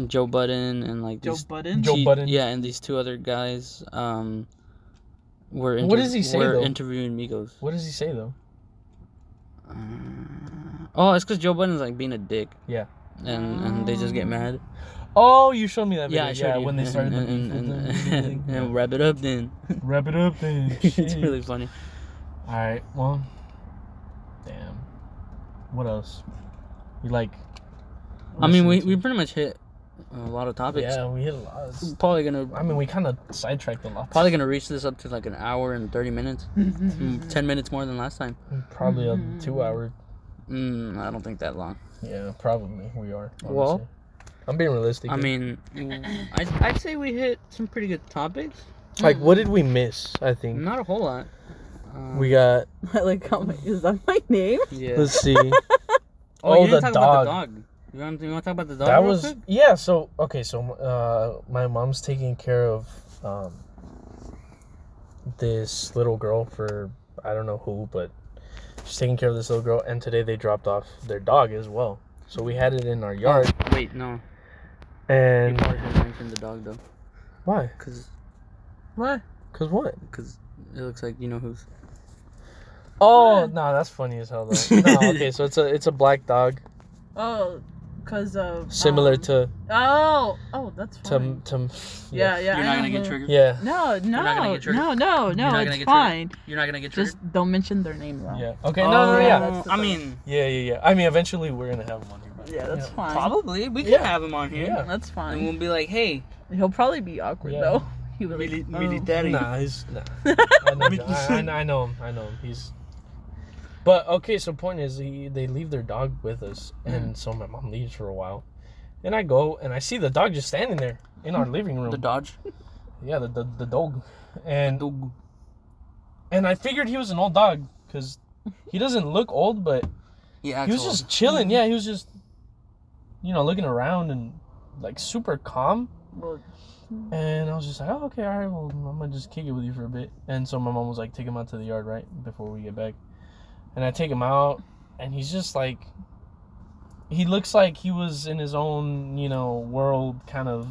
Speaker 1: Joe Budden and like
Speaker 3: Joe
Speaker 1: these
Speaker 3: Budden.
Speaker 2: Joe
Speaker 1: two-
Speaker 2: Budden.
Speaker 1: yeah, and these two other guys um were
Speaker 2: What does he say,
Speaker 1: were
Speaker 2: though?
Speaker 1: interviewing Migos.
Speaker 2: What does he say though?
Speaker 1: Uh, oh, it's because Joe Budden's like being a dick.
Speaker 2: Yeah.
Speaker 1: And, and they just get mad.
Speaker 2: Oh, you showed me that video.
Speaker 1: Yeah,
Speaker 2: Yeah,
Speaker 1: I showed you.
Speaker 2: when they
Speaker 1: And-
Speaker 2: started the
Speaker 1: and,
Speaker 2: beef
Speaker 1: and, and,
Speaker 2: with them and everything.
Speaker 1: and wrap it up then.
Speaker 2: Wrap it up then.
Speaker 1: it's really funny.
Speaker 2: All right. Well, damn. What else? You like?
Speaker 1: I mean, we,
Speaker 2: listening
Speaker 1: we pretty much hit a lot of
Speaker 2: to-
Speaker 1: topics.
Speaker 2: yeah we hit a lot. It's-
Speaker 1: Probably gonna
Speaker 2: I mean, we kind of sidetracked a lot.
Speaker 1: probably gonna reach this up to like an hour and thirty minutes, Mm, ten minutes more than last time.
Speaker 2: probably a two-hour.
Speaker 1: Mm, I don't think that long.
Speaker 2: Yeah, probably we are.
Speaker 1: Well-
Speaker 2: honestly. I'm being realistic.
Speaker 1: I
Speaker 2: here.
Speaker 1: mean, I'd, I'd say we hit some pretty good topics.
Speaker 2: like, what did we miss? I think
Speaker 1: Not a whole lot. Um,
Speaker 2: we got.
Speaker 3: I like how my, is that my name?
Speaker 1: yeah.
Speaker 2: Let's see.
Speaker 1: oh,
Speaker 2: oh,
Speaker 1: you didn't
Speaker 2: the
Speaker 1: talk about the dog. You want, you want to talk about the dog?
Speaker 2: that
Speaker 1: real
Speaker 2: was
Speaker 1: quick?
Speaker 2: yeah so okay so uh, my mom's taking care of um, this little girl for i don't know who but she's taking care of this little girl and today they dropped off their dog as well so we had it in our yard
Speaker 1: Wait, no. You
Speaker 2: and
Speaker 1: probably shouldn't mention the dog though,
Speaker 2: why
Speaker 1: because
Speaker 3: What?
Speaker 2: because what
Speaker 1: it looks like you know who's.
Speaker 2: oh no that's funny as hell though no, okay so it's a it's a black dog
Speaker 3: Oh, cause of
Speaker 2: similar
Speaker 3: um,
Speaker 2: to
Speaker 3: Oh, oh, that's
Speaker 2: to
Speaker 3: fine.
Speaker 2: to
Speaker 3: yeah, yeah.
Speaker 1: You're not
Speaker 3: I know
Speaker 1: gonna get
Speaker 3: who-
Speaker 1: triggered.
Speaker 2: yeah
Speaker 3: No, no,
Speaker 1: not gonna get triggered.
Speaker 3: no, no,
Speaker 1: not
Speaker 3: no.
Speaker 1: gonna
Speaker 3: It's
Speaker 1: get triggered.
Speaker 3: fine.
Speaker 1: You're not gonna get triggered.
Speaker 3: Just don't mention their name though.
Speaker 2: yeah okay no
Speaker 1: Oh,
Speaker 2: Oh. no yeah
Speaker 3: that's the
Speaker 1: I
Speaker 3: thing.
Speaker 1: mean,
Speaker 2: yeah yeah yeah i mean eventually we're gonna have one here but-
Speaker 3: Yeah, that's fine.
Speaker 1: probably we could
Speaker 2: Yeah.
Speaker 1: have him on here,
Speaker 2: Yeah.
Speaker 3: That's
Speaker 1: and
Speaker 3: fine.
Speaker 1: we'll be like, hey,
Speaker 3: He'll probably be awkward
Speaker 2: Yeah.
Speaker 3: though. He was
Speaker 1: Mili-
Speaker 3: like, oh.
Speaker 1: military.
Speaker 2: Nah, he's nah. I, know, John. I, I know- I know him. I know him. He's. But okay, so point is, he, they leave their dog with us, and so my mom leaves for a while, and I go and I see the dog just standing there in our living room.
Speaker 1: The Dodge.
Speaker 2: yeah, the, the the dog, and and I figured he was an old dog because he doesn't look old, but
Speaker 1: He acts
Speaker 2: he was
Speaker 1: old.
Speaker 2: just chilling. Yeah, he was just, you know, looking around and like super calm.
Speaker 3: Well,
Speaker 2: And I was just like, oh, okay, all right, well, I'm gonna just kick it with you for a bit. And so my mom was like, take him out to the yard, right, before we get back. And I take him out, and he's just like, he looks like he was in his own, you know, world, kind of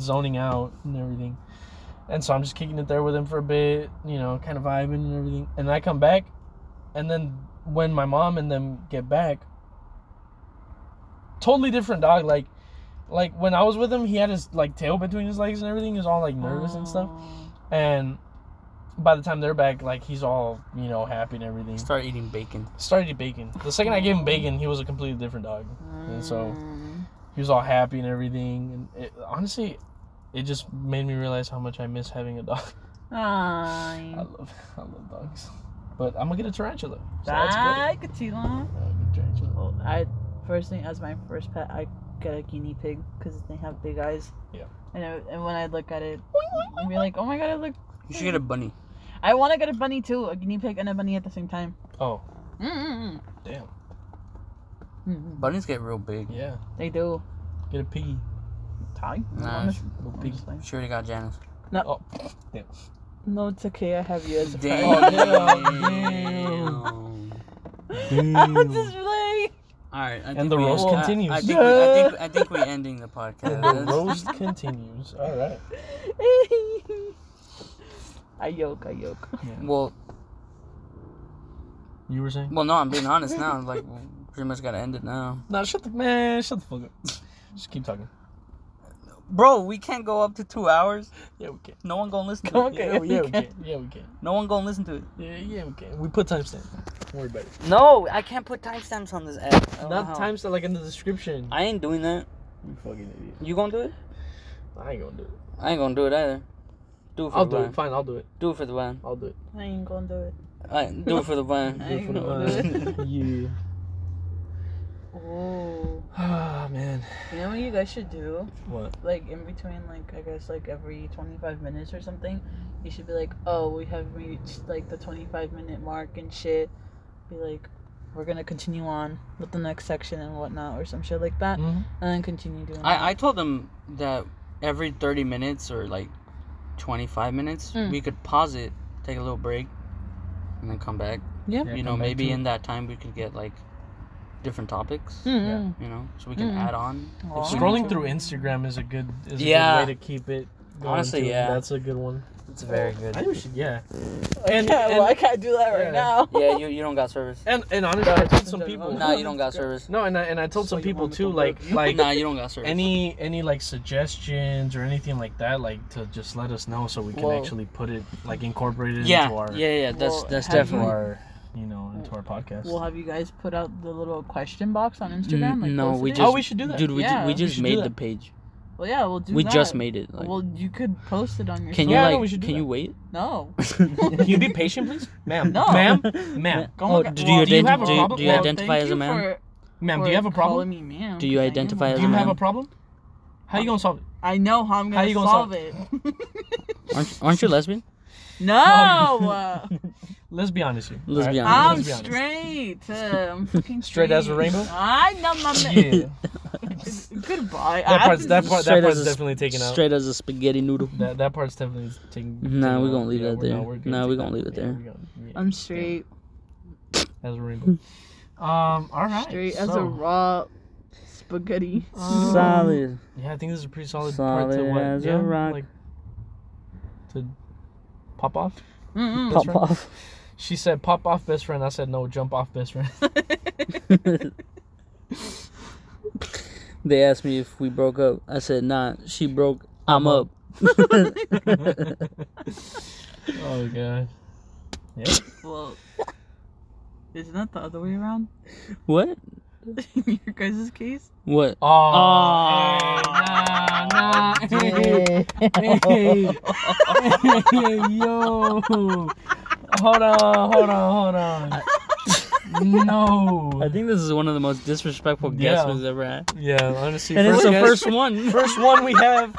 Speaker 2: zoning out and everything. And so I'm just kicking it there with him for a bit, you know, kind of vibing and everything. And I come back, and then when my mom and them get back, totally different dog. Like, like when I was with him, he had his like tail between his legs and everything. He was all like nervous and stuff.
Speaker 3: Oh.
Speaker 2: And by the time they're back, like he's all you know happy and everything.
Speaker 1: Start eating bacon.
Speaker 2: Started bacon. The second I gave him bacon, he was a completely different dog. And so
Speaker 3: um,
Speaker 2: he was all happy and everything. And it, honestly, it just made me realize how much I miss having a dog. I
Speaker 3: Fine.
Speaker 2: love I love dogs. But I'm gonna get a tarantula. So that's good.
Speaker 3: Bye, Katina.
Speaker 2: I'll get a tarantula.
Speaker 3: Well, Oh, I first thing as my first pet, I get a guinea pig because they have big eyes.
Speaker 2: Yeah.
Speaker 3: And I, and when I look at it, I'd be like, oh my god, it look.
Speaker 1: You should get a bunny.
Speaker 3: I want to get a bunny too, a guinea pig and a bunny at the same time.
Speaker 2: Oh
Speaker 3: Mm-mm.
Speaker 2: damn!
Speaker 3: Mm-mm.
Speaker 1: Bunnies get real big.
Speaker 2: Yeah,
Speaker 3: Mm-hmm. They do.
Speaker 2: get a piggy.
Speaker 3: Tie.
Speaker 1: Nah, she,
Speaker 2: Little piggy.
Speaker 3: Honestly.
Speaker 1: she already got Janice.
Speaker 2: Oh,
Speaker 3: No, it's okay. I have you as a
Speaker 1: Damn.
Speaker 3: friend.
Speaker 1: Oh,
Speaker 3: I'm just playing.
Speaker 1: All right, I think
Speaker 2: the
Speaker 1: we
Speaker 2: roast
Speaker 1: I-
Speaker 2: continues.
Speaker 1: I, think we, I think I think we're ending the
Speaker 2: And
Speaker 1: podcast.
Speaker 2: the roast continues. All right.
Speaker 3: I yoke. I yoke.
Speaker 1: Well,
Speaker 2: You were saying?
Speaker 1: well, no, I'm being honest now. Like, pretty much gotta end it now,
Speaker 2: No, shut the man. Shut the fuck up. Just keep talking.
Speaker 1: bro. We can't go up to two hours.
Speaker 2: Yeah, we can.
Speaker 1: No one gonna listen. To
Speaker 3: Come
Speaker 1: it.
Speaker 3: on. Okay,
Speaker 2: yeah, we- yeah, we
Speaker 3: okay.
Speaker 2: can. Yeah, we can.
Speaker 1: No one gonna listen to it.
Speaker 2: Yeah, yeah, we can. We put timestamp. Don't worry about it.
Speaker 1: No, I can't put timestamps on this app. I don't know how.
Speaker 2: Not timestamp like in the description.
Speaker 1: I ain't doing that.
Speaker 2: You fucking idiot.
Speaker 1: You gonna do it?
Speaker 2: I ain't gonna do it.
Speaker 1: I ain't gonna do it either. Do it for
Speaker 2: I'll
Speaker 1: the
Speaker 2: do
Speaker 1: vine.
Speaker 2: it. Fine, I'll do it.
Speaker 1: Do it for the vine.
Speaker 2: I'll do it.
Speaker 3: I ain't gonna do it.
Speaker 1: I, do it for the vine.
Speaker 3: I ain't gonna do it.
Speaker 2: yeah.
Speaker 3: Oh,
Speaker 2: Ah man.
Speaker 3: you know what you guys should do?
Speaker 2: What?
Speaker 3: Like in between, like I guess, like every twenty-five minutes or something, you should be like, "Oh, we have reached like the twenty-five minute mark and shit." Be like, "We're gonna continue on with the next section and whatnot, or some shit like
Speaker 1: Mm.
Speaker 3: that,
Speaker 1: Uh,
Speaker 2: Mhm.
Speaker 3: and then continue doing."
Speaker 1: I, I told them that every 30 minutes or like 25 minutes,
Speaker 2: Hmm.
Speaker 3: Mm.
Speaker 1: we could pause it, take a little break, and then come back.
Speaker 3: Yeah.
Speaker 2: Mm-hmm.
Speaker 1: you know, maybe in that time we could get like different topics,
Speaker 2: Hmm.
Speaker 3: Mm-mm.
Speaker 1: you know, so we can
Speaker 3: Mm.
Speaker 1: add on. if
Speaker 3: Mm-hmm. Aw.
Speaker 1: we
Speaker 2: Scrolling
Speaker 1: need to.
Speaker 2: through Instagram is a good is a
Speaker 1: Yeah.
Speaker 2: good way to keep it. Going
Speaker 1: Honestly,
Speaker 2: too.
Speaker 1: yeah.
Speaker 2: That's a good one.
Speaker 1: It's very
Speaker 2: I
Speaker 1: good.
Speaker 2: think we should. Yeah. And,
Speaker 3: yeah,
Speaker 2: and,
Speaker 3: well, I can't do that
Speaker 2: yeah.
Speaker 3: right now.
Speaker 1: yeah, you, you don't got service.
Speaker 2: and, and honestly, I told some
Speaker 3: No,
Speaker 2: people.
Speaker 1: Nah, you don't got service.
Speaker 2: No, and I, and I told
Speaker 3: So
Speaker 2: some
Speaker 3: you
Speaker 2: people
Speaker 3: want me to
Speaker 2: too,
Speaker 3: work
Speaker 2: like
Speaker 3: you?
Speaker 2: like
Speaker 1: Nah, you don't got service.
Speaker 2: any any like suggestions or anything like that, like to just let us know so we can
Speaker 1: Well-
Speaker 2: actually put it like incorporate it
Speaker 1: yeah,
Speaker 2: into our
Speaker 1: yeah, yeah, that's
Speaker 3: Well,
Speaker 1: that's
Speaker 3: have
Speaker 2: into
Speaker 3: you-
Speaker 1: definitely.
Speaker 2: our you know into our podcast.
Speaker 3: Well, have you guys put out the little question box on Instagram? Like,
Speaker 1: Mm, no,
Speaker 3: posted
Speaker 1: we
Speaker 3: it?
Speaker 1: just
Speaker 2: Oh, we should do that.
Speaker 1: Dude, we, ju-
Speaker 3: Yeah.
Speaker 1: we
Speaker 3: We
Speaker 1: just
Speaker 2: should do
Speaker 1: made
Speaker 2: that.
Speaker 1: the page.
Speaker 3: Well, yeah, we'll do.
Speaker 1: we
Speaker 3: that.
Speaker 1: just made it. Like,
Speaker 3: Well, you could post it on your.
Speaker 1: can you
Speaker 2: Yeah, I know
Speaker 1: like
Speaker 2: we should do
Speaker 1: can
Speaker 2: that.
Speaker 1: you wait?
Speaker 3: No.
Speaker 2: Can you be patient, please, ma'am?
Speaker 3: No.
Speaker 2: ma'am, ma'am,
Speaker 3: Go
Speaker 1: Oh,
Speaker 3: on.
Speaker 1: do,
Speaker 3: Well,
Speaker 1: you
Speaker 2: do you
Speaker 1: identi-
Speaker 2: have a
Speaker 1: do you-
Speaker 2: problem?
Speaker 1: do you
Speaker 2: Well,
Speaker 1: identify as a man?
Speaker 2: ma'am, do you have a problem?
Speaker 3: Me ma'am,
Speaker 1: Do you
Speaker 3: 'cause I am
Speaker 1: identify
Speaker 3: a
Speaker 1: as a
Speaker 2: Do you
Speaker 1: man?
Speaker 2: have a problem? How you gonna solve it?
Speaker 3: I know how I'm gonna,
Speaker 2: How you gonna
Speaker 3: solve,
Speaker 2: solve-
Speaker 3: it.
Speaker 1: Aren't, aren't you lesbian?
Speaker 3: no, uh,
Speaker 2: Let's be honest here.
Speaker 1: Let's be
Speaker 2: alright?
Speaker 3: I'm
Speaker 1: honest.
Speaker 2: Let's be
Speaker 3: straight. uh, I'm fucking
Speaker 2: Straight as a rainbow?
Speaker 3: I know my man.
Speaker 2: honest. Yeah,
Speaker 3: Goodbye.
Speaker 2: that
Speaker 3: I
Speaker 2: part's
Speaker 3: just-
Speaker 2: that part
Speaker 1: Straight
Speaker 2: that
Speaker 1: as
Speaker 2: part's
Speaker 1: a-
Speaker 2: definitely taken out.
Speaker 1: Straight as a spaghetti noodle.
Speaker 2: That that part's definitely taken.
Speaker 1: Nah,
Speaker 2: taken
Speaker 1: we
Speaker 2: out.
Speaker 1: gonna leave
Speaker 2: Yeah,
Speaker 1: that
Speaker 2: we're- no,
Speaker 1: there.
Speaker 2: we're
Speaker 1: Nah,
Speaker 2: take
Speaker 1: we gonna
Speaker 2: that.
Speaker 1: leave it
Speaker 2: Yeah,
Speaker 1: there.
Speaker 2: we gonna- yeah.
Speaker 3: I'm straight,
Speaker 2: as a rainbow. Um, all right.
Speaker 3: straight as a
Speaker 2: so,
Speaker 3: raw spaghetti.
Speaker 2: Um,
Speaker 1: Solid.
Speaker 2: Yeah, I think this is a pretty solid, part to
Speaker 1: Solid
Speaker 2: what?
Speaker 1: as a
Speaker 2: yeah,
Speaker 1: rock.
Speaker 2: Like, to pop off.
Speaker 3: Mm-mm.
Speaker 1: Pop
Speaker 2: right.
Speaker 1: off.
Speaker 2: She said, "Pop off, best friend." I said, "No, jump off, best friend."
Speaker 1: they asked me if we broke up. I said, nah, she broke. I'm up.
Speaker 2: oh god.
Speaker 3: well, isn't that the other way around?
Speaker 1: What?
Speaker 3: In your guys' case.
Speaker 1: What?
Speaker 2: Oh.
Speaker 1: Aw.
Speaker 2: hey, nah, nah. Hey.
Speaker 1: Hey, yo.
Speaker 2: Hold on, hold on, hold on.
Speaker 1: I
Speaker 2: No.
Speaker 1: think this is one of the most disrespectful guests
Speaker 2: Yeah.
Speaker 1: we've ever had.
Speaker 2: Yeah, honestly.
Speaker 1: And it's the
Speaker 2: guess-
Speaker 1: first one.
Speaker 2: first one we have.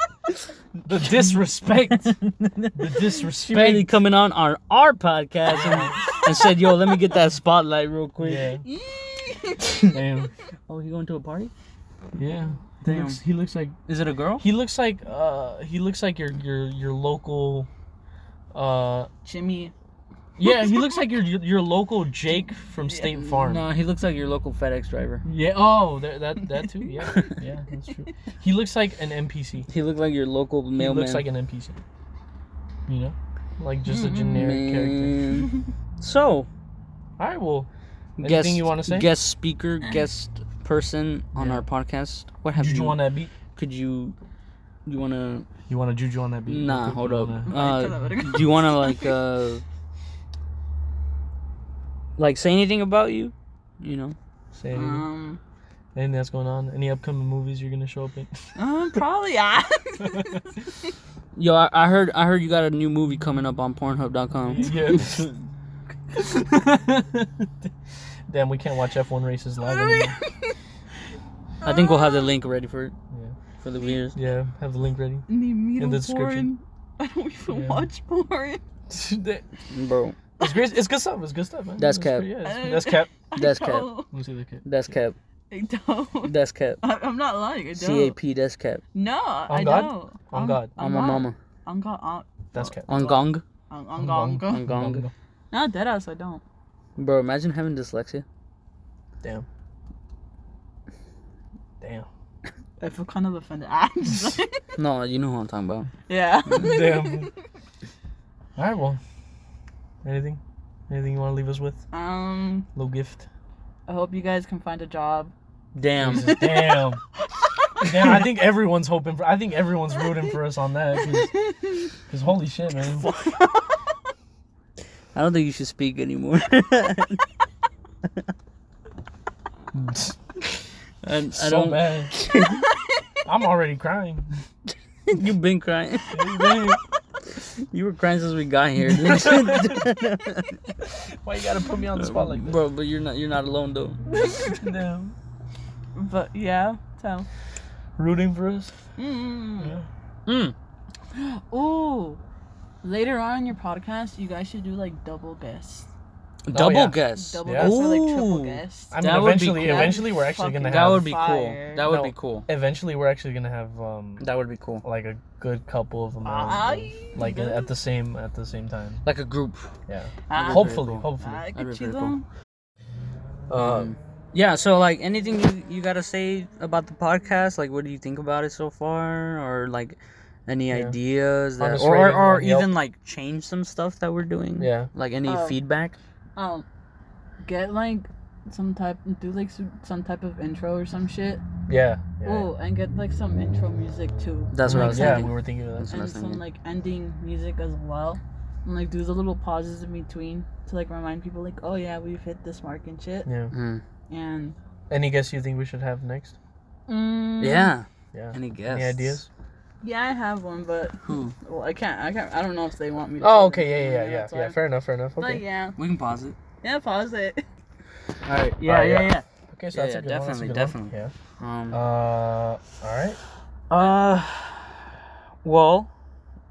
Speaker 2: The disrespect. The
Speaker 1: She really
Speaker 2: disrespect.
Speaker 1: coming on our, our podcast and, and said, yo, let me get that spotlight real quick.
Speaker 2: Yeah. Damn.
Speaker 1: Oh, you going to a party?
Speaker 2: Yeah. He
Speaker 1: Damn.
Speaker 2: looks, he looks like
Speaker 1: Is it a girl?
Speaker 2: he looks like uh he looks like your your your local uh
Speaker 3: Jimmy.
Speaker 2: yeah he looks like your your, your local Jake from State Farm.
Speaker 1: No, he looks like your local FedEx driver.
Speaker 2: Yeah. Oh, that that that too. Yeah. Yeah, that's true. He looks like an NPC.
Speaker 1: He looked like your local
Speaker 2: He
Speaker 1: mailman.
Speaker 2: looks like an NPC. You know, like just a
Speaker 1: Mm-hmm.
Speaker 3: Mhm.
Speaker 2: generic character.
Speaker 1: Man. So,
Speaker 2: All right. Well, anything
Speaker 1: guest,
Speaker 2: you want to say?
Speaker 1: guest speaker, guest person on
Speaker 2: Yeah.
Speaker 1: our podcast. What have
Speaker 2: Juju
Speaker 1: you?
Speaker 2: on that beat.
Speaker 1: could you? You want to?
Speaker 2: You want a juju on that beat?
Speaker 1: Nah,
Speaker 2: You
Speaker 1: hold up.
Speaker 2: wanna-
Speaker 1: Uh, do you want to like uh, like say anything about you? You know,
Speaker 2: Say anything.
Speaker 1: Uh-huh.
Speaker 3: Um,
Speaker 2: anything that's going on? Any upcoming movies you're gonna show up in?
Speaker 3: um, probably yeah.
Speaker 1: yo, I, I heard, I heard you got a new movie coming up on Pornhub.com.
Speaker 2: yeah. Damn, we can't watch F1 races live anymore.
Speaker 1: I think we'll have the link ready for it
Speaker 2: Yeah.
Speaker 1: for the viewers.
Speaker 2: Yeah, have the link ready.
Speaker 3: Need me
Speaker 2: In
Speaker 3: to
Speaker 2: the description.
Speaker 3: porn. I don't even
Speaker 2: Yeah.
Speaker 3: watch porn.
Speaker 2: it's
Speaker 1: Bro,
Speaker 2: great. It's good stuff. It's good stuff, man.
Speaker 1: That's
Speaker 2: It's
Speaker 1: cap.
Speaker 2: pretty- yeah, it's-
Speaker 3: Uh,
Speaker 2: that's cap.
Speaker 1: That's
Speaker 3: I
Speaker 1: cap.
Speaker 3: don't.
Speaker 2: Let me see the cap.
Speaker 1: that's cap.
Speaker 3: I don't.
Speaker 1: That's cap.
Speaker 3: I, I'm not lying. I don't.
Speaker 1: C A P. That's cap.
Speaker 3: No, I
Speaker 2: God?
Speaker 3: don't.
Speaker 2: On God.
Speaker 1: On my
Speaker 3: God.
Speaker 1: mama.
Speaker 3: On God. On,
Speaker 2: That's cap.
Speaker 1: On gong.
Speaker 2: On
Speaker 3: on, on God. On
Speaker 2: God.
Speaker 3: God.
Speaker 1: On gong.
Speaker 3: No, dead ass. I don't.
Speaker 1: Bro, imagine having dyslexia.
Speaker 2: Damn. Damn.
Speaker 3: I feel kind of offended. Ah, I'm just like-
Speaker 1: No, you know who I'm talking about.
Speaker 3: yeah.
Speaker 2: Damn. All right, well. Anything? Anything you want to leave us with?
Speaker 3: Um,
Speaker 2: Little gift.
Speaker 3: I hope you guys can find a job.
Speaker 1: Damn.
Speaker 2: Jesus, damn. Damn, I think everyone's hoping for. I think everyone's rooting for us on that. Because holy shit, man.
Speaker 1: I don't think you should speak anymore. And I
Speaker 2: so
Speaker 1: don't.
Speaker 2: bad. I'm already crying.
Speaker 1: You've been crying. You were crying since we got here,
Speaker 2: Why you gotta put me on the spot like
Speaker 1: bro. But you're not. You're not alone though.
Speaker 2: this? Damn.
Speaker 3: but yeah, so.
Speaker 2: Rooting for us?
Speaker 3: Mm.
Speaker 2: Yeah.
Speaker 1: Mm.
Speaker 3: Ooh. Later on in your podcast, you guys should do like double guests.
Speaker 1: Double
Speaker 2: Oh, yeah.
Speaker 1: guest.
Speaker 3: Double
Speaker 2: Yeah.
Speaker 3: guests or like triple
Speaker 1: Ooh.
Speaker 3: guests.
Speaker 2: I mean,
Speaker 1: That would be
Speaker 2: eventually,
Speaker 1: cool.
Speaker 2: eventually, we're actually gonna
Speaker 3: Fucking-
Speaker 1: That
Speaker 2: have.
Speaker 1: would be cool.
Speaker 3: Fire.
Speaker 1: That would
Speaker 2: No.
Speaker 1: be cool.
Speaker 2: Eventually, we're actually gonna have um
Speaker 1: That would be cool.
Speaker 2: like a good couple of them, on,
Speaker 3: Aye.
Speaker 2: like at the same at the same time.
Speaker 1: Like a group.
Speaker 2: Yeah.
Speaker 3: Ah,
Speaker 2: Hopefully,
Speaker 1: cool.
Speaker 2: hopefully.
Speaker 3: I
Speaker 1: That'd
Speaker 3: get
Speaker 1: be
Speaker 3: you
Speaker 1: pretty
Speaker 3: though.
Speaker 2: Um,
Speaker 1: Yeah. So like, anything you you gotta say about the podcast? Like, what do you think about it so far? Or like, any
Speaker 2: Yeah.
Speaker 1: ideas? That,
Speaker 2: Honest
Speaker 1: or or,
Speaker 2: rating
Speaker 1: or
Speaker 2: on Yelp.
Speaker 1: even like change some stuff that we're doing.
Speaker 2: yeah.
Speaker 1: Like any
Speaker 3: Oh.
Speaker 1: feedback?
Speaker 3: Um, get like some type, do like some, some type of intro or some shit.
Speaker 2: Yeah. Yeah.
Speaker 3: Oh, and get like some intro music too.
Speaker 1: That's what I was
Speaker 2: yeah,
Speaker 1: thinking.
Speaker 2: we were thinking of that.
Speaker 1: what I
Speaker 3: and
Speaker 1: was
Speaker 3: some
Speaker 1: thinking.
Speaker 3: like ending music as well. And like do the little pauses in between to like remind people like, oh yeah, we've hit this mark and shit.
Speaker 2: Yeah.
Speaker 1: Mm.
Speaker 3: And
Speaker 2: Any guess you think we should have next?
Speaker 3: mm,
Speaker 1: Yeah.
Speaker 2: Yeah.
Speaker 1: Any guess?
Speaker 2: Any ideas?
Speaker 3: yeah, I have one, but
Speaker 1: Hmm.
Speaker 3: well, I can't, I can't, I don't know if they want me. to
Speaker 2: Oh,
Speaker 3: say
Speaker 2: okay.
Speaker 3: this,
Speaker 2: Yeah,
Speaker 3: you
Speaker 2: yeah,
Speaker 3: know,
Speaker 2: yeah,
Speaker 3: that's
Speaker 2: yeah.
Speaker 3: why.
Speaker 2: Yeah. Fair enough. Fair enough.
Speaker 3: But
Speaker 2: Okay.
Speaker 3: yeah,
Speaker 1: We can pause it.
Speaker 3: yeah, pause it.
Speaker 2: All right.
Speaker 1: Yeah, yeah, yeah.
Speaker 2: Okay,
Speaker 1: Yeah,
Speaker 2: so that's a
Speaker 1: yeah,
Speaker 2: good one, that's
Speaker 1: definitely,
Speaker 2: a good one.
Speaker 1: definitely. Um,
Speaker 2: Yeah. Uh, all right. Oh.
Speaker 1: Uh, well,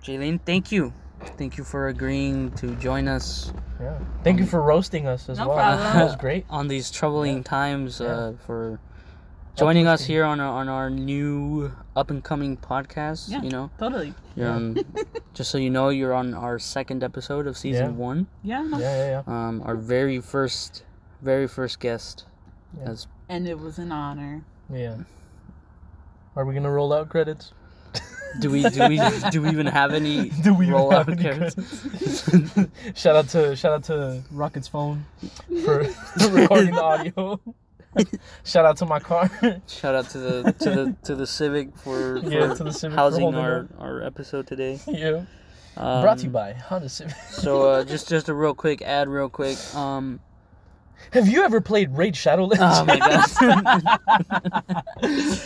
Speaker 1: Jalen, thank you. Thank you for agreeing to join us
Speaker 2: Yeah. Thank you
Speaker 1: Um,
Speaker 2: for roasting us as
Speaker 3: No
Speaker 2: well.
Speaker 3: problem.
Speaker 2: That was great.
Speaker 1: on these troubling times.
Speaker 2: Yeah.
Speaker 1: Uh, for joining us here on our, on our new up and coming podcast.
Speaker 3: Yeah.
Speaker 1: You know,
Speaker 3: Totally.
Speaker 1: you're on, just so you know, you're on our second episode of season
Speaker 2: Yeah.
Speaker 1: one.
Speaker 3: Yeah.
Speaker 2: Yeah,
Speaker 3: No.
Speaker 2: yeah, yeah.
Speaker 1: Um, our very first, very first guest.
Speaker 2: Yeah.
Speaker 1: That's
Speaker 3: And it was an honor.
Speaker 2: Yeah. Are we gonna roll out credits?
Speaker 1: do we do we do we even have any
Speaker 2: Do we even
Speaker 1: roll
Speaker 2: have
Speaker 1: out
Speaker 2: any
Speaker 1: characters?
Speaker 2: credits? shout out to shout out to Rocket's phone for for recording the audio. shout out to my car.
Speaker 1: Shout out to the to the to the Civic for,
Speaker 2: yeah,
Speaker 1: for
Speaker 2: to the Civic for
Speaker 1: housing
Speaker 2: holding
Speaker 1: our,
Speaker 2: up.
Speaker 1: our episode today.
Speaker 2: Yeah.
Speaker 1: Um,
Speaker 2: Brought to you by Honda Civic.
Speaker 1: So uh, just just a real quick ad, real quick. Um,
Speaker 2: Have you ever Oh, played Raid Shadow
Speaker 1: oh
Speaker 2: Legends?
Speaker 1: my god.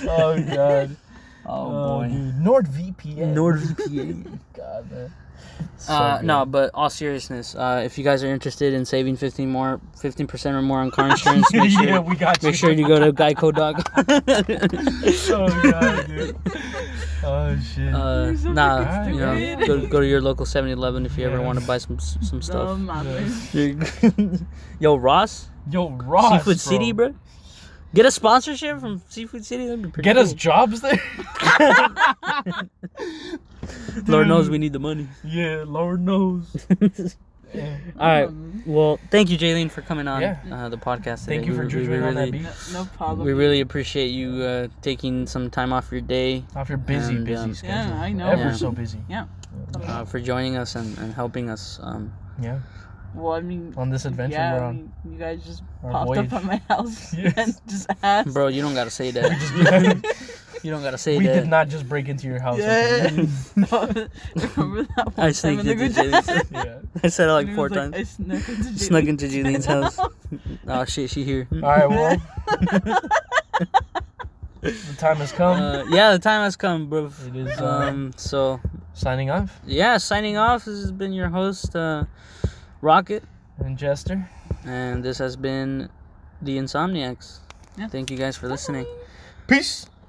Speaker 2: oh god.
Speaker 1: Oh,
Speaker 2: dude. NordVPN.
Speaker 1: NordVPN.
Speaker 2: God, man. So
Speaker 1: Uh,
Speaker 2: good.
Speaker 1: no, but all seriousness, uh, if you guys are interested in saving fifteen more, fifteen percent or more on car insurance, make sure
Speaker 2: yeah, we got you.
Speaker 1: make sure you go to Geico.com.
Speaker 2: Oh god, dude. Oh shit.
Speaker 1: uh,
Speaker 3: You're so
Speaker 1: nah,
Speaker 2: fucking
Speaker 1: you know,
Speaker 2: stupid.
Speaker 1: go, go to your local 7-Eleven if you ever
Speaker 2: Yeah. Um,
Speaker 1: want to buy some some stuff.
Speaker 3: Dumb mothers.
Speaker 1: Yo, Ross,
Speaker 2: Yo, Ross.
Speaker 1: Seafood
Speaker 2: bro.
Speaker 1: City, bro. Get a sponsorship from Seafood City. That'd be pretty
Speaker 2: Get us
Speaker 1: cool.
Speaker 2: jobs there.
Speaker 1: Lord knows
Speaker 2: Dude.
Speaker 1: we need the money.
Speaker 2: Yeah, Lord knows.
Speaker 1: all
Speaker 2: Yeah.
Speaker 1: right. Well, thank you, Jaylene, for coming on
Speaker 2: Yeah.
Speaker 1: uh, the podcast.
Speaker 2: Thank
Speaker 1: today.
Speaker 2: you for
Speaker 1: We- we- we
Speaker 2: jujuing on
Speaker 1: really-
Speaker 2: that beat.
Speaker 3: No, no problem.
Speaker 1: We really appreciate you uh, taking some time off your day
Speaker 2: Off your busy,
Speaker 1: And,
Speaker 2: busy
Speaker 1: um,
Speaker 2: schedule.
Speaker 3: Yeah, I know.
Speaker 2: Ever
Speaker 1: Yeah.
Speaker 2: so busy.
Speaker 1: uh, for joining us and, and helping us. Um,
Speaker 2: Yeah.
Speaker 3: well, I mean,
Speaker 2: On this adventure
Speaker 3: yeah,
Speaker 2: we're
Speaker 3: I
Speaker 2: on.
Speaker 3: mean, you guys just
Speaker 2: Our
Speaker 3: popped
Speaker 2: voyage.
Speaker 3: up at my house
Speaker 2: Yes.
Speaker 3: and just asked.
Speaker 1: bro, you don't gotta say
Speaker 2: We just-
Speaker 1: that. you don't gotta say
Speaker 2: we
Speaker 1: that.
Speaker 2: did not just break into your house.
Speaker 3: Yeah.
Speaker 2: okay?
Speaker 3: Remember that one
Speaker 1: I
Speaker 3: time in
Speaker 1: sneaked
Speaker 3: the
Speaker 1: into
Speaker 3: Gujarat?
Speaker 1: Jaylene's.
Speaker 2: yeah.
Speaker 1: I said it
Speaker 3: And
Speaker 1: like
Speaker 3: it
Speaker 1: four
Speaker 3: was
Speaker 1: times.
Speaker 3: I snuck into Jaylene's
Speaker 1: Snuck into Jaylene's house. oh shit, she here.
Speaker 2: All right. Well, the time has come.
Speaker 1: Uh, yeah, the time has come, bro.
Speaker 2: it is uh,
Speaker 1: Um, so
Speaker 2: signing off.
Speaker 1: yeah, signing off. This has been your host, uh, Rocket,
Speaker 2: And Jester.
Speaker 1: and this has been the Insomniacs.
Speaker 3: Yeah.
Speaker 1: Thank you guys for listening.
Speaker 2: Peace.